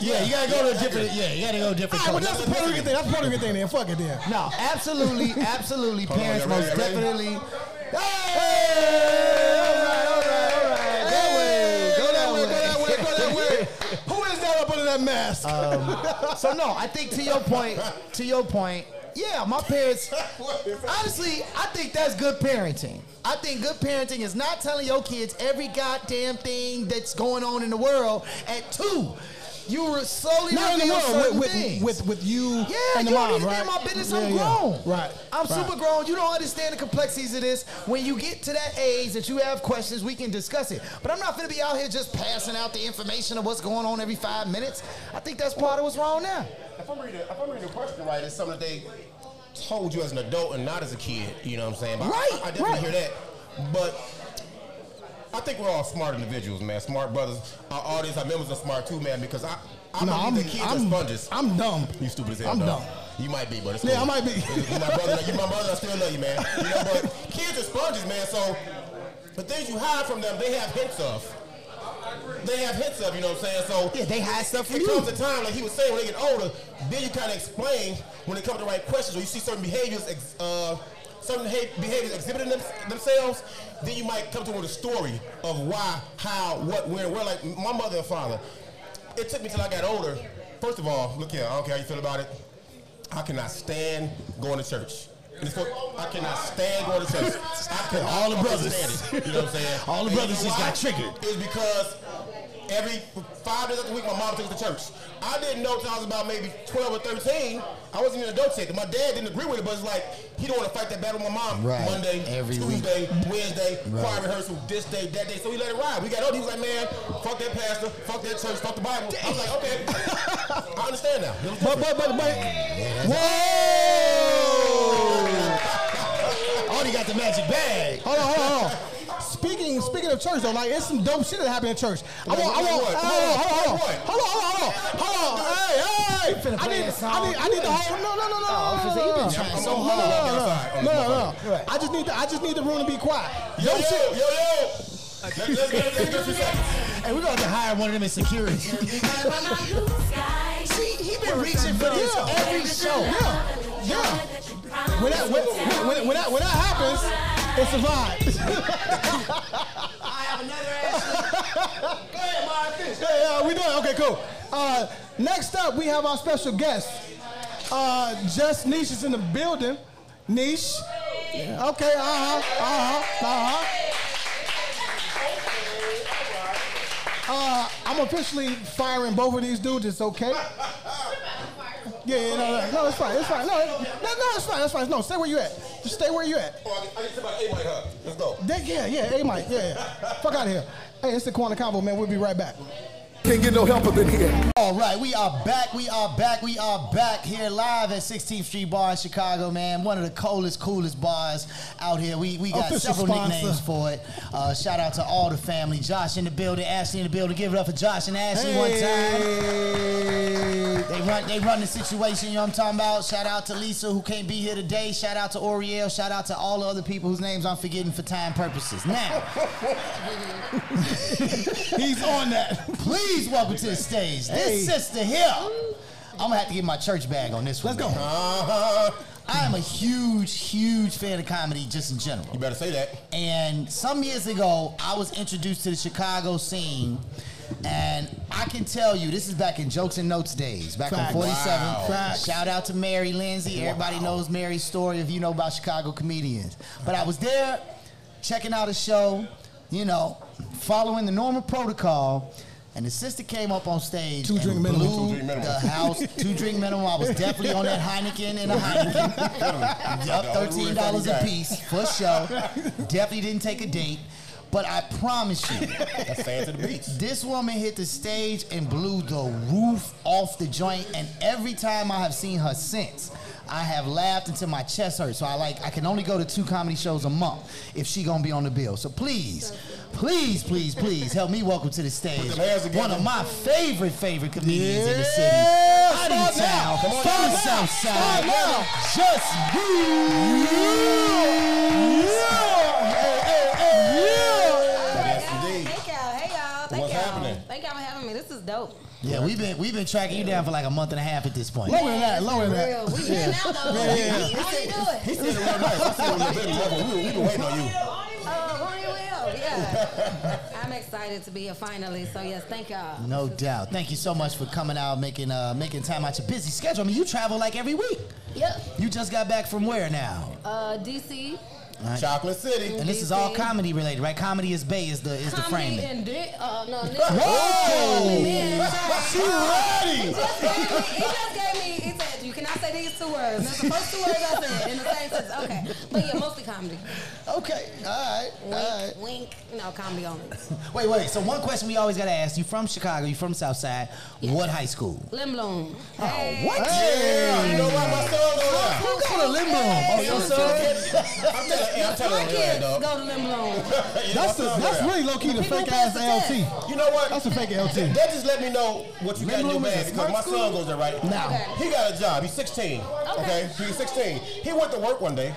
Yeah, you gotta go to a different. Yeah, you gotta go to different.
All right, well,
colors.
that's a Puerto Rican thing. That's a Puerto Rican thing, then. Fuck it, then.
No, absolutely, absolutely.
Hold on,
Parents
y'all
most
ready? Y'all ready?
definitely. Hey! All right, all right, all right. That way. Go that Uh, way.
Go that way. Go that way. Who is that up under that mask?
So no, I think to your point, to your point, yeah, my parents. Honestly, I think that's good parenting. I think good parenting is not telling your kids every goddamn thing that's going on in the world at two. You were slowly
Not in the
reveal
world, with,
certain
with,
things.
with, with you
Yeah,
and the
you
mom,
don't need to be
right?
in my business.
Yeah,
I'm
yeah.
grown.
Right.
I'm
right.
super grown. You don't understand the complexities of this. When you get to that age that you have questions, we can discuss it. But I'm not gonna be out here just passing out the information of what's going on every five minutes. I think that's part of what's wrong now.
If I'm reading, if I'm reading the question right, it's something that they told you as an adult and not as a kid. You know what I'm saying? But I-
Right,
I, I definitely
right.
hear that. But I think we're all smart individuals, man. Smart brothers. Our audience, our members are smart too, man. Because I, I
No, I'm,
believe that kids
I'm,
are sponges.
I'm dumb.
you stupid as hell.
I'm
dog.
dumb.
You might be, but it's
Yeah,
cool.
I might be.
you my brother. You my brother. I still love you, man. You know, but kids are sponges, man. So the things you hide from them, they have hints of. They have hints of. You know what I'm saying? So
Yeah, they hide stuff from
it
you.
comes a time, like he was saying, when they get older, then you kind of explain when it comes to the right questions, or you see certain behaviors, ex- uh, certain ha- behaviors exhibiting them- themselves, then you might come to them with a story of why, how, what, where, where. Like my mother and father, it took me till I got older. First of all, look here, I don't care how you feel about it. I cannot stand going to church. And it's for- I cannot stand going to church. I cannot
All the
fucking
brothers.
stand it. You know what I'm saying?
All the
And you
brothers
know
just got
why?
triggered.
It's because every five days of the week, my mom took us to church. I didn't know until I was about maybe 12 or 13. I wasn't even adult yet. My dad didn't agree with it, but it's like, he don't want to fight that battle with my mom
Right.
Monday,
Every week.
Tuesday, Wednesday,
Right.
choir rehearsal, this day, that day. So we let it ride. We got older. He was like, man, fuck that pastor, fuck that church, fuck the Bible. I was like, okay, I understand now.
But, but, but, but. Whoa!
Already got the magic bag.
Hold on, hold on, hold on. Speaking, speaking of church though, like it's some dope shit that happened in church. I want, I want,
Like what?
hold on, hold on,
Like
hold on, hold on, hold on, hey, hey!
You finna
I
play
need,
that song?
I need, I need the whole. No, no, no, no,
Oh, I was
no,
gonna say,
no,
you been
no,
trying
no,
so
no,
hard to walk
no,
outside.
no, no, no. I just need, the, I just need the room to be quiet. Yo, shit.
yo, yo.
Hey, we're gonna have to hire one of them in security. See, he been reaching for this
Yeah.
every show.
Yeah, yeah. When that, when, when, when, when that, when that happens, it's a vibe. Yeah, yeah, we doing okay, cool. Uh, next up, we have our special guest. Uh, Just Niche is in the building. Niche. Okay, uh huh, uh huh, uh huh. Uh, I'm officially firing both of these dudes. It's okay. Yeah, yeah, no, no, no, it's fine, it's fine. No, it- no, no, it's fine, it's fine. No, stay where you at. Just stay where you at.
Oh, I, I need somebody, hey, Mike, huh? Let's go.
Yeah, yeah, yeah, hey, Mike, yeah, yeah. Fuck out of here. Hey, it's the Corner Combo, man. We'll be right back.
Can't get no help up in here.
All right, we are back. We are back. We are back here live at 16th Street Bar in Chicago, man. One of the coolest, coolest bars out here. We we got
Official
several
sponsor.
nicknames for it. Uh, shout out to all the family. Josh in the building, Ashley in the building. Give it up for Josh and Ashley one time. They run they run the situation. You know what I'm talking about. Shout out to Lisa who can't be here today. Shout out to Oriel. Shout out to all the other people whose names I'm forgetting for time purposes. Now. He's on that. Please welcome to the stage. This
Hey.
sister here. I'm gonna have to get my church bag on this one. Let's go. I am a huge, huge fan of comedy just in general.
You better say that.
And some years ago, I was introduced to the Chicago scene. And I can tell you, this is back in Jokes and Notes days, back
Facts.
on 47.
Wow. Facts.
Shout out to Mary Lindsay. Everybody knows Mary's story if you know about Chicago comedians. But I was there checking out a show, you know, following the normal protocol. And the sister came up on stage.
Two
and
drink minimum.
blew
Two drink minimum.
The house, two drink minimum. I was definitely on that Heineken and a Heineken. yup, thirteen dollars a piece for sure. Definitely didn't take a date, but I promise you,
sand to the beach.
This woman hit the stage and blew the roof off the joint, and every time I have seen her since, I have laughed until my chest hurts. So I like I can only go to two comedy shows a month if she gonna be on the bill. So please, please, please, please help me welcome to the stage
them hands together.
one of my favorite favorite comedians in the city.
Yeah,
Out of
start now.
town,
Come on,
from
start
the
now.
south side,
Start now.
just you.
Thank y'all. Hey y'all. Thank
What's
y'all.
happening?
Thank y'all for having me. This is dope.
Yeah, we've been we've been tracking you down for like a month and a half at this point.
Lower than that, lower than
Real. We
that.
here now though.
Yeah, yeah, yeah.
We- How you doing?
He said it real nice. I said it on the big level. We were, we were waiting on you.
Oh, Rory will. Yeah. I'm excited to be here finally. So yes, thank y'all.
No doubt. Thank you so much for coming out, making uh, making time out your busy schedule. I mean, you travel like every week.
Yep.
You just got back from where now?
Uh, DC.
Right.
Chocolate City.
And this is all comedy related, right? Comedy is Bay is the is the
Comedy
framing.
and dick. Uh, no. Nick.
She ready.
He just gave me. He just gave me. He said you cannot say these two words. That's the first two words I said in the same sentence. Okay, but yeah, mostly comedy.
Okay. All right.
Wink, wink. No comedy only.
Wait, wait. So one question we always gotta ask: You from Chicago? You from Southside? What high school?
Limblom.
What?
Yeah, you know why my son go there?
Who go to Limbo? Oh, your son?
I'm telling hey, I'm telling
My
you,
kids go
that, dog.
to Limblom.
Yeah,
That's,
my
the,
son go
that's
there.
really low key the
People
fake ass
pass the
LT.
You know what?
That's a fake LT.
That just let me know what you got in your
Limblom is a
bag because
smart
my
school?
son goes there right now.
Okay.
He got a job. He's 16. Okay. He's 16. He went to work one day.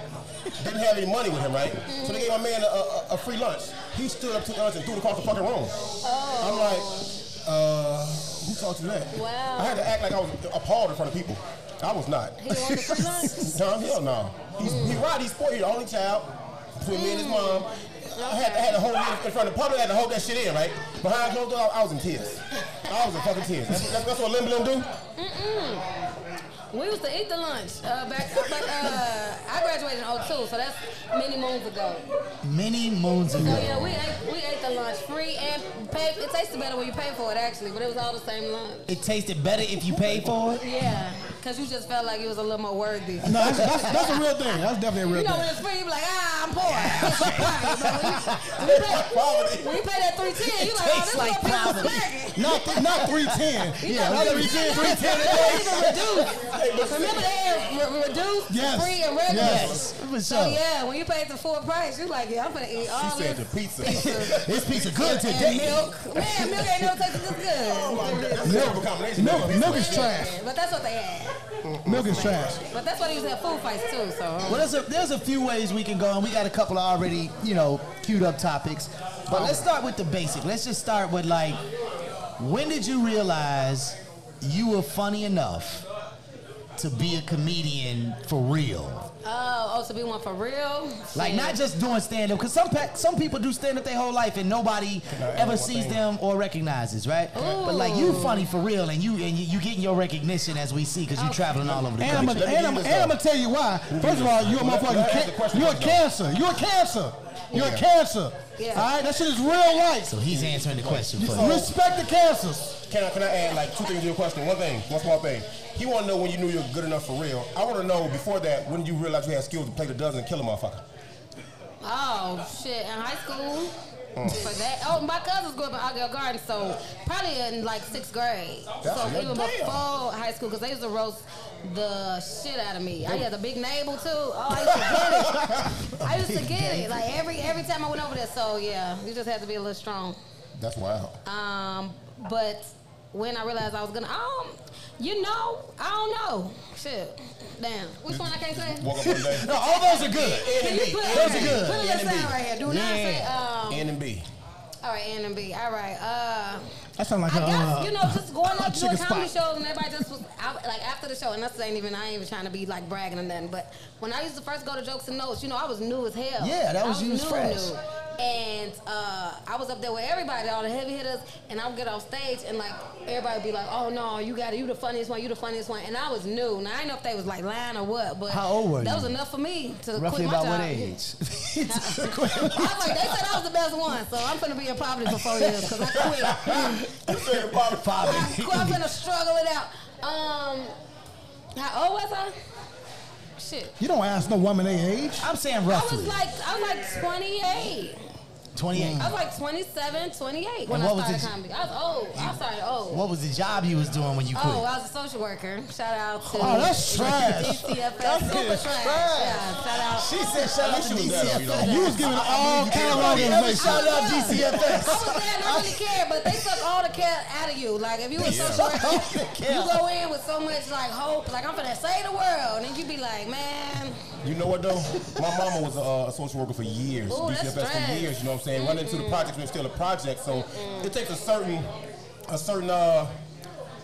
Didn't have any money with him, right?
Mm-hmm.
So they gave my man a, a, a free lunch. He stood up, took lunch, and threw it across the fucking room.
Oh.
I'm like, uh, who taught you that?
Wow.
I had to act like I was appalled in front of people. I was not.
He wanted free lunch.
Tom, hell no. He's, He
Mm.
right, he's poor, he's the only child between me and his mom. I had to, had to hold it in front of the public, I had to hold that shit in, right? Behind closed doors, I was in tears. I was in fucking tears. That's, that's, that's what Lim Lim do? We used to eat the lunch uh, back, but uh, I graduated in 02, so that's many moons ago.
Many moons
So
ago.
yeah, we ate we ate the lunch free and paid. It tasted better when you paid for it actually, but it was all the same lunch.
It tasted better if you paid for it.
Yeah, cause you just felt like it was a little more worthy.
No, that's, that's, that's a real thing. That's definitely a
You
real
know
thing.
when it's free, you be like, ah, I'm poor. It's right, but when you, when you pay, when you pay that three ten, you like, oh, this like little piece of slack.
Not, not 310.
You
yeah,
know,
not
we-
310,
we-
310
we even reduced. Remember they had re- reduced,
Yes.
free and regular.
Yes. For
So
sure.
yeah, when you paid the full price, you like, yeah, I'm gonna eat all
said
this
the pizza.
this pizza good
and
today.
milk. Man, milk ain't never tasted this good.
Milk, milk, milk is trash.
But that's what they had.
Milk is trash.
But that's what he was at food fights too. So
Well, there's a, there's a few ways we can go, and we got a couple of already, you know, queued up topics. But let's start with the basic. Let's just start with like, when did you realize you were funny enough to be a comedian for real?
Oh, oh, to be one for real.
Like not just doing stand up, because some pe- some people do stand up their whole life and nobody ever sees them or recognizes, right? But like you funny for real, and you and you, you getting your recognition as we see,
Oh.
because you traveling all over the
And I'm
country.
gonna and I'm, and I'm gonna tell you why. First of all, you're a
Let- let
motherfucking
her ask the
ca-
question
you're a
first,
cancer. You're a cancer. You're
Yeah.
a cancer.
Yeah.
All right, that shit is real life.
So he's answering the question for you.
Respect the cancers.
Can I, can I add like two things to your question? One thing, one small thing. He want to know when you knew you were good enough for real. I want to know before that when you realized you had skills to play the dozen and kill a motherfucker.
Oh shit! In high school.
Mm.
For that, oh, my cousins grew up in Argyle Garden, so probably in like sixth grade.
That's
so
good.
even
Damn.
before high school, because they used to roast the shit out of me. I had a big navel too. Oh, I used to get it. I used to get it. Like every every time I went over there. So yeah, you just have to be a little strong.
That's wild.
Um, but when I realized I was gonna, um, you know, I don't know. Shit, damn. Which one I can't say?
Woke up one day.
No, all those are good.
Can you put,
Those are good.
Put
N
a little
and B.
sound right here. Do not say um.
N and B.
All right, N and B. All right. Uh,
That sounds like
I
a,
guess
uh,
you know, just going up to
chicken
a comedy
spot.
show and everybody just was I, like after the show, and that's ain't even I ain't even trying to be like bragging or nothing. But when I used to first go to jokes and notes, you know, I was new as hell.
Yeah, that
I
was you was fresh.
And uh, I was up there with everybody, all the heavy hitters, and I would get off stage and like everybody would be like, "Oh no, you got it, you the funniest one, you the funniest one." And I was new, and I didn't know if they was like lying or what, but
How old were
that
you?
was enough for me to
Roughly
quit my
about
job.
what age?
I was like, they said I was the best one, so I'm gonna be in poverty for four years because I quit.
Poverty.
Well, I'm gonna struggle it out. Um, how old was I? Shit.
You don't ask no woman their age.
I'm saying
I was like, I was like 28.
28.
I was like 27, 28
And
when I
what was
started
it-
comedy. I was old. I started old.
What was the job you was doing when you quit?
Oh, I was a social worker. Shout out to
Oh, that's trash.
DCFS.
That
Super
is
trash.
trash.
Yeah, shout out.
She said shout out to DCFS.
You was giving all kind of
Anybody ever
organization.
shout out DCFS?
I was there and I really cared, but they suck all the care out of you. Like if you were
Yeah.
social worker,
care.
you go in with so much like hope, like I'm gonna save the world, and you be like, man,
You know what though? My mama was a, uh, a social worker for years,
Ooh, that's
DCFS for
strange.
years. You know what I'm saying? Running into the project when it's still a project, so it takes a certain, a certain uh,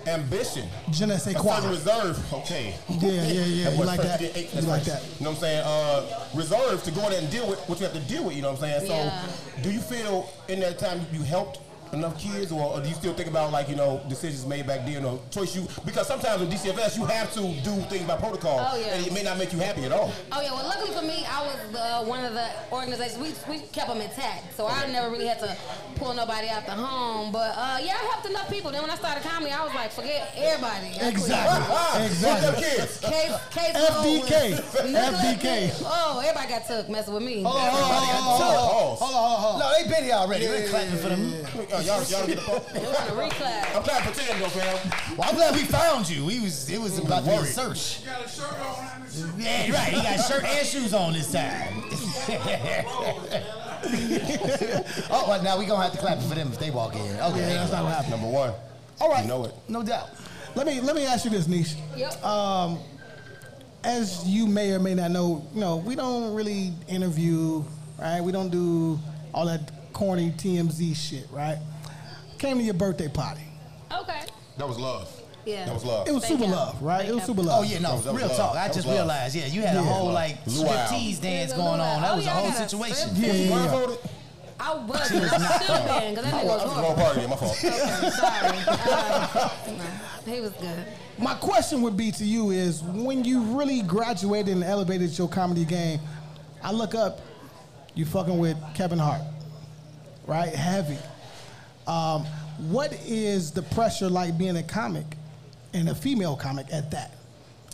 ambition,
Je ne sais
a
quoi.
certain reserve. Okay.
Yeah, yeah, yeah. You
boy's
like
fresh.
that?
You get eight-
You
that's
like
fresh.
that?
You know what I'm saying? Uh, reserve to go in there and deal with what you have to deal with. You know what I'm saying? So,
Yeah.
do you feel in that time you helped? Enough kids, or, or do you still think about like you know decisions made back then, or choice you? Because sometimes with DCFS, you have to do things by protocol,
Oh, yeah.
and it may not make you happy at all.
Oh yeah, well luckily for me, I was the, one of the organizations. We, we kept them intact, so I never really had to pull nobody out the home. But uh, yeah, I helped enough people. Then when I started comedy, I was like, forget everybody. I quit.
Exactly. Exactly.
Case, case
FDK.
over. Nicholas-
FDK.
Oh, everybody got took messing with
Oh,
me.
Hold on, hold on, hold on, hold on, hold on. No, they been here already. We're clapping for them.
Y'all, y'all get the phone.
Reclass.
I'm trying to pretend though, fam.
Well, I'm glad we found you. We was it was about to be a search.
You got a shirt on and a
Yeah, right. He got shirt and shoes on this time. oh, well, now we gonna have to clap for them if they walk in. Okay,
Yeah, that's not what happened.
Number one.
All right.
You know it.
No doubt.
Let me let me ask you this, Niche.
Yep.
Um, as you may or may not know, you know we don't really interview, right? We don't do all that corny TMZ shit, right? Came to your birthday party.
Okay.
That was love.
Yeah.
That was love.
It was
Thank
super
y'all.
love, right? It was super
Oh
love.
yeah, no,
That was- that was
real
love.
talk.
That
I
was
just
love.
realized. Yeah, you had a
Yeah.
whole like
Luau.
striptease dance
Yeah,
going
luau.
on. That
Oh,
was a
yeah, I
whole
got a
situation.
strip
Yeah, yeah, yeah.
Blindfolded?
I was. I should have been because that nigga was
Wrong
horrible. Uh,
party, my fault.
He was good.
My question would be to you is when you really graduated and elevated your comedy game, I look up, you fucking with Kevin Hart, right? Heavy. Um, what is the pressure like being a comic and a female comic at that?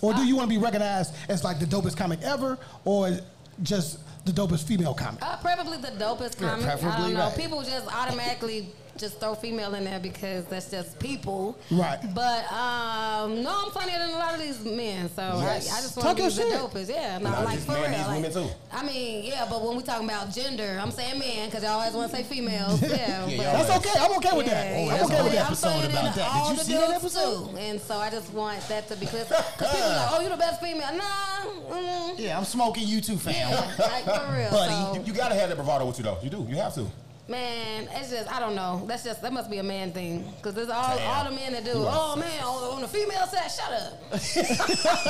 Or do you want to be recognized as like the dopest comic ever or just the dopest female comic?
Uh, preferably the dopest
Yeah,
comic. I
preferably,
don't know.
right.
People just automatically just throw female in there because that's just people.
Right.
But um, no, I'm funnier than a lot of these men, so I, I
Yes.
just
Talk
want to
your
be the
shit.
dopest. Yeah, no,
Nah,
like
just
for
man,
real.
these
like-
women too.
I mean, yeah, but when we talking about gender, I'm saying man because I always want to say females. Yeah,
Yeah,
but-
that's okay. I'm okay with that.
Yeah, yeah.
Oh,
I'm okay with that.
I'm saying it in all the dudes Too. And so I just want that to be clear because people are like, "Oh, you the best female." Nah, mm,
Yeah, I'm smoking you too, fam.
Yeah, like for real. so-
Buddy, you, you gotta have that bravado with you though. You do. You have to.
Man, it's just I don't know. That's just that must be a man thing because there's all
Damn.
all the men that do.
You
Oh
are-
man, on, on the female side, shut up.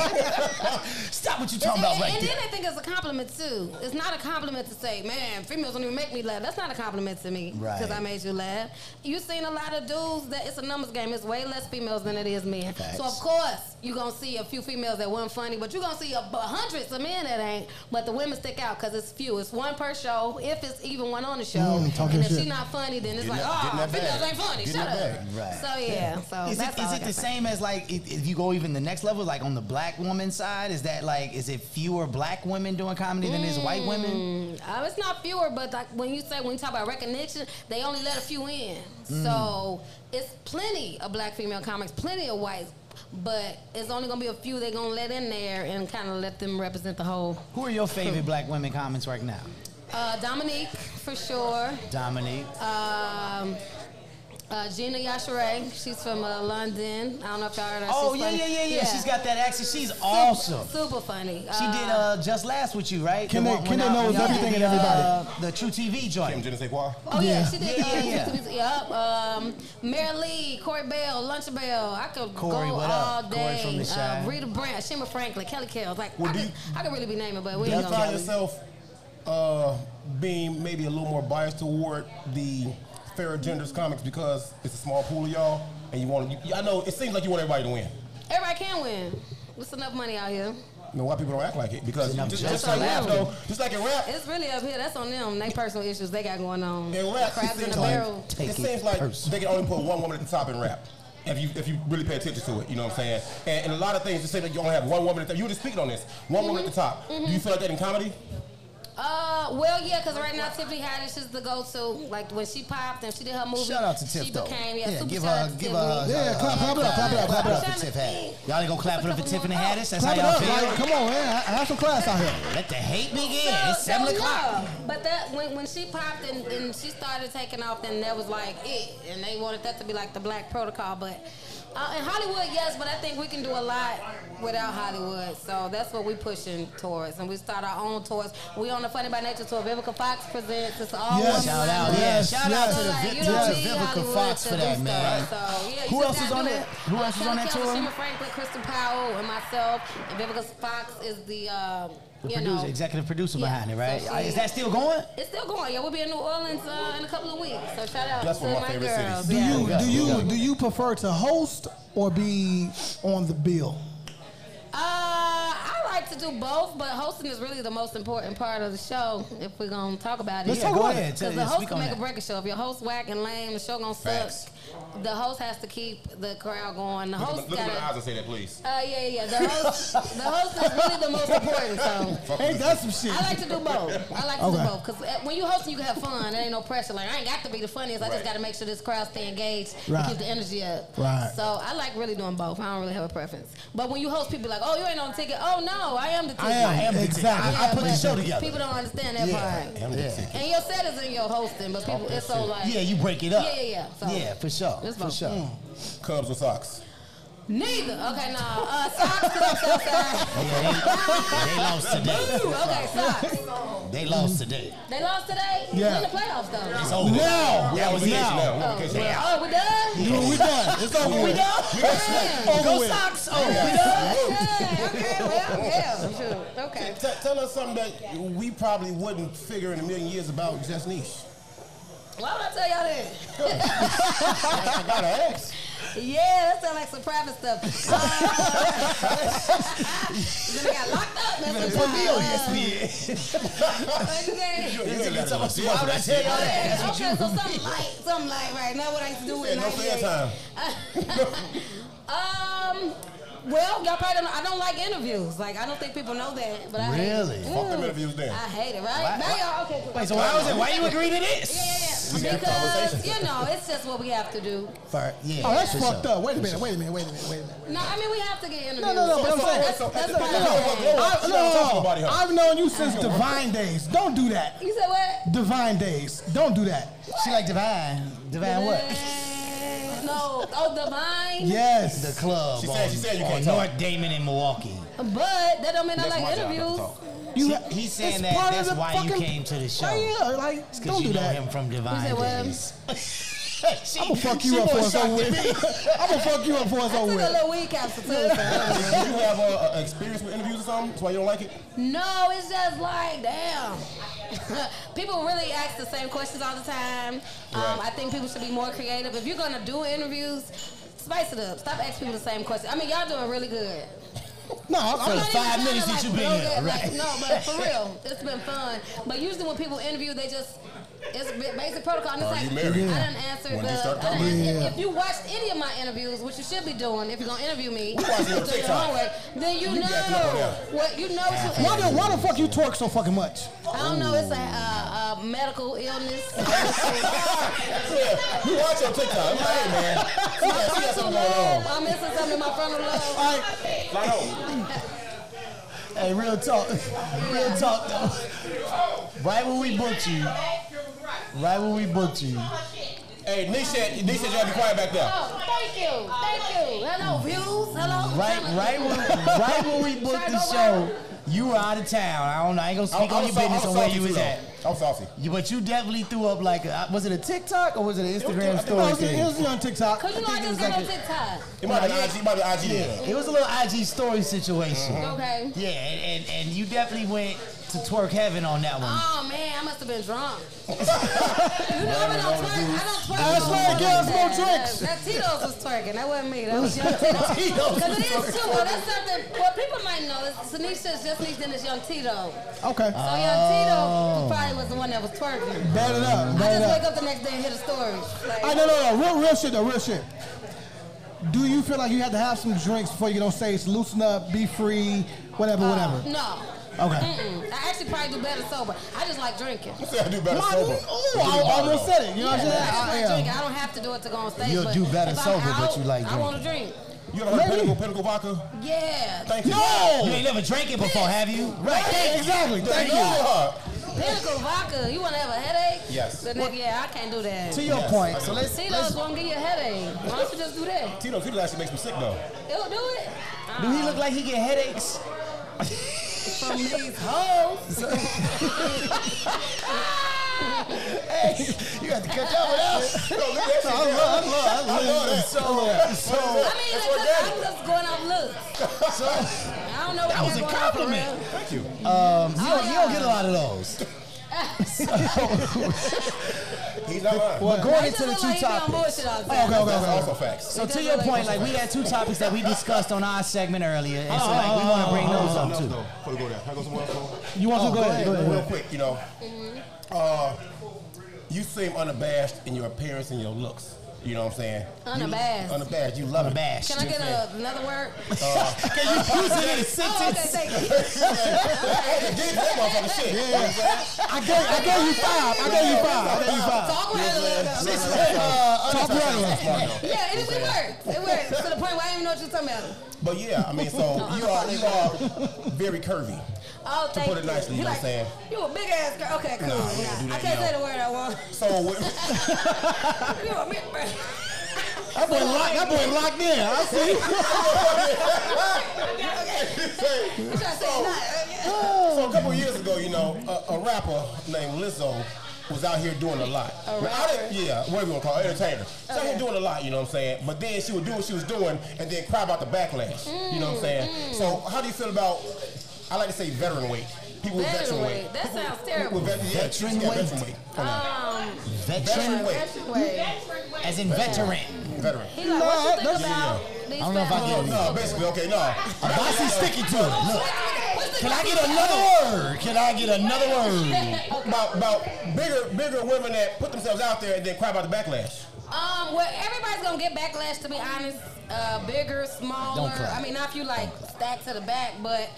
Stop what you talking about
and,
right
and
there.
then they think it's a compliment too. It's not a compliment to say, man, females don't even make me laugh. That's not a compliment to me
Right.
because I made you laugh. You've seen a lot of dudes that it's a numbers game. It's way less females than it is men.
Facts.
So of course you're gonna see a few females that weren't funny, but you're gonna see a, bu- hundreds of men that ain't. But the women stick out because it's few. It's one per show, if it's even one on the show.
Mm, talking
and if
shit.
she's not funny, then it's
Getting
like,
that- getting
oh,
that
females
bag.
ain't funny.
Getting
Shut
that
up.
bag. Right.
So yeah. So
is
Oh, that's
it,
all
is
I
it
gotta
the
say.
same as like if, if you go even the next level, like on the black woman side? Is that like is it fewer black women doing comedy than is white women?
Mm, uh, it's not fewer, but like when you say when you talk about recognition, they only let a few in.
Mm.
So it's plenty of black female comics, plenty of whites, but it's only gonna be a few they're gonna let in there and kind of let them represent the whole.
Who are your favorite black women comments right now?
Uh, Dominique for sure.
Dominique.
Um, uh, Gina Yashere, she's from uh, London. I don't know if y'all heard her.
Oh
she's
yeah,
funny.
yeah, yeah, yeah, She's got that accent. She's
Super-
awesome.
Super funny.
She did uh, just last with you, right?
Can
The
they-
one-
can
when
they
I-
know
when I
everything
did,
and everybody?
uh, The True TV joint.
Kim Genesee
Oh yeah, she did.
Yeah, yeah, yeah.
uh, yeah. Yep. Um, Mary Lee, Corey Bell, Lunch Bell. I could
Corey,
go
what
all
up? Corey
day.
from the Chi.
uh, Rita Brandt, Shima Franklin, Kelly Kells. Like
Well,
I,
do
could,
you-
I could really be naming, but
Do
we
you
ain't gonna.
find yourself uh, being maybe a little more biased toward the fairer genders comics because it's a small pool of y'all, and you want. You, I know it seems like you want everybody to win.
Everybody can win. It's enough money out here.
You know why people don't act like it because
Enough
just,
jokes
just like rap
around.
though, just like in rap,
It's really up here. That's on them. They personal issues they got going on.
in rap, it
Crabs in
seems
a
like,
barrel.
it seems like they can only put one woman at the top in rap. If you if you really pay attention to it, you know what I'm saying. And, and a lot of things, it seems like you only have one woman at the top. You were just speaking on this, one woman at the top. Do you feel like that in comedy?
Uh, well, yeah, because right now Tiffany Haddish is the go-to. Like when she popped and she did her movie,
Shout out to Tiff
she
though.
became yeah, super
give
shout out
her,
to
give
Tiffany.
her.
Yeah, clap, clap it up, clap it up, clap it up.
for Tiff Haddish. Y'all ain't gonna clap it up for Tiffany Haddish. That's
Clap it
how y'all
up.
feel.
Like, come on, man. Have some class out here.
Let the hate begin.
So-
it's seven
so,
o'clock.
yeah. But that when, when she popped and, and she started taking off, then that was like it, and they wanted that to be like the black protocol. But uh, in Hollywood, yes, but I think we can do a lot without Hollywood. So that's what we're pushing towards, and we start our own tours. We on the Funny by Nature tour. Vivica Fox presents. It's all
Yes.
woman
Shout out,
lineup.
yeah, shout out
So,
to the
like,
Vi-
you don't
to
need
Vivica
Hollywood
Fox
to
for
do
that,
stuff.
man.
So, yeah,
Who
you
else
just
is
gotta
on
do
that?
it.
Who
Uh,
else is on
Kelly
that
Kelly,
tour?
Shima Franklin, Kristen Powell, and myself. And Vivica Fox is the. Uh,
The
you
producer,
know,
executive producer behind it, right? Uh,
so she-
is that still going?
It's still going. Yeah, we'll be in New Orleans uh, in a couple of weeks. So shout out
That's
to
one of my
my
favorite
girls.
Do
yeah.
you do you do you prefer to host or be on the bill?
Uh, I like to do both, but hosting is really the most important part of the show. If we're gonna talk about it,
Let's Yeah, talk go about it. ahead. Tell-
Because the
yeah,
host
speak
can
on
make a
that.
break a show. If your host whack and lame, the show gonna suck.
Facts.
The host has to keep the crowd going. The
Look,
host
at my- look at my eyes
gotta.
and say that, please.
Uh, yeah, yeah, yeah. The host, the host is really the most important. So
Hey, that's some shit.
I like to do both. I like to
Okay.
do both because when you hosting, you can have fun. There ain't no pressure. Like I ain't got to be the funniest. I just
Right.
got to make sure this crowd stay engaged
Right.
and keep the energy up.
Right.
So I like really doing both. I don't really have a preference. But when you host, people be like, "Oh, you ain't on the ticket." Oh no, I am the ticket.
I am. I am the Exactly. ticket. I- I put the
but
show together.
People don't understand that part.
yeah.
And your set is in your hosting, but people, it's so like
yeah, you break it up.
Yeah, yeah, yeah. So.
yeah, for sure.
Let's
for
vote.
sure.
Cubs or socks?
Neither. Okay, no. Uh, socks 'cause I'm so sad.
They lost today.
Ooh, okay, socks.
They lost today.
They lost today.
Yeah.
In the playoffs though.
It's over.
Now.
That was it.
Now.
Now.
Oh,
Okay, so-
well, oh, we done?
Dude, we done. It's over.
We
with.
done?
It's over
Go
with.
socks. Oh, we done?
Yeah, okay.
Tell, tell us something that we probably wouldn't figure in a million years about just niche.
Why would I tell y'all that?
I gotta ask.
Yeah, that sounds like some private stuff. Uh, then I got locked up. Man, Uh,
Put me on ESPN.
okay.
You ain't gotta tell us why would I tell y'all that? That's what
Okay, so something light, something light, right? Not what I used to do with
said no fair
um, well, y'all probably don't know. I don't like interviews. Like, I don't think people know that. But I hate it.
Really? Fuck them
Mm.
interviews then.
I hate it, right? Now y'all, okay. cool.
Wait, so why was it? Why you agree to this?
We got
Because, you know, it's just what we have to do.
For, yeah,
Oh, that's
for
fucked
sure.
up. Wait a
For
minute.
sure.
Wait a minute. Wait a minute. Wait a minute.
No, I mean, we have to get interviews.
No, no, no. But I'm saying,
that's, that's part of it.
I, no, I've known you since Divine Days. Don't do that.
You said what?
Divine Days. Don't do that.
She like Divine. Divine what?
No, oh, divine.
Yes.
The club.
She said-
on-
she said you
on
can't talk.
North Damon in Milwaukee.
But that don't mean I
Next
like
month y'all
interviews.
You, he's saying
it's
that
part of
that's
the
why you
fucking-
came to the show.
yeah, like,
It's 'cause
don't
you
do
know
that.
him from Divine
said what?
Days.
I'm gonna fuck
she
you up for
more
us over
shocked than
with. I'm gonna fuck you up for us
I
over
took a
with.
little weed capsule too. so-
you have uh, uh, experience with interviews or something? That's why you don't like it?
No, it's just like, damn. people really ask the same questions all the time. Um,
Right.
I think people should be more creative. If you're gonna do interviews, spice it up. Stop asking people the same questions. I mean, y'all doing really good.
No, I'm,
I'm not
I'm
even trying to,
that
like,
you been
blow
here,
that, like,
right.
no, but for real, it's been fun. But usually when people interview, they just it's a bit basic protocol. And it's
Are
like
Oh, you married?
I didn't answer
When you
the.
start
I done
talking.
answered-
Yeah.
If you watched any of my interviews, which you should be doing, if you're gonna interview me,
watch it on
do your
TikTok.
homework, then
You
you, know
got to know that.
what you know. What you
why the why the fuck you twerk so fucking much?
I don't know. It's a, uh, a medical illness.
You watch your TikTok. I'm like, hey, man. You got, you got something going on.
I'm missing something in my frontal lobe.
Like, oh,
Hey, real talk. Real talk, though. Right when we booked you, right when we booked you,
Hey, Nisha, Nisha, y'all be quiet back there.
Oh, thank you, thank you. Hello, views. Hello.
right, right when, right when we booked the show, you were out of town. I don't know. I ain't gonna
I'm-
speak on
I'm
your
so-
business
I'm
on where
salty
you
too,
was
though.
at.
I'm saucy.
You, but you definitely threw up like, a, was it a TikTok or was it an Instagram
No,
story
it was,
thing?
it was on TikTok.
Cause you know I
think it was
just got
like
on TikTok.
It might be
Yeah.
IG, it might be IG.
Yeah, it was a little IG story situation.
Okay.
Yeah, and, and, and you definitely went to twerk heaven on that one.
Oh man, I must have been drunk. you know I don't twerk. I don't twerk.
That's
no
right,
more
girls,
like
no
that.
tricks.
That Tito's was twerking. That wasn't me. That was young Tito.
Tito's
Because it
was
is too. Well, that's something. Well, people might know. It's Tanisha is just Nisha and it's young Tito.
Okay.
So young Tito probably was the one that was twerking.
Bad it up.
I
Bad it
just wake
up.
up the next day and hear the story. Like,
I no no no. Real real shit though. Real shit. Do you feel like you have to have some drinks before you get on stage? Loosen up, be free,
Uh,
whatever, whatever.
uh, No.
Okay.
Mm-mm. I actually probably do better sober. I just like drinking.
You said I do better
My-
sober.
oh, I almost said it. You know what I'm saying?
I just
I
like
am.
drinking. I don't have to do it to go on stage.
You'll
but
do better
if I'm
sober, but
out,
you like
I want to drink.
You ever heard of
Maybe.
Pinnacle, Pinnacle Vodka?
Yeah.
Thank you.
Oh.
You ain't never drank it before, have you? Right.
Hey, exactly.
Thank you.
Thank you.
Pinnacle vodka. You want to have a headache?
Yes.
The nigga, yeah, I can't do that.
To your point. So let's
Tito's gonna give you a headache. Why don't you just do that?
Tito, Tito actually makes me sick though.
It'll do it.
Do he look like he get headaches?
From these hoes.
You got to catch up with us.
No, look at that shit.
I love, I love, I
I love
love
that.
so much.
I
So
mean, it's just, I'm just going off looks. I don't know.
That
what
was
you
a
got going on for
compliment.
real.
Thank you.
Um, you, don't, you don't get a lot of those.
He's not lying.
But going
It
into
just
the
look
two
like he be on
topics.
bullshit all the time.
okay, okay,
That's
okay.
also facts.
So
It
to
does
your
look
point,
like- Oh,
like we had two topics that we discussed on our segment earlier, and so
Hold on,
like we
hold
want
on,
to bring
hold
those up
Oh, No,
too.
no. Before we go there, can I go somewhere else, bro?
you want
Oh,
to go
go
ahead? Go
ahead,
ahead.
real quick, you know. Uh, you seem unabashed in your appearance and your looks. You know what I'm saying? You look
Unabashed.
unabashed. You love
Unabashed.
Can I get a, another word?
you use it in a
Oh, okay, thank you.
Hey, give that motherfucker shit.
I gave, I gave you five. I gave you five. I gave you five.
Talk with her.
This is, uh,
Talk
unabashed.
Yeah, it, it works. It works to the point where I didn't even know what you're talking about.
But yeah, I mean, so you are you are very curvy.
Oh, thank
put it nicely, you know
You're
what I'm saying?
You a big ass girl. Okay, cool.
Nah, we don't
Nah,
do that,
I can't
no.
say the word I want.
So with,
you a big girl.
That boy locked. That boy locked in. I see.
You trying to say not.
So a couple years ago, you know, a, a rapper named Lizzo was out here doing a lot. A yeah, whatever you want to call it, entertainer. She out here doing a lot, you know what I'm saying? But then she would do what she was doing and then cry about the backlash, you know what I'm saying? So how do you feel about, I like to say veteran weight. People with
Veteran
veteran weight.
weight. That sounds
With
terrible.
vet- yeah, veteran, yeah, veteran weight. Come on.
Um,
Veteran weight.
As in veteran.
Veteran.
He like, what you think about
I
these
don't know if I
fat
get it.
hoes?
No, basically, okay, no.
A bossy sticky to it. Look.
Can I
get another word? Can I get another word?
About, about bigger bigger women that put themselves out there and then cry about the backlash.
Um, well, everybody's gonna get backlash. To be honest, uh, bigger, smaller.
Don't cry.
I mean, not if you like stack to the back, but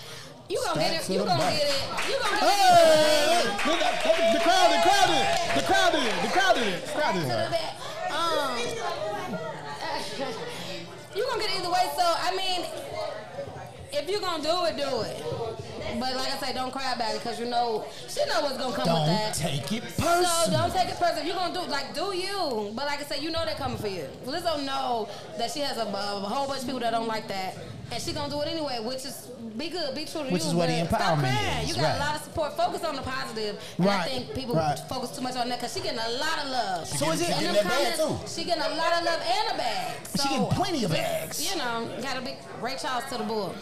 you gonna
Stack
get
to
it. You
the
gonna
back.
get it. You gonna get
Hey,
it.
look at- look at the crowd, the crowd did it. The crowd did it. The crowd did it. The crowd did
To the
it.
back. Um, you gonna get it either way. So I mean, if you gonna do it, do it. But like I say, don't cry about it because you know she know what's gonna come
Don't
with that.
take it
So
personal.
don't take it personal. If you're gonna do like do you, but like I said, you know they're coming for you. Lizzo know that she has a, a whole bunch of people that don't like that, and she gonna do it anyway. Which is be good, be true to
Which
you.
is what
but
the
stop
empowerment
crying.
is,
You got
right.
a lot of support. Focus on the positive. And I
Right,
think people
right.
focus too much on that because she getting a lot of love.
She So getting- is it- she
And
getting
them
that bag,
comments, She getting a lot of love and a bag. So
She getting plenty of
just,
bags.
You know, got to be Ray Charles to the bull.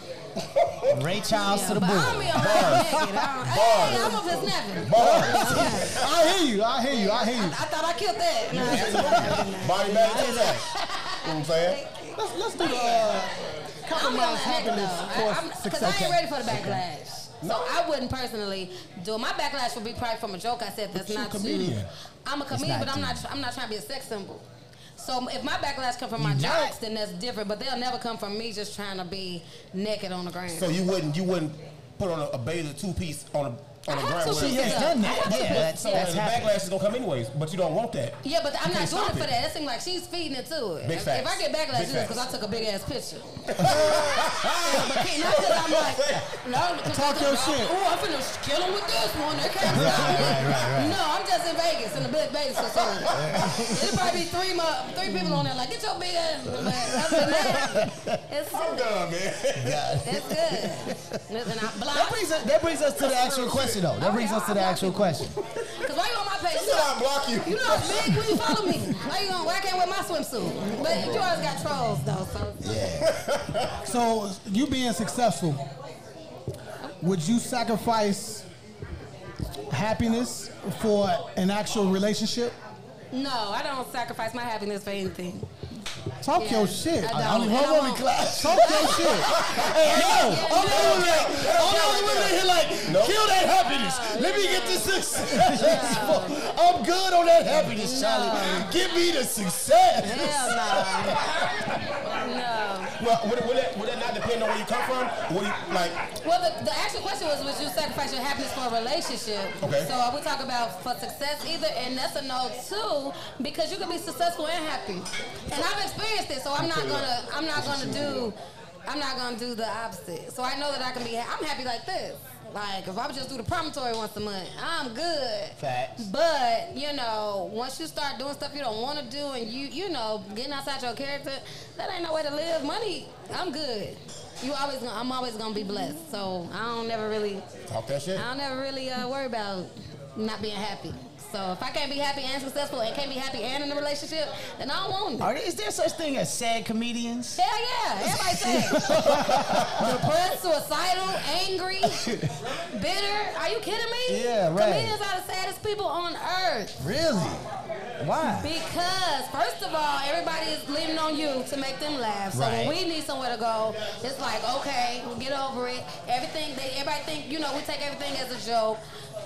Ray Charles to the
but I'm
bull.
be all right naked. I don't- Hey, I'm up his nephew.
I hear you. I hear you. I hear you.
I thought I killed that. No.
Body back to the back. You know what I'm saying?
Let's let's do the uh, compromise happiness for
Because I
success.
ain't ready for the backlash. So I wouldn't personally do it. My backlash would be probably from a joke I said that's
you a
not
comedian.
to. I'm a
It's
comedian,
not
but
to.
I'm not. I'm not trying to be a sex symbol. So if my backlash come from my
You not.
jokes, then that's different. But they'll never come from me just trying to be naked on the ground.
So you wouldn't you wouldn't put on a, a blazer two piece on a on a
have
ground.
to
where-
She has done that. I have to Yeah, put- that's-
So
that's
the
happened.
backlash is gonna come anyways, but you don't want that.
Yeah, but I'm
You
not
can't
doing
stop
it for
it.
that. That seems like she's feeding it to it.
Big
if,
facts.
if I get
Big
backlash, it's because I
facts.
took a big ass picture. but can't- not because I'm like, no, 'cause
Talk
I
your
took-
shit.
Oh, I'm finna kill him with this one. They can't stop me. No, I'm just in Vegas in the big Vegas facility. It'll probably be three mo- three people on there like, get your big ass. But other than that, it's
I'm done, man.
It's good. Listen, I
That
block.
brings, us, that brings us to the actual question, though.
Oh,
That brings us to the actual question.
Cause why you on my page?
She said I block you.
You know how big when you follow me. Why you gonna? Why I can't wear my swimsuit? But you always got trolls though. So
So you being successful, would you sacrifice happiness for an actual relationship?
no, I don't sacrifice my happiness for anything.
Talk
Yeah,
your shit.
I don't. And I
Hold on,
won't.
class. Talk your shit.
Hey, yo, all the women out, all the women out here like,
Nope.
kill that happiness. Let me get the success. I'm good on that happiness, Charlie. Give me the success.
No.
Well, would, it- would, that, would that not depend on where you come from? Would you, like,
Well, the, the actual question was, would you sacrifice your happiness for a relationship?
Okay.
So I would talk about for success either, and that's a no too, because you can be successful and happy. And I've experienced it, so I'm not gonna, I'm not gonna do, I'm not gonna do the opposite. So I know that I can be, ha- I'm happy like this. Like if I would just do the promontory once a month, I'm good.
Facts.
But you know, once you start doing stuff you don't want to do, and you you know getting outside your character, that ain't no way to live. Money, I'm good. You always, gonna, I'm always gonna be blessed. So I don't never really,
talk that
I
shit?
don't never really uh, worry about not being happy. So if I can't be happy and successful, and can't be happy and in a relationship, then I don't want it.
Are, is there such thing as sad comedians?
Hell yeah, everybody say depressed, suicidal, angry, bitter. Are you kidding me?
Yeah, right.
Comedians are the saddest people on earth.
Really? Why?
Because first of all, everybody is leaning on you to make them laugh. So
Right.
when we need somewhere to go, it's like okay, get over it. Everything they everybody think you know we take everything as a joke.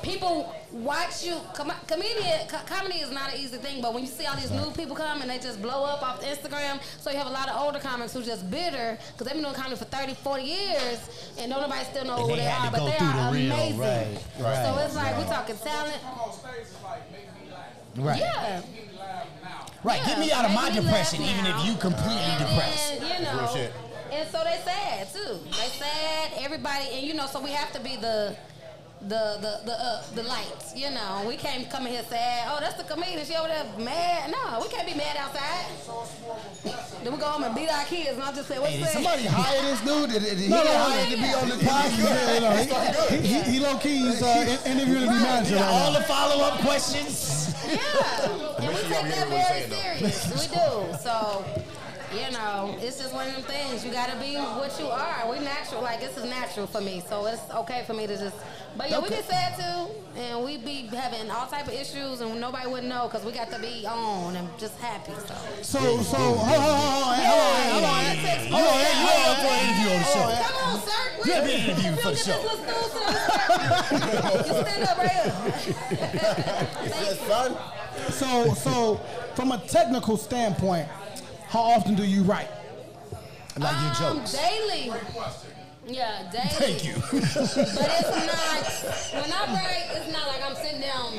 People watch you. Com- comedian co- comedy is not an easy thing, but when you see all these new people come and they just blow up off Instagram, so you have a lot of older comics who just bitter because they've been doing comedy for 30, 40 years, and don't nobody still know
And they
who they,
had
are,
to
but
go
they
through
are
the real,
amazing.
right, right,
so it's like
right.
we're talking talent.
Right.
Yeah.
Right. Get me out of
Yeah,
my
make me
depression,
laugh
even
now.
if you completely depressed.
And, you know, and so they sad too. They sad. Everybody, and you know, so we have to be the. The the the uh, the lights, you know, we can't come in here sad. Oh, that's the comedian. She over there mad. No, we can't be mad outside. then we go home and beat our kids. And I just say, what's
Hey,
that?
Somebody hire this dude. Did, did he
No,
get
no,
hired
yeah.
to be on the podcast? He, he, he low key is uh, in- interviewing the manager.
Yeah,
right
all
now.
the follow up questions.
Yeah, and we take that very serious. We do. So, you know, it's just one of them things. You gotta be what you are. We natural, like this is natural for me, so it's okay for me to just. But yeah, we
Okay.
get sad too, and we be having all type of issues, and nobody would know because we got to be on and just happy. So.
So, so, hold on, hold on, hold on, hold on, hold on, you up for an interview on the show.
Come on, sir.
You have an interview for the show. So, so, from a technical standpoint, how often do you write? Like your
Um, daily. Yeah, daily.
Thank you.
but it's not. When I write, it's not like I'm sitting down.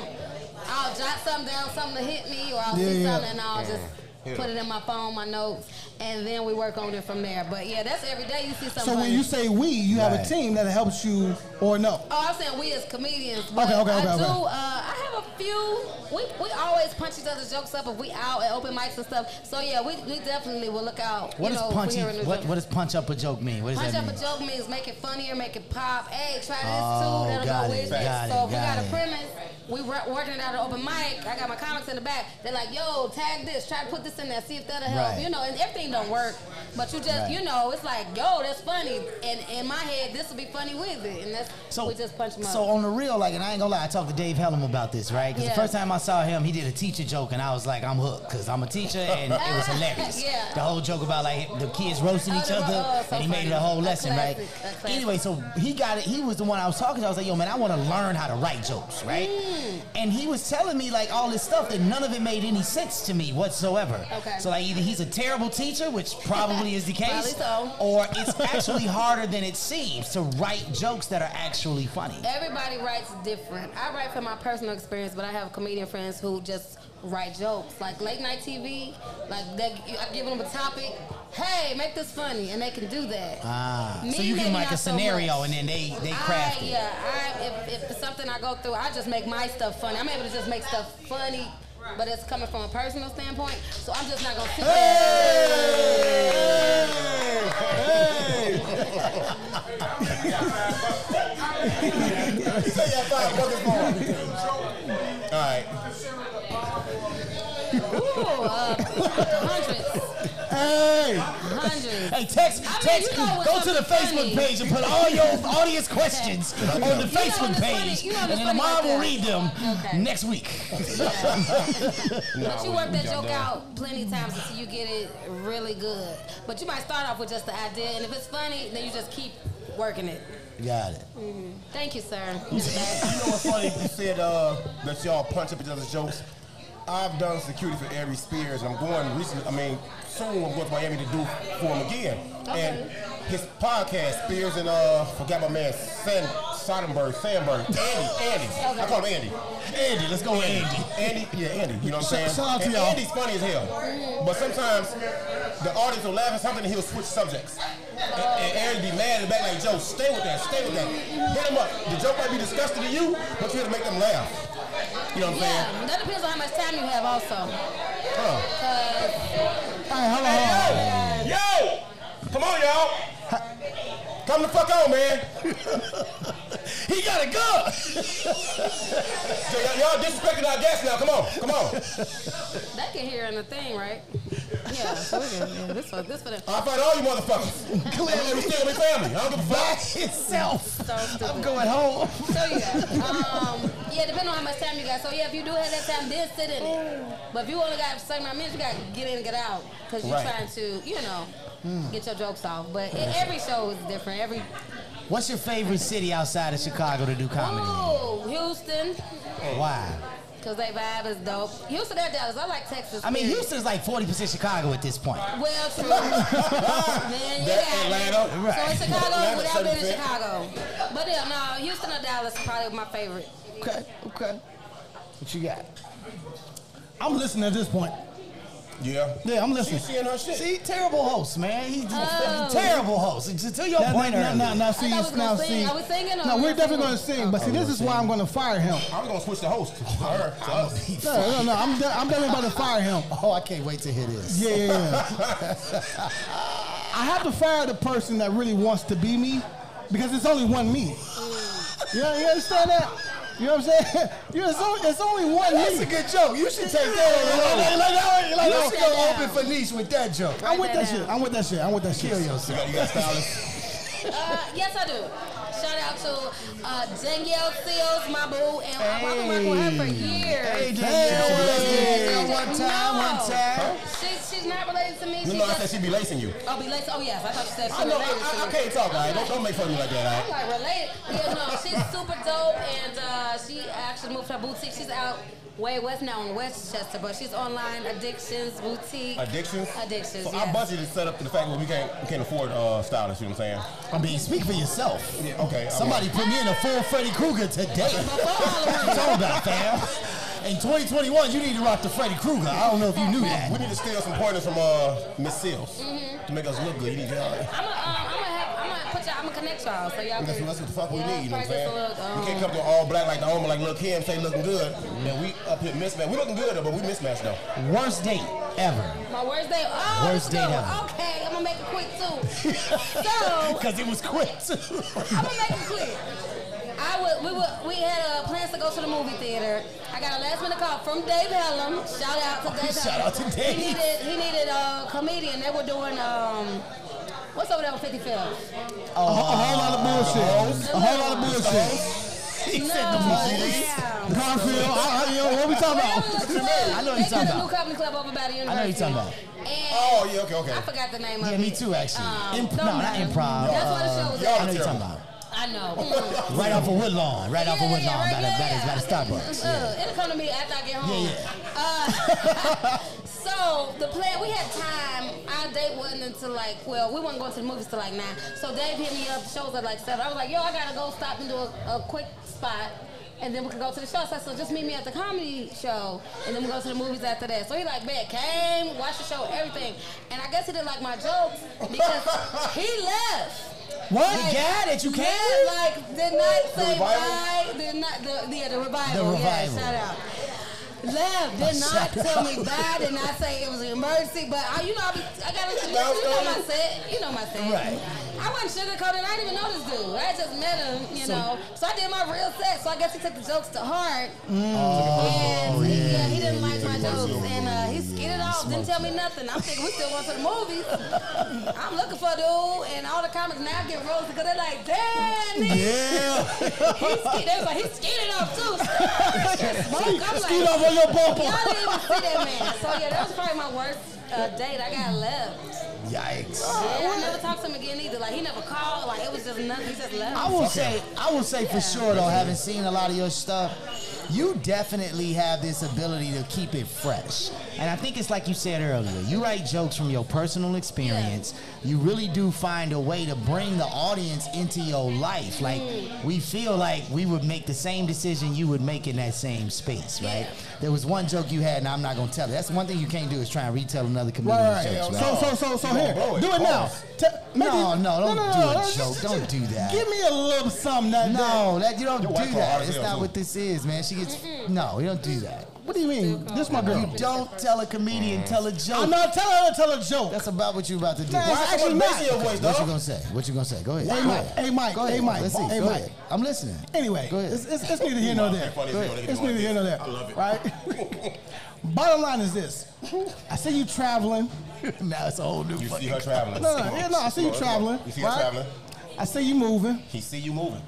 I'll jot something down, something to hit me, or I'll
Yeah,
see
yeah.
something and I'll
Mm.
just
Yeah.
put it in my phone, my notes, and then we work on it from there. But yeah, that's every day you see something.
So when
funny.
you say we, you have a
Right.
team that helps you or no?
Oh, I'm saying we as comedians. But
Okay, okay, okay,
I do.
okay.
Uh, I have a few. We, we always punch each other's jokes up if we out at open mics and stuff. So yeah, we, we definitely will look out.
What
you
does
know, if we
punch?
hear a new
What,
joke.
what does punch up a joke mean? What does
Punch
that
up
mean?
a joke means make it funnier, make it pop. Hey, try this
Oh,
too. That'll
got
go
it,
with this.
got
so
it,
if we
got
got a
it.
premise, we wor- working it out at open mic. I got my comics in the back. They're like, yo, tag this. Try to put this in there. See if that'll help.
Right.
You know, and everything don't work. But you just,
Right.
you know, it's like, yo, that's funny. And in my head, this will be funny with it. And that's
so
we just punch them
So
up.
on the real, like, and I ain't gonna lie, I talked to Dave Hellum about this, right? Because
Yeah.
the first time I saw him, he did a teacher joke, and I was like, I'm hooked, because I'm a teacher, and it was hilarious.
Yeah.
The whole joke about like the kids roasting
Oh,
each
the ro-
other,
oh, so
and he made
funny.
it a whole
A
lesson,
classic, a
right?
classic.
Anyway, so he got it. He was the one I was talking to. I was like, yo, man, I want to learn how to write jokes, right?
Mm.
And he was telling me like all this stuff, and none of it made any sense to me whatsoever.
Okay.
So like either he's a terrible teacher, which probably is the
Probably
case,
so.
or it's actually harder than it seems to write jokes that are actually funny.
Everybody writes different. I write from my personal experience, but I have comedian friends who just write jokes. Like late night TV, like they, I give them a topic. Hey, make this funny, and they can do that.
Ah,
Me,
so you give them
maybe
like a
not so
scenario,
much.
and then they they
I,
craft it.
yeah, I, if, if it's something I go through, I just make my stuff funny. I'm able to just make stuff funny, but it's coming from a personal standpoint, so I'm just not gonna sit
All right.
there. Ooh, uh,
Hey!
Hundreds.
Hey, text,
I mean,
text.
you know what's
go to the
something
Facebook
funny.
page and put all your audience questions on
You know
the
what's
Facebook
funny-
page,
you know
and
what's
then the
funny
mom
about
will
that?
read them
Okay.
next week.
but you work that joke out plenty of times until you get it really good. But you might start off with just the idea, and if it's funny, then you just keep working it.
Got it.
Mhm. Thank you, sir.
You know what's funny? You said uh, that y'all punch up each other's jokes. I've done security for Aries Spears, and I'm going recently. I mean, soon I'm going to Miami to do for him again. And his podcast, Spears and uh, forgot my man San Soderbergh, Sandberg, Andy, Andy. I call him Andy. Andy, let's go, with Andy. Andy, yeah, Andy. You know what I'm saying?
Shout out to
And
y'all.
Andy's funny as hell, but sometimes the audience will laugh at something, and he'll switch subjects. And Aaron be mad in the back like, Joe, stay with that, stay with that. Hit him up. The joke might be disgusting to you, but you gotta make them laugh. You know what I'm saying?
Yeah, that depends on how much time you have, also.
Hey, yo! Yo! Come on, y'all! Come the fuck on, man! he got a gun! so y'all, y'all disrespecting our guests now. Come on, come on.
They can hear in the thing, right? Yeah, so we can, yeah this for this for them.
I fight all you motherfuckers. Clearly, we still be family. I don't give a fuck.
So stupid.
I'm going home.
So yeah, um, yeah, depending on how much time you got. So yeah, if you do have that time, then sit in it. But if you only got certain amount of minutes, you got to get in and get out because you're
Right.
trying to, you know, get your jokes off. But it, every show is different. Every
What's your favorite city outside of Chicago to do comedy?
oh, Houston,
Why?
because they vibe is dope. Houston or Dallas? I like Texas.
I mean,
period.
Houston's like 40% Chicago at this point.
Well, true. Man, you got it.
Atlanta. Right.
So in Chicago,
Atlanta,
without being in
70%.
Chicago. But yeah, no, Houston or Dallas is probably my favorite.
Okay, okay. What you got?
I'm listening at this point.
Yeah.
Yeah, I'm listening.
See, terrible host, man. He's
Oh.
terrible host. It's- To your
Now-
point
now, now,
earlier.
now, see,
I thought we
now,
was gonna
see.
sing. Are we singing or
No,
we
we're
not
definitely
singing?
going to sing, but
Oh.
see, this is why I'm going to fire him.
I'm gonna switch the host. Her, to us.
No, no, no, I'm, de- I'm definitely about to fire him.
Oh, I can't wait to hear this.
Yeah, yeah, yeah. I have to fire the person that really wants to be me because it's only one me. Yeah, you understand that?
You know what I'm saying? You it's, only, it's only one
That's
knee.
a good joke. You should take that on the
Like,
road.
like, like, like,
You
like,
should
like,
go open for Niche with that joke.
I'm with that shit. I'm with that shit. I'm with that shit. Kill yourself.
You got stylist.
Uh, yes, I do. Shout out to uh, Danielle Seals, my boo, and I've been working with her for years.
Hey, Danielle, Danielle, one time,
No.
one time.
She, she's not related to me.
No,
She's
no, I
just-
said she be lacing you.
Oh, be laced? Oh, yes. I thought you said she
I know. I,
related to
I, I
me.
can't talk. All right, don't, don't make fun of me like that.
I'm
All right.
like related. Yeah, no, she's super dope, and uh, she actually moved her boutique. She's out way west now in Westchester, but she's online addictions boutique.
Addictions.
Addictions.
So
yes.
our budget is set up to the fact that we can't we can't afford uh, stylists. You know what I'm saying?
I mean, speak for yourself.
Yeah. Okay.
Somebody put me in a full Freddy Krueger today. what you talking about, fam? In 2021, you need to rock the Freddy Krueger. I don't know if you knew that.
We need to steal some pointers from uh, Miss Seals to make us look good. You need to.
I'm gonna, um, I'm gonna, have, I'm gonna put y'all, I'm gonna connect y'all so y'all
That's,
can.
that's what the fuck we
y'all
need, you know what I'm
practice
saying?
a little, um,
we can't come to all black like the homer, like Lil' Kim, say looking good, and we up here mismatched. We looking good, though, but we mismatched, though.
Worst date ever.
My worst day. Oh,
Worst
this is
date
good.
ever.
Okay, I'm gonna make it quick too. so
Because it was quick, too.
I'm gonna make it quick. I would, we would, we had uh, plans to go to the movie theater. I got a last minute call from Dave Hellum. Shout out to Dave.
Shout out to
Hellum.
Dave.
He needed, he needed a comedian. They were doing um, what's over there with 50 Phil?
A, wh- a whole lot of
Uh,
bullshit. A whole lot of bullshit.
He
no,
said the movies.
yeah.
Garfield, I, I, yo, what we talking about?
Club.
I know what you're
They got
talking
a new
about.
comedy club over by the
I know what
university.
you're talking about.
And
Oh, yeah, okay, okay.
I forgot the name of
Yeah,
it.
me too, actually.
Um,
Imp- no,
don't
not
matter.
improv.
That's
uh,
what the show was
I know
at.
what you're talking about.
I know. Mm.
Right off of Woodlawn. Right off of
Yeah,
Woodlawn.
yeah,
by, the,
right,
by, the, by the Starbucks.
Uh, it'll come to me after I get home.
Yeah, yeah.
Uh, so the plan, we had time. Our date wasn't until like, well, we weren't going to the movies till like nine. So Dave hit me up. The shows at like seven. I was like, yo, I gotta go stop and do a, a quick spot. And then we could go to the show. So I said, just meet me at the comedy show, and then we go to the movies after that. So he like, man, came, watched the show, everything. And I guess he didn't like my jokes because he left.
What? The guy that you
yeah,
came with?
like did not say
revival?
bye. Did not the yeah the revival.
The revival.
Yeah, shout out. Left did not tell me bye. Did not say it was an emergency. But I, you know, I, be, I got to you know my set. You know my set.
Right.
I wasn't sugarcoated. I didn't even know this dude. I just met him. You
So-
know. So I did my real set. So I guess he took the jokes to heart.
Mm. Oh,
He,
yeah.
uh, he didn't like my jokes, and uh, he skidded off. Didn't tell me nothing. I'm thinking we still going to the movies. I'm looking for a dude, and all the comics now get roasted because they're like, "Damn, nigga." he skid, they was like, "He skidded off too." I'm
Scoot
like,
off on your bumper.
Y'all didn't even see that man. So yeah, that was probably my worst uh, date. I got left.
Yikes.
Yeah, I never talked to him again either. Like he never called. Like it was just nothing. He just left.
I will say, I will say for sure though, having seen a lot of your stuff, you definitely have this ability to keep it fresh. And I think it's like you said earlier, you write jokes from your personal experience. You really do find a way to bring the audience into your life. Like
Mm.
we feel like we would make the same decision you would make in that same space, right? There was one joke you had, and I'm not gonna tell it. That's one thing you can't do is try and retell another comedian's
Right, right,
jokes.
right.
Right?
So, so, so, so
You
here.
gonna blow it.
Do it now.
Pause.
Te-
no,
maybe-
no, don't do it,
just-
Joe.
just-
Don't do that.
Give me a little something that
No, that you don't
Your wife
do
called hard
that.
as
It's
hell,
not
too.
what this is, man. She gets no. You don't do that.
What do you mean? This my girl.
You don't tell a comedian. Tell a joke.
I'm not telling her to tell a joke.
That's about what you about to do.
Man, it's actually
Okay,
not.
What you gonna say? What you gonna say? Go ahead.
Hey,
Go
Mike.
ahead.
Hey, Mike.
Go
Hey,
ahead.
Mike.
Let's see.
Hey,
Go
Mike.
ahead. I'm listening.
Anyway,
Go ahead.
it's, it's, it's neither here nor there.
Funny as hell, nigga,
It's
doing
neither here nor there.
I love it.
Right? Bottom line is this I see you traveling.
now it's a whole new.
You see
fucking-
her traveling.
No, no, yeah, no, I see you traveling.
You see her
right?
traveling.
I see you moving.
He see you moving.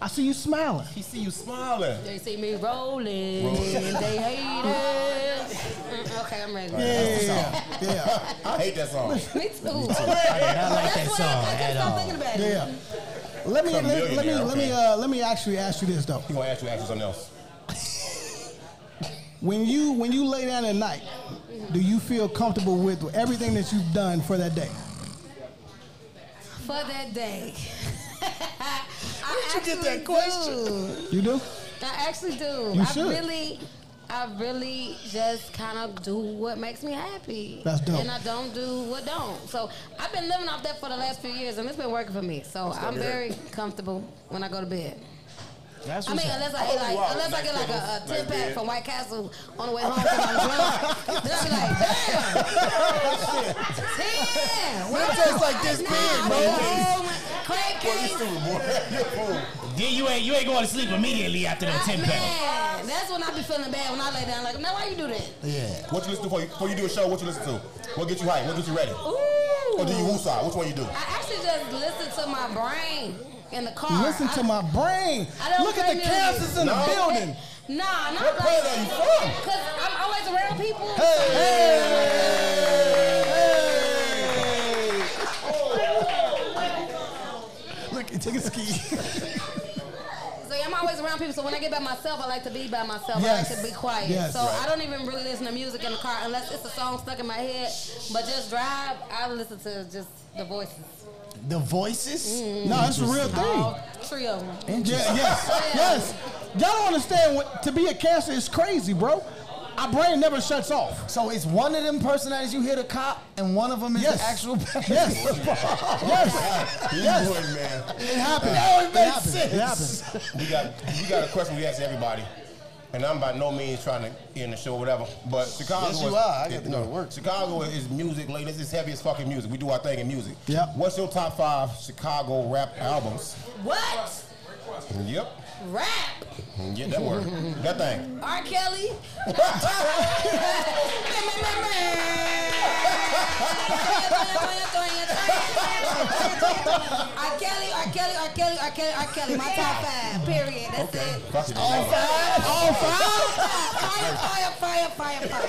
I see you smiling.
He see you smiling.
They see me rolling, and they hate it. Mm, okay, I'm ready.
Yeah, yeah,
I hate that song.
Me too.
I like that
That's why
song
I, I
at
can't stop
all.
thinking about it.
yeah. Let me
Some
let, me- let me
millionaire,
let me
okay.
uh, let me actually ask you this though.
He gonna ask you ask you something else.
When you when you lay down at night, do you feel comfortable with everything that you've done for that day?
For that day.
Where'd
Where'd
you get that question?
You do?
I actually do.
You
I
should.
really, I really just kind of do what makes me happy.
That's dope.
And I don't do what don't. So I've been living off that for the last few years, and it's been working for me. So I'm very comfortable when I go to bed.
That's
I mean,
what's up.
unless I, hit
Oh,
like,
wow.
unless I get like a, a
Nice
ten pack
bed.
from White Castle on the way home because I'm drunk, then I'll be like, damn, ten.
It tastes like this
nah,
big,
I
bro.
"Oh, went home, cracked okay?
Then you ain't you ain't going to sleep immediately after them ten pounds.
Man, that's when I be feeling bad when I lay down. Like, now why you do that?
Yeah. What you listen to before you, before you do a show? What you listen to? What get you hype? What get you ready?
Ooh.
Or do you woosah? Which one you do?
I actually just listen to my brain in the car.
Listen to my brain.
I don't
Look at the
play music.
cancers in the building.
Nah, not
What
like
planet are you from?
Cause I'm always around people.
Look, take a ski.
So yeah, I'm always around people. So when I get by myself, I like to be by myself. I
Yes.
like to be quiet.
Yes.
So
Right.
I don't even really listen to music in the car unless it's a song stuck in my head. But just drive, I listen to just the voices.
The voices?
No, it's a real thing.
All three of them.
Yeah, yes, yes. Y'all don't understand what to be a cancer is crazy, bro. Our brain never shuts off.
So it's one of them personalities you hear the cop, and one of them is
Yes.
the actual.
Yes. yes.
yes. man.
It happened.
Uh,
No, it makes sense. It happened.
We got we got a question we ask everybody, and I'm by no means trying to end the show or whatever. But Chicago
Yes, you
is,
are. I got to
no, work. Chicago is music, ladies. It's heavy as fucking music. We do our thing in music. Yeah. What's your top five Chicago rap albums?
What?
Yep.
Rap.
Yeah, that word. that thing.
R. Kelly. R. Kelly, R. Kelly, R. Kelly, R. Kelly, R. Kelly. My top five. Period. That's it.
Fuck it.
All
Uh,
five? All five? Fire, fire, fire, fire,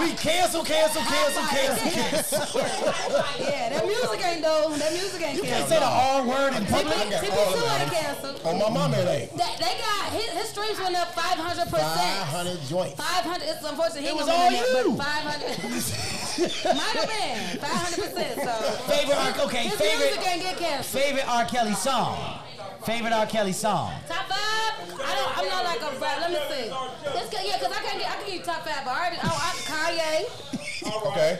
We cancel, cancel, cancel, cancel, cancel.
yeah, that music ain't though. That music ain't
You can't
canceled.
say the R word in public.
Tippy, Tippy
All of
Sue
them.
ain't canceled.
On my mama, it ain't.
That, they got his, his streams went up 500 percent.
500 joints.
500. It's unfortunate. He
It was
wasn't in
all
that,
you.
But 500. Might have been 500 percent. So
Favorite R- okay,
His
favorite-
music ain't get canceled.
Favorite R. Kelly song. Favorite R. Kelly song.
Top five? I don't. I'm not like a rap. Let me see. Let's go. Yeah, cause I can get. I can give you top five. But I already. Oh, I, Kanye.
Okay.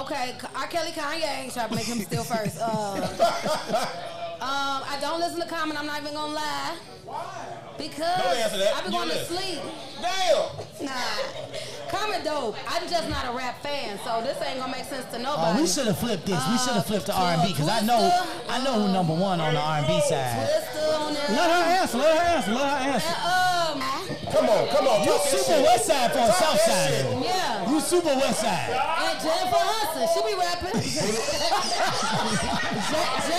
Okay, K- R. Kelly, Kanye. Try to make him steal first. Um, um, I don't listen to Common. I'm not even gonna lie. Because
Don't answer that.
I be
You
going to
listen.
sleep. Damn. Nah. Common dope. I'm just not a rap fan, so this ain't gonna make sense to
Oh,
nobody.
we should have flipped this. We should have flipped the
Uh,
R&B because I know I know who number one on the R&B side.
Twista on there.
Let her answer. Let her answer. Let her answer.
Um,
Come on, come on.
You
talk that
super
shit.
West Side for
Talk that
South Side.
shit.
yeah.
You super West Side.
And Jennifer Hudson. She be rapping. J- J-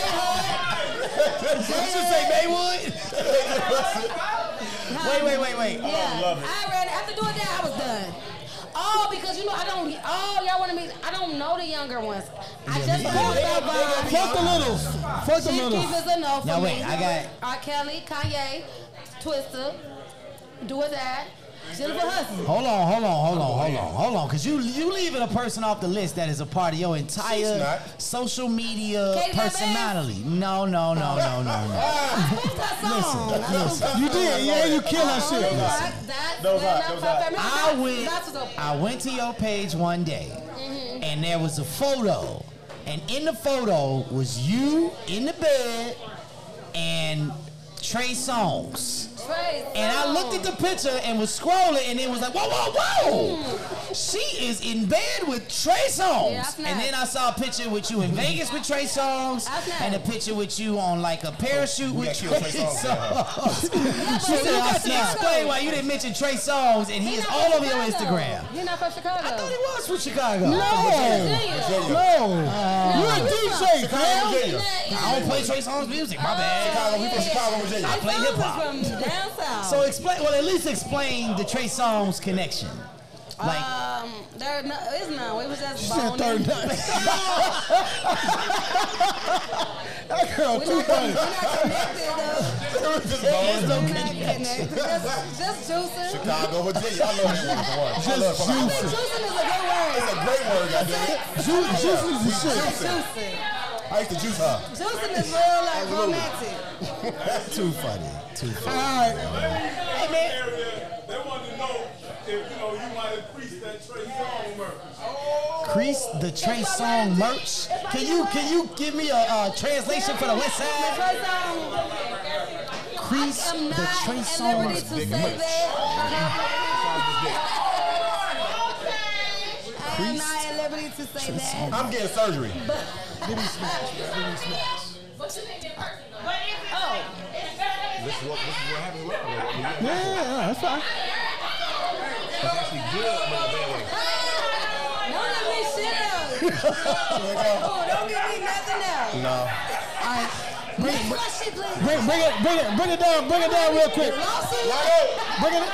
Did you say Maywood?
Wait, wait, wait, wait.
Yeah. I
love it.
ran after doing that. I was done. Oh, because you know I don't. Oh, y'all want to meet? I don't know the younger ones. I just know
Fuck,
about Bob.
fuck the littles. Fuck the
Chief Keef
littles.
is a no for
Now,
me.
wait, I got-
R. Kelly, Kanye, Twista, Do or Die, Jennifer Hudson.
Hold on, hold on, hold on, hold on, hold on. Because you you leaving a person off the list that is a part of your
She's
entire
not.
social media
Katy Lambert?
personality. No, no, no, no, no, no. Listen, listen.
You did, yeah, you kill her
Only
shit.
rock, that,
Those
that,
are-
not
those
pop-
are-
remember,
I
that's-
went,
That's what's up.
I went to your page one day,
Mm-hmm.
and there was a photo, and in the photo was you in the bed and Trey Songz.
Trey,
And I looked at the picture and was scrolling, and it was like, whoa, whoa, whoa! She is in bed with Trey Songz.
Yeah, I snapped.
and then I saw a picture with you in Vegas with Trey Songz,
I snapped.
and a picture with you on like a parachute
We got
with Trey
killed Trey Songz, yeah.
Songz.
Yeah,
So you
but he
got
not from
to explain
Chicago.
why you didn't mention Trey Songz, and he
He
is
not
all
from
over your
Chicago.
Instagram.
He not from Chicago.
I thought he was from Chicago.
Virginia.
No. You're a DJ,
Chicago,
fam.
Virginia.
I don't play Trey Songz music. My bad.
Oh,
Chicago, we from Chicago, Virginia.
I play hip hop.
From down south.
So explain. Well, at least explain the Trey Songz connection. Like,
um, there no, it's no. It was just
Shit,
boning.
third That girl
We're
too
not, con-
funny.
we're not connected though.
Just
We're not connected. eh? Just, just juicing.
Chicago, Virginia. I love that word. for one. I love
Just
it.
I think juicing is a good word.
It's a great word, goddamn.
Ju- Juice is the shit.
Juicing.
I used to juice her.
Juicing is real like
Absolutely.
romantic.
too funny. Too funny.
Alright.
They wanted to know if you know you might increase that Trey Songz merch.
Crease the Trey Song merch. Can you can you give me a, uh translation for the West Side?
Trey Songz.
Crease the
I'm not
Trey
at
Song
liberty
merch.
to say that. I am not at liberty to say that.
I'm getting surgery.
But
But she didn't get person though.
Oh.
This is what, this is what happens with
Yeah, that's fine.
Don't give me nothing else.
No.
Bring,
Next question, please.
bring, bring it, bring it, bring it down, bring it down real quick.
Lawsuit.
Bring it,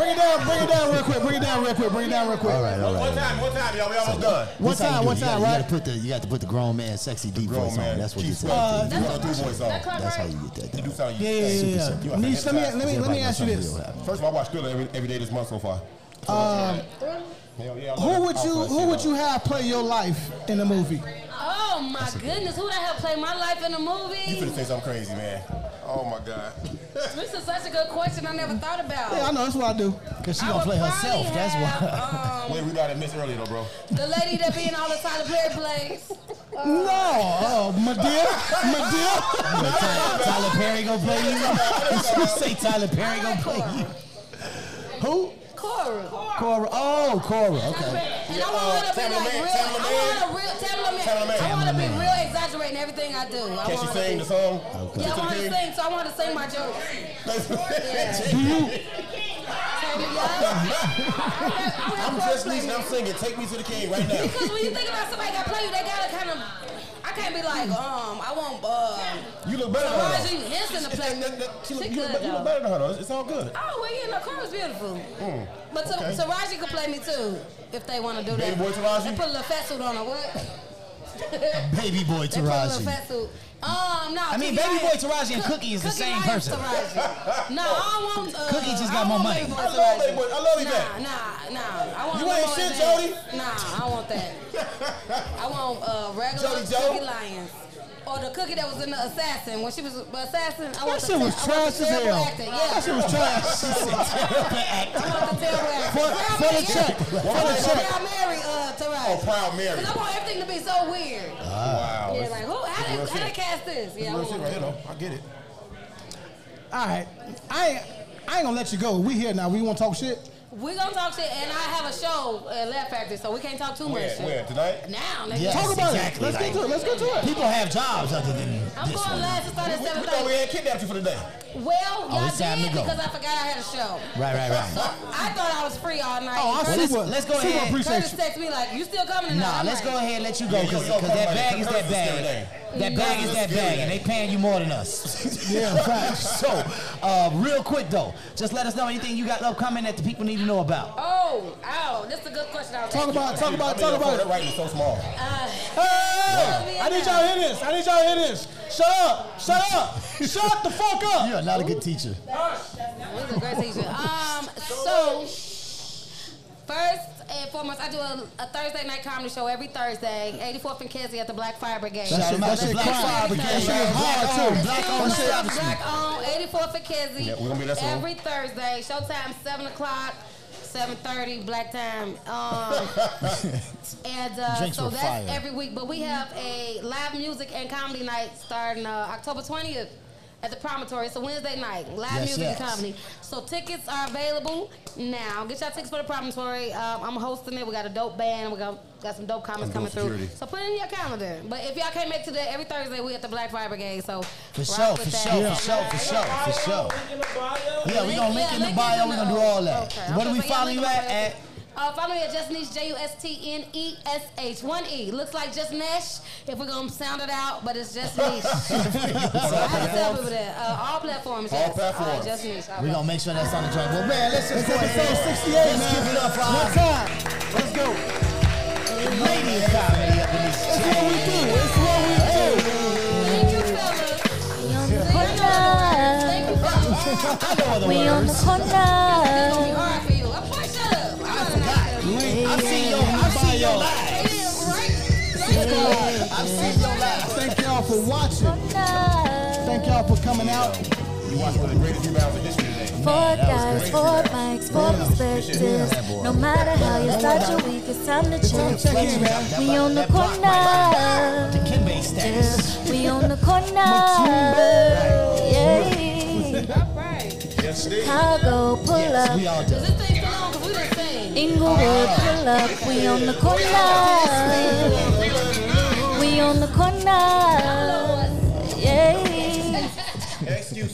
bring it down, bring it down real quick, bring it down real quick, bring it down real quick. All right, all
One time, one time, y'all. We almost done.
One
This how you
time,
do
one
it.
time,
you gotta,
right?
You got to put the you got to put the grown man sexy deep voice on. That's what you say.
Uh,
You
that's
gotta
what-
do
voice
that.
on.
That's how you get that.
You do something.
Yeah, yeah, yeah, yeah. Niche, let me- let me- let me ask you this.
First of all, I watch Thriller every, every day this month so far.
Um,
Hell yeah. I love
who
it.
would
I
you
love
who
it.
would you have play your life in the movie?
Oh my goodness, who the hell played my life in a
You
movie?
finna say something crazy, man. Oh my god.
This is such a good question I never thought about.
Yeah, I know that's what I do. Cause
she I gonna would play herself, probably that's why. have,
Wait, we got it missed earlier though, bro.
The lady that be in all the Tyler Perry plays.
No, oh, Madea, Madea.
Tyler Perry gonna play you. you say Tyler Perry gonna play you. Who?
Cora.
Cora. Oh, Cora. Okay.
And I want her to be like real. I want her real. Tamla Man. I want her to be real exaggerating everything I do. I
Can she
want her
sing
to
the
be-
song?
Yeah, I want her to sing, so I want her to sing my jokes. Yeah.
Do you?
I'm
I'm just listening. I'm singing. Take me to the king right now.
Because when you think about somebody that play you, they gotta kind of. I can't be like, um, I want, uh,
You look better than her.
Taraji
though.
Henson to play me.
She look,
She
you, look,
could,
be- you
though.
look better than her though. It's, it's all good.
Oh, well, yeah, no, Cora's beautiful.
Mm.
But Ta-
Okay.
Taraji could play me too, if they want to do
Baby
that.
boy Taraji?
They put a little fat suit on her, what?
Baby boy
They put a little
Taraji.
fat suit. Um, no.
I mean,
Cookie
Baby
Lion-
Boy Taraji and
Cook-
Cookie is the same
Lion
person.
Taraji. no, I don't want. Uh,
Cookie just
I
got
don't
more
want
money.
Baby Boy
I love
Taraji.
Baby Boy- I love you
nah,
back.
Nah, nah, I want.
You
no
ain't
more
shit,
than-
Jody.
Nah, I want that. I want uh, regular
Jody Jo?
Cookie Lions. Or the cookie that was in the assassin when she was the assassin. I
That
want the
shit was
I want the
trash as
terrible
hell.
actor, yeah.
That shit was trash.
For,
for the check. For the check.
Proud Mary, uh, Taraji.
Oh, Proud Mary.
'Cause I want everything to be so weird.
Wow.
yeah, like, who, how
real
did, how
shit.
did cast this?
It's
Yeah, I
real shit
want
right here
that.
though. I get it.
All right, I ain't, I ain't gonna let you go. We here now. We want to talk shit.
We gonna talk shit, and I have a show at Laugh Factory, so we can't talk too much
Where?
shit.
Where? Tonight?
Now, nigga.
Yes,
Talk about it.
exactly.
Let's get to it. Let's get to it.
People have jobs other than
I'm
this
going
one.
last. It started at
We, we thought we
7:30.
had kidnapped you for the day.
Well,
Oh,
y'all
it's time to
did
go.
because I forgot I had a show.
Right, right,
So
right.
I thought I was free all night.
Oh, I
Curtis-
super- let's go
Curtis
ahead. appreciate you.
Curtis texted me like, "You still coming tonight?"
Nah,
I'm
let's
like,
go ahead and let you go
Yeah, you
because
don't- you don't
that
come
bag
back.
is
Curse
that
is scary
bag.
day.
That bag is that
Curse is
bag,
scary
and
day.
they paying you more than us.
Yeah, facts.
so, uh, real quick though, just let us know anything you got upcoming that the people need to know about.
Oh, ow, that's a good question. I was
Talk
asking. Uh,
about, talk about,
I mean,
talk
your phone,
about
That
it.
writing is so small.
Hey, I need y'all to hear this. I need y'all to hear this. Shut up. Shut up. Shut the fuck up.
You're not a good teacher.
He's a great teacher. Um, so first and foremost, I do a, a Thursday night comedy show every Thursday, 84th and Kesey at the Black Fire Brigade.
Shout out to Black Fire Brigade.
Thursday.
That shit is hard, too.
It's
Black
still
on, shit
Black,
out of
Black on, 84th and Kesey.
Yeah, we gonna be there soon.
every Thursday. Showtime seven o'clock. 7:30 black time, um, and uh,
Drinks
so
were
that's
fire.
every week. But we have a live music and comedy night starting uh, October 20th at the Promontory. It's a Wednesday night, live
Yes,
music and
yes.
comedy. So tickets are available now. Get y'all tickets for the promontory. Um, I'm hosting it. We got a dope band. We got got some dope comics
And
coming
dope
through.
security.
So put it in your calendar. But if y'all can't make it today, every Thursday we at the Black Fire Brigade. So
For
rock
sure,
with
for
that.
sure, for sure, for sure, for sure. Yeah, we gonna link in the bio. We gonna do all that.
Okay,
What do
okay,
we
so y'all
follow you
link
at? At
up Uh, follow me at Just Niche, J U S T N E S H. One E. Looks like Just Nash if we're going to sound it out, but it's Just Niche. I had to tell people that. Uh, all platforms.
All
yes.
platforms.
just Niche. all
We're gonna make sure that's on the track. Well, man, let's
It's
just go
episode
ahead.
68,
Let's
man.
give it up for
One
our
time.
Let's go. Ladies comedy up in this
It's what we do. It's what we do.
I know other
We on the
words.
corner.
I've seen your, I've seen your lives. I've seen your lives.
Thank y'all for watching. Thank y'all for coming out.
You watched one of the greatest rebounds in history today.
Four guys, four mics, four perspectives. No matter how you start your week, it's time to check. We on the corner.
Kimbe status.
Yeah, We on the corner. Yeah.
Yes, it is.
Chicago, pull
Yes,
up.
we all done.
Inglewood, pull up. We on the corner. We on the corner.
Excuse